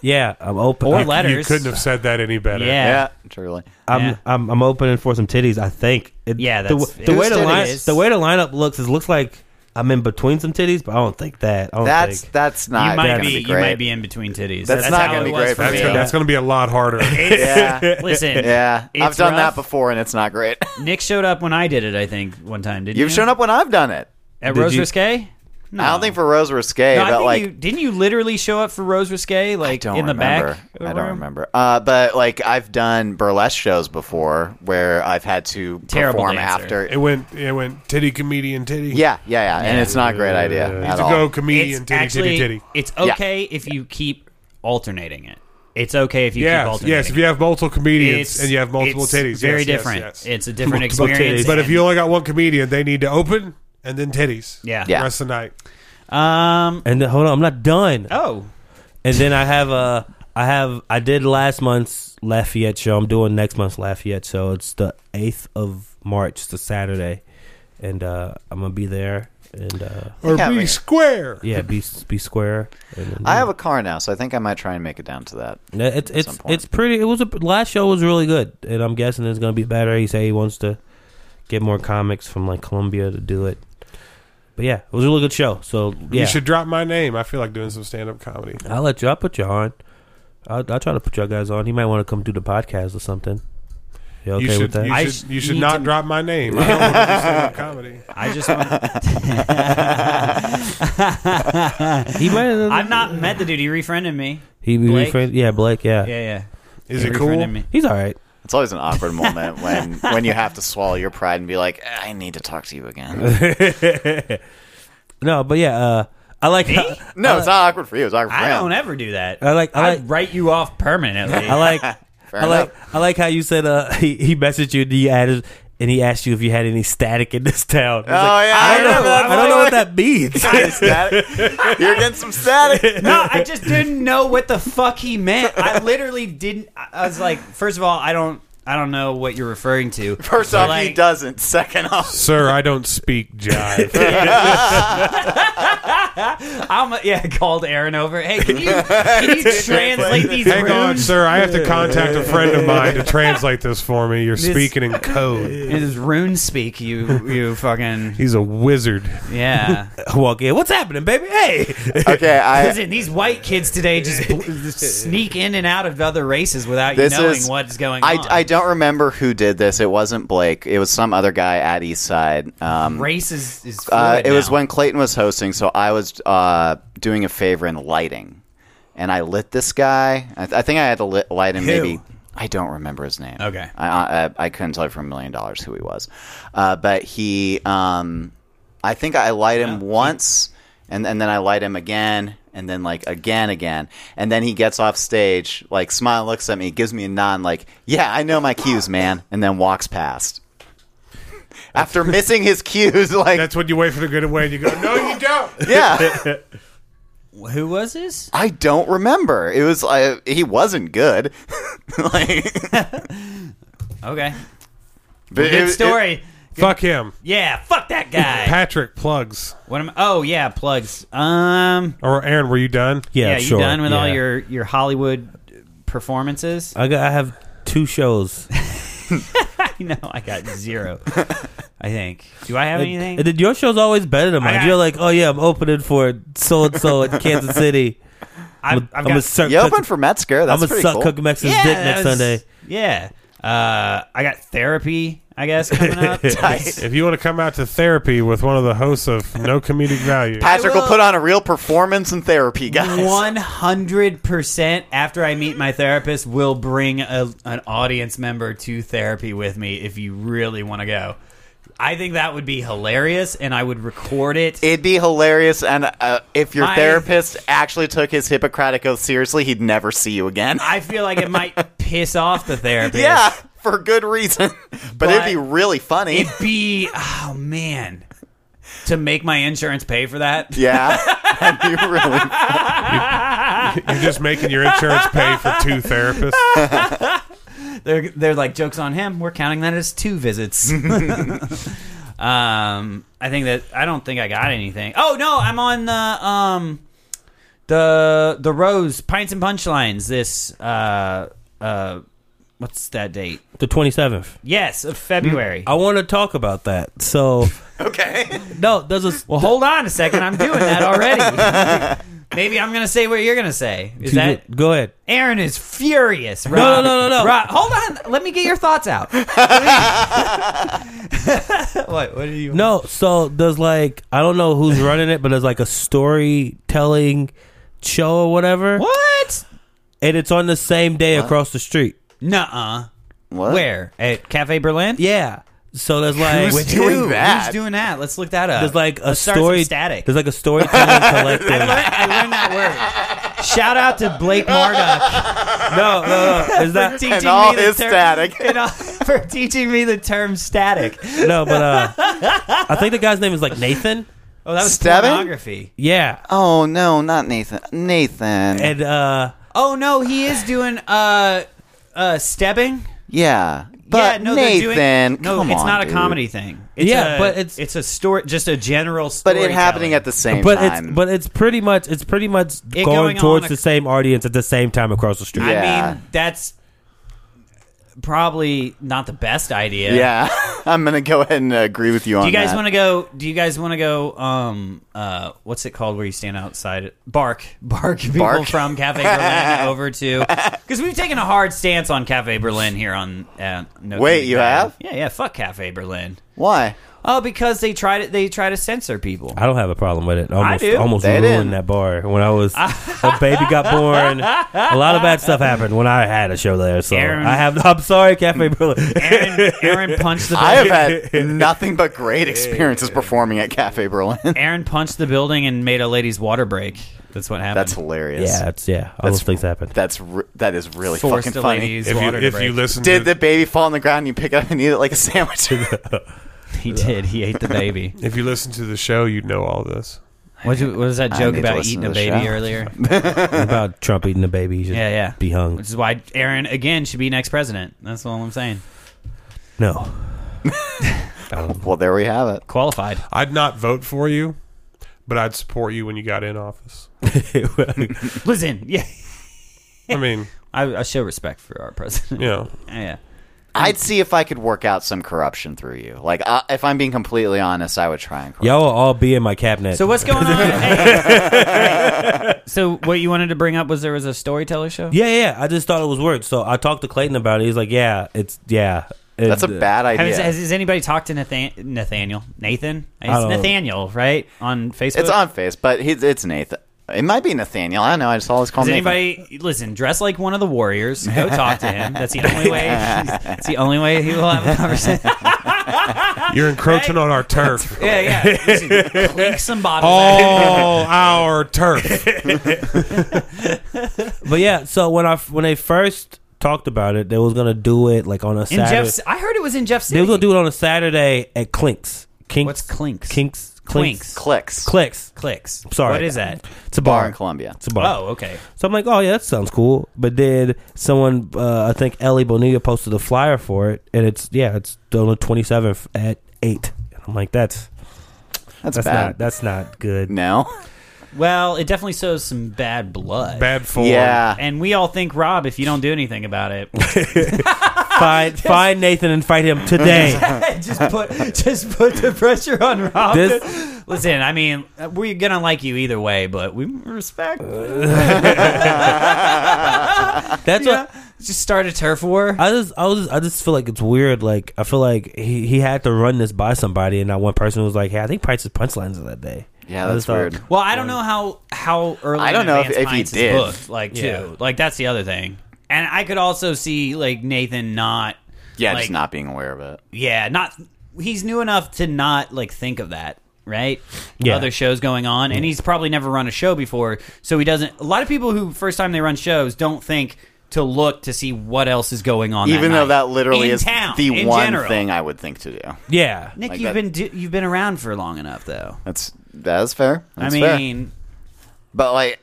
S2: yeah, I'm open.
S1: Or
S2: I-
S1: let-
S3: You
S1: letters.
S3: couldn't have said that any better.
S1: Yeah.
S4: Yeah, truly.
S2: I'm,
S1: Yeah.
S2: I'm I'm opening for some titties. I think. It,
S1: Yeah,
S2: the,
S1: that's-
S2: the way the
S4: Whose
S2: line
S1: titties?
S2: the way the lineup looks is looks like I'm in between some titties, but I don't think that. I don't
S4: That's
S2: think.
S4: that's not
S1: you might
S4: gonna
S1: be,
S4: be,
S1: you
S4: great.
S1: might be in between titties.
S4: That's not
S1: how
S4: gonna
S1: it
S4: be
S1: was
S4: great
S1: for
S4: for
S3: That's
S1: me.
S3: gonna, that's going to be a lot harder.
S4: yeah,
S1: Listen,
S4: yeah. I've
S1: It's
S4: done
S1: rough.
S4: that before, and it's not great.
S1: Nick showed up when I did it. I think one time didn't
S4: You've
S1: you?
S4: shown up when I've done it.
S1: at
S2: Did
S1: Rose
S2: you-
S1: Risque. No,
S4: I don't think for Rose Risque,
S1: No, I
S4: but
S1: think
S4: like
S1: you, didn't you literally show up for Rose Risque like
S4: don't
S1: in the
S4: remember.
S1: back?
S4: I don't
S1: room?
S4: remember. Uh, but like I've done burlesque shows before where I've had to
S1: Terrible
S4: perform
S1: dancer.
S4: after.
S3: It went. It went. Titty comedian titty.
S4: yeah, yeah, yeah, and it's not a great idea
S3: Needs
S4: at
S3: to
S4: all.
S3: go comedian
S1: it's
S3: titty
S1: actually,
S3: titty titty.
S1: It's
S4: Yeah.
S1: okay if you keep alternating it. It's okay if you keep
S3: Yes,
S1: alternating.
S3: yes. If
S1: it.
S3: you have multiple comedians
S1: It's-
S3: and you have multiple
S1: it's
S3: titties,
S1: very
S3: yes, yes,
S1: different.
S3: yes.
S1: It's a different
S2: Multiple
S1: experience.
S2: titties.
S3: But if
S1: and-
S3: you only got one comedian, they need to open and then titties.
S1: yeah,
S3: The
S4: Yeah.
S3: rest of the night.
S1: Um.
S2: and then, hold on, I'm not done.
S1: Oh,
S2: And then I have uh, I have I did last month's Lafayette show. I'm doing next month's Lafayette show. It's the eighth of March. It's a Saturday, and uh, I'm gonna be there. And uh,
S3: Or
S4: Yeah,
S3: be
S4: man.
S3: square.
S2: yeah, be be square. And then-
S4: I have a car now, so I think I might try and make it down to that.
S2: Yeah, it's
S4: some
S2: it's
S4: point.
S2: it's pretty. It was a last show was really good, and I'm guessing it's gonna be better. He said he wants to get more comics from like Columbia to do it. But yeah, it was a really good show. So yeah,
S3: You should drop my name. I feel like doing some stand up comedy.
S2: I'll let you. I'll put you on. I'll, I'll try to put you guys on. He might want to come do the podcast or something. You okay
S3: you should,
S2: with that?
S3: You
S1: I
S3: should, you
S1: sh-
S3: should
S1: need
S3: not
S1: to-
S3: drop my name. I don't want to do stand-up comedy.
S1: I just. Want,
S2: he might.
S1: I've not met the dude. He refriended me.
S2: he be
S1: Blake?
S2: friend- Yeah, Blake. Yeah.
S1: Yeah, yeah.
S3: Is
S1: He
S3: it
S1: refriended
S3: cool?
S1: Me.
S2: he's all right.
S4: It's always an awkward moment when when you have to swallow your pride and be like, I need to talk to you again.
S2: No, but yeah, uh, I like.
S1: Me?
S4: No, it's not awkward for you. It's awkward for
S1: I
S4: him.
S1: don't ever do that.
S2: I like- I
S1: I'd
S2: like-
S1: write you off permanently.
S2: I like.
S4: Fair
S2: I like. I like how you said. Uh, he, he messaged you. And he added. And he asked you if you had any static in this town.
S4: Oh yeah, I,
S2: I don't know.
S4: remember
S2: I don't know what that means.
S4: Static. You're getting some static.
S1: no, I just didn't know what the fuck he meant. I literally didn't. I I was like, first of all, I don't, I don't know what you're referring to.
S4: First
S1: But
S4: off,
S1: like,
S4: he doesn't. Second off,
S3: Sir, I don't speak jive.
S1: I'm yeah. Called Aaron over. Hey, can you, can you translate these?
S3: Hang on,
S1: runes?
S3: sir. I have to contact a friend of mine to translate this for me. You're speaking in code.
S1: It is rune speak. You, you fucking
S3: He's a wizard.
S1: yeah.
S2: Walk in. What's happening, baby? Hey,
S4: okay. I
S1: Listen, these white kids today just bl- sneak in and out of other races without you
S4: This
S1: knowing
S4: is-
S1: what's going
S4: I,
S1: on.
S4: I don't remember who did this. It wasn't Blake. It was some other guy at Eastside. Um,
S1: race is, is
S4: uh,
S1: fluid
S4: it was
S1: now.
S4: when Clayton was hosting, so I was uh, doing a favor in lighting, and I lit this guy. I, th- I think I had to lit, light him. Maybe I don't remember his name.
S1: Okay.
S4: I I, I couldn't tell you for a million dollars who he was, uh, but he. Um, I think I light him once, and and then I light him again. And then like again, again, and then he gets off stage, like smile, looks at me, gives me a nod, like yeah, I know my cues, man, and then walks past. After missing his cues, like
S3: That's when you wait for the good away and you go, no, you don't.
S4: yeah,
S1: Who was this?
S4: I don't remember. It was like he wasn't good. like,
S1: Okay,
S4: but
S1: good
S4: it-
S1: story.
S3: Fuck him.
S1: yeah, fuck that guy.
S3: Patrick plugs.
S1: What am? Oh yeah, plugs. Um,
S3: Or Aaron, were you done?
S2: yeah,
S1: yeah, you
S2: sure.
S1: done with all
S2: Yeah.
S1: your your Hollywood performances?
S2: I got. I have two shows.
S1: I know I got zero. I think. Do I have anything?
S2: And then your show's always better than mine.
S1: got-
S2: You're like, oh yeah, I'm opening for so and so in Kansas City.
S1: I've, I've
S2: I'm, I'm
S1: got-
S2: gonna suck.
S4: You
S2: cook-
S4: opened for Metzger.
S2: I'm
S4: That's
S2: gonna
S4: pretty
S2: suck
S4: cool.
S2: Cook Mexican's
S1: yeah,
S2: dick
S1: that
S2: next
S1: was-
S2: Sunday.
S1: Yeah. Uh, I got therapy. I guess coming up.
S4: Tight.
S3: If you want to come out to therapy with one of the hosts of No Comedic Value,
S4: Patrick
S1: I
S4: will
S1: will-
S4: put on a real performance in therapy, guys.
S1: One hundred percent. After I meet my therapist, will bring a, an audience member to therapy with me if you really want to go. I think that would be hilarious, and I would record it
S4: It'd be hilarious, and uh, if your
S1: My-
S4: therapist actually took his Hippocratic oath seriously, he'd never see you again.
S1: I feel like it might piss off the therapist.
S4: yeah, for good reason. But, it'd be really funny.
S1: It'd be oh man. To make my insurance pay for that.
S4: yeah, that'd be really.
S3: you're just making your insurance pay for two therapists.
S1: They're they're like jokes on him. We're counting that as two visits. Um, I think that I don't think I got anything. Oh no, I'm on the um, the the Rose Pints and Punchlines. This uh uh, what's that date?
S2: The 27th.
S1: Yes, of February.
S2: I want to talk about that. So,
S4: Okay.
S2: no, there's a.
S1: Well, hold on a second. I'm doing that already. Maybe I'm gonna say what you're gonna say. Is that
S2: Go ahead.
S1: Aaron is furious? Rob.
S2: no, no, no, no.
S1: Rob, hold on. Let me get your thoughts out. what? What are you?
S2: No, so there's like I don't know who's running it, but there's like a storytelling show or whatever,
S1: What?
S2: and it's on the same day across the street.
S1: Nuh-uh.
S4: What?
S1: Where? At Cafe Berlin?
S2: Yeah, so there's like
S4: Who's doing that?
S1: Who's doing that? Let's look that up.
S2: there's like a
S1: Let's start
S2: story
S1: some static.
S2: There's like a storytelling
S1: I, learned,
S2: collective.
S1: I learned that word. Shout out to Blake Murdoch
S2: no, no, no. Is
S1: for
S2: that
S1: teaching
S4: And all
S1: me the
S4: his
S1: term,
S4: static.
S1: and all- for teaching me the term static.
S2: no? But uh, I think the guy's name is like Nathan.
S1: Oh, that was
S4: Stabbing?
S1: pornography.
S2: Yeah,
S4: Oh no, not Nathan. Nathan.
S2: and uh,
S1: Oh no, he is doing uh uh stebbing.
S4: yeah. But
S1: yeah, no, they're
S4: Nathan,
S1: doing, no,
S4: come
S1: it's
S4: on,
S1: not a
S4: dude.
S1: comedy thing. It's
S2: Yeah,
S1: a-
S2: but it's-
S1: it's a story, just a general.
S4: But it happening
S1: storytelling.
S4: at the same
S2: but
S4: time.
S2: it's but it's pretty much it's pretty much
S1: It
S2: going,
S1: going on
S2: towards
S1: a-
S2: the same audience at the same time across the street.
S4: Yeah.
S1: I mean, that's probably not the best idea.
S4: yeah, I'm gonna go ahead and uh, agree with you on
S1: Do you guys
S4: that.
S1: want to go? Do you guys want to go? Um, uh, what's it called? Where you stand outside? Bark, bark. People
S4: Bark.
S1: from Cafe Berlin over to because we've taken a hard stance on Cafe Berlin here on. Uh, no
S4: Wait,
S1: Kidding
S4: you
S1: Bad.
S4: have?
S1: Yeah, yeah. Fuck Cafe Berlin.
S4: Why?
S1: Oh, because they try to they try to censor people.
S2: I don't have a problem with it. Almost,
S1: do.
S2: almost
S4: They
S2: ruined
S4: didn't.
S2: that bar when I was a baby got born. A lot of bad stuff happened when I had a show there. So
S1: Aaron-
S2: I have. I'm sorry, Cafe Berlin.
S1: Aaron, Aaron punched the.
S4: I have had nothing but great experiences performing at Cafe Berlin.
S1: Aaron punched the building and made a lady's water break. That's what happened.
S4: That's hilarious.
S2: yeah, it's yeah. All those things happened.
S4: That's re- that is really
S1: Forced
S4: fucking
S1: a
S4: funny.
S1: lady's
S3: If you,
S1: water to
S3: if
S1: break.
S3: you listen
S4: Did
S3: to
S4: the baby fall on the ground and you pick it up and eat it like a sandwich?
S1: he did. He ate the baby.
S3: if you listen to the show, you'd know all this.
S1: What, you, what was that
S4: I
S1: joke
S4: need to
S1: about eating
S4: listen
S1: a
S4: to the
S1: baby
S4: show.
S1: earlier?
S2: about Trump eating the baby. he should
S1: Yeah, yeah.
S2: Be hung.
S1: Which is why Aaron again should be next president. That's all I'm saying.
S2: No. Um,
S4: well, there we have it.
S1: Qualified.
S3: I'd not vote for you, but I'd support you when you got in office.
S1: Listen, yeah,
S3: I mean,
S1: I, I show respect for our president.
S3: you know,
S1: yeah.
S4: I'd see if I could work out some corruption through you. Like, I, if I'm being completely honest, I would try and. Corrupt.
S2: y'all will all be in my cabinet.
S1: So what's going on? Hey. so what you wanted to bring up was there was a storyteller show.
S2: yeah, yeah. I just thought it was weird. So I talked to Clayton about it. He's like, yeah, it's yeah. It-
S4: That's a bad idea.
S1: Has, has, has anybody talked to Nathan, Nathaniel? Nathan?
S2: I
S1: It's
S2: don't know.
S1: Nathaniel, right? On Facebook.
S4: It's on face, but he, it's Nathan. It might be Nathaniel. I don't know. I just always call
S1: Does
S4: him Nathan.
S1: anybody listen? Dress like one of the warriors. Go talk to him. That's the only way. That's the only way he will have a conversation.
S3: you're encroaching on our turf.
S1: yeah, yeah. Listen, clink some bottles.
S3: Oh,
S1: at him.
S3: All our turf.
S2: But yeah. So when I when they first talked about it, they was gonna do it like on a
S1: In
S2: Saturday.
S1: Jeff's, I heard it was in Jeff's.
S2: They
S1: City.
S2: were gonna do it on a Saturday at Clinks. Kinks.
S1: What's Clinks?
S2: Kinks. Clinks.
S1: Clinks.
S2: Clicks.
S4: Clicks.
S1: Clicks.
S2: Sorry.
S1: What is that?
S2: It's a
S4: Bar
S2: bar.
S4: in Columbia.
S2: It's a bar.
S1: Oh, okay.
S2: So I'm like, oh yeah, that sounds cool. But then someone, uh, I think Ellie Bonilla posted a flyer for it, and it's yeah, it's on the 27th at eight. And I'm like, that's
S4: That's,
S2: that's
S4: bad.
S2: not that's not good.
S4: no.
S1: Well, it definitely shows some bad blood.
S3: Bad form.
S4: Yeah.
S1: And we all think, Rob, if you don't do anything about it,
S2: Find find Nathan and fight him today.
S1: just put just put the pressure on Rob.
S2: This-
S1: Listen, I mean, we're gonna like you either way, but we respect.
S2: That's
S1: Yeah.
S2: what
S1: Just start a turf war.
S2: I just I was I just feel like it's weird. Like I feel like he, he had to run this by somebody, and not one person was like, hey, I think Price's punchlines are that day.
S4: Yeah,
S2: I
S4: that's
S2: just thought-
S4: weird.
S1: well, I don't know how how early.
S4: I don't
S1: in
S4: know if-
S1: advance
S4: if he
S1: Heinz is
S4: did.
S1: booked, like too.
S2: Yeah.
S1: Like that's the other thing. And I could also see like Nathan not.
S4: Yeah,
S1: like-
S4: just not being aware of it.
S1: Yeah, not he's new enough to not like think of that, right?
S2: Yeah.
S1: Other shows going on, and he's probably never run a show before, so he doesn't. A lot of people who first time they run shows don't think to look to see what else is going on.
S4: Even though
S1: night.
S4: that literally
S1: In
S4: is
S1: town,
S4: the
S1: in
S4: one
S1: general.
S4: thing I would think to do.
S2: Yeah,
S1: Nick,
S4: like
S1: you've
S4: that.
S1: been do, you've been around for long enough, though.
S4: That's that is fair. That's
S1: I
S4: fair.
S1: mean,
S4: but like,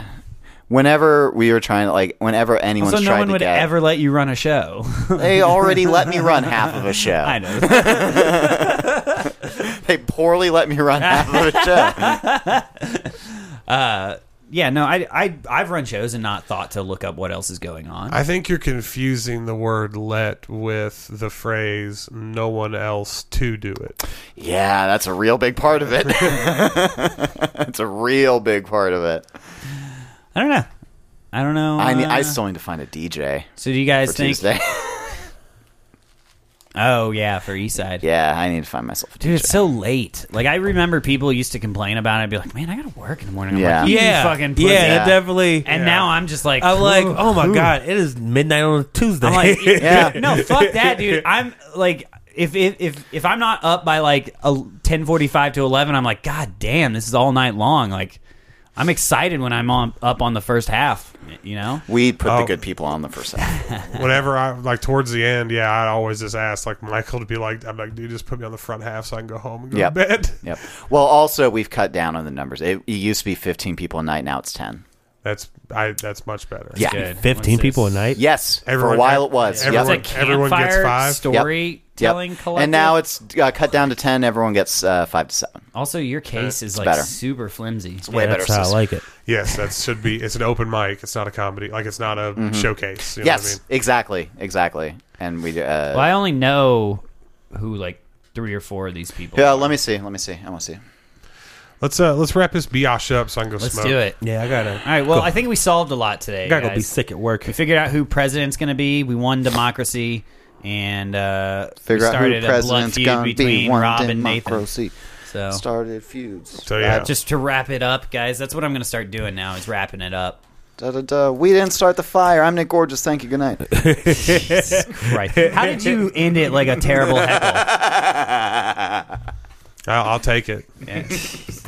S4: whenever we were trying to like, whenever anyone's
S1: so no
S4: trying
S1: one
S4: to
S1: would
S4: get,
S1: ever let you run a show.
S4: they already let me run half of a show.
S1: I know.
S4: they poorly let me run half of a show.
S1: yeah, no, I, I, I've run shows and not thought to look up what else is going on.
S3: I think you're confusing the word let with the phrase no one else to do it.
S4: Yeah, that's a real big part of it. that's a real big part of it.
S1: I don't know. I don't know.
S4: I, need,
S1: uh,
S4: I still need to find a DJ
S1: so do you guys
S4: for
S1: think?
S4: Tuesday.
S1: Oh yeah, for Eastside.
S4: yeah, I need to find myself a DJ.
S1: Dude, it's so late. Like I remember people used to complain about it and be like, "Man, I gotta work in the morning." I'm
S4: Yeah.
S1: like, "You
S2: yeah,
S1: fucking pussy."
S2: yeah,
S4: Yeah.
S2: it definitely.
S1: And now I'm just like,
S2: I'm like,
S1: "Ugh."
S2: oh my god, it is midnight on a Tuesday.
S1: I'm like,
S4: Yeah.
S1: no, fuck that, dude. I'm like, if if if, if I'm not up by like a ten forty five to eleven, I'm like, god damn, this is all night long. Like, I'm excited when I'm on up on the first half. You know,
S4: we put the
S3: Oh.
S4: good people on the first half.
S3: Whenever I like towards the end, yeah, I always just ask like Michael to be like, I'm like, dude, just put me on the front half so I can go home and go
S4: Yep.
S3: to bed.
S4: Yep. Well, also we've cut down on the numbers. It, it used to be 15 people a night. Now it's 10.
S3: That's I. That's much better.
S4: Yeah.
S1: Good.
S2: Fifteen
S1: What's
S2: people a
S1: this?
S2: night.
S4: Yes, for
S3: Everyone-
S4: a while it was.
S1: It's
S3: everyone-
S1: like
S4: Yep.
S1: campfire
S3: everyone gets five.
S4: Yep.
S1: storytelling collective.
S4: And now it's uh, cut down to 10. Everyone gets uh, 5 to 7.
S1: also your case is like
S4: better.
S1: super flimsy.
S4: Way
S2: that's
S4: better.
S2: how
S4: system.
S2: I like it.
S3: Yes, that should be. It's an open mic. It's not a comedy. Like it's not a showcase. You know
S4: Mm-hmm. yes, exactly. Exactly. And we. Uh,
S1: Well, I only know who like three or four of these people.
S4: yeah,
S1: are.
S4: let me see. Let me see. I want to see.
S3: What I mean? Let's uh let's wrap this biatch up so I can go
S1: Let's
S3: smoke.
S1: do it.
S2: Yeah, I gotta.
S1: All right. Well, I think we solved a lot today.
S2: gotta go
S1: guys.
S2: be sick at work.
S1: We figured out who president's going to be. We won democracy, and uh, we
S4: Figure out who
S1: started
S4: the
S1: a blood
S4: president's
S1: feud
S4: gonna be.
S1: between
S4: One
S1: Rob
S4: day
S1: and Nathan.
S4: democracy.
S1: So,
S4: Started feuds.
S3: So yeah,
S1: just to wrap it up, guys, that's what I'm going to start doing now. Is wrapping it up.
S4: Da, da, da. We didn't start the fire. I'm Nick Gorgeous. Thank you. Good night.
S1: Right? How did you end it like a terrible heckle?
S3: I'll, I'll take it.
S1: Yeah.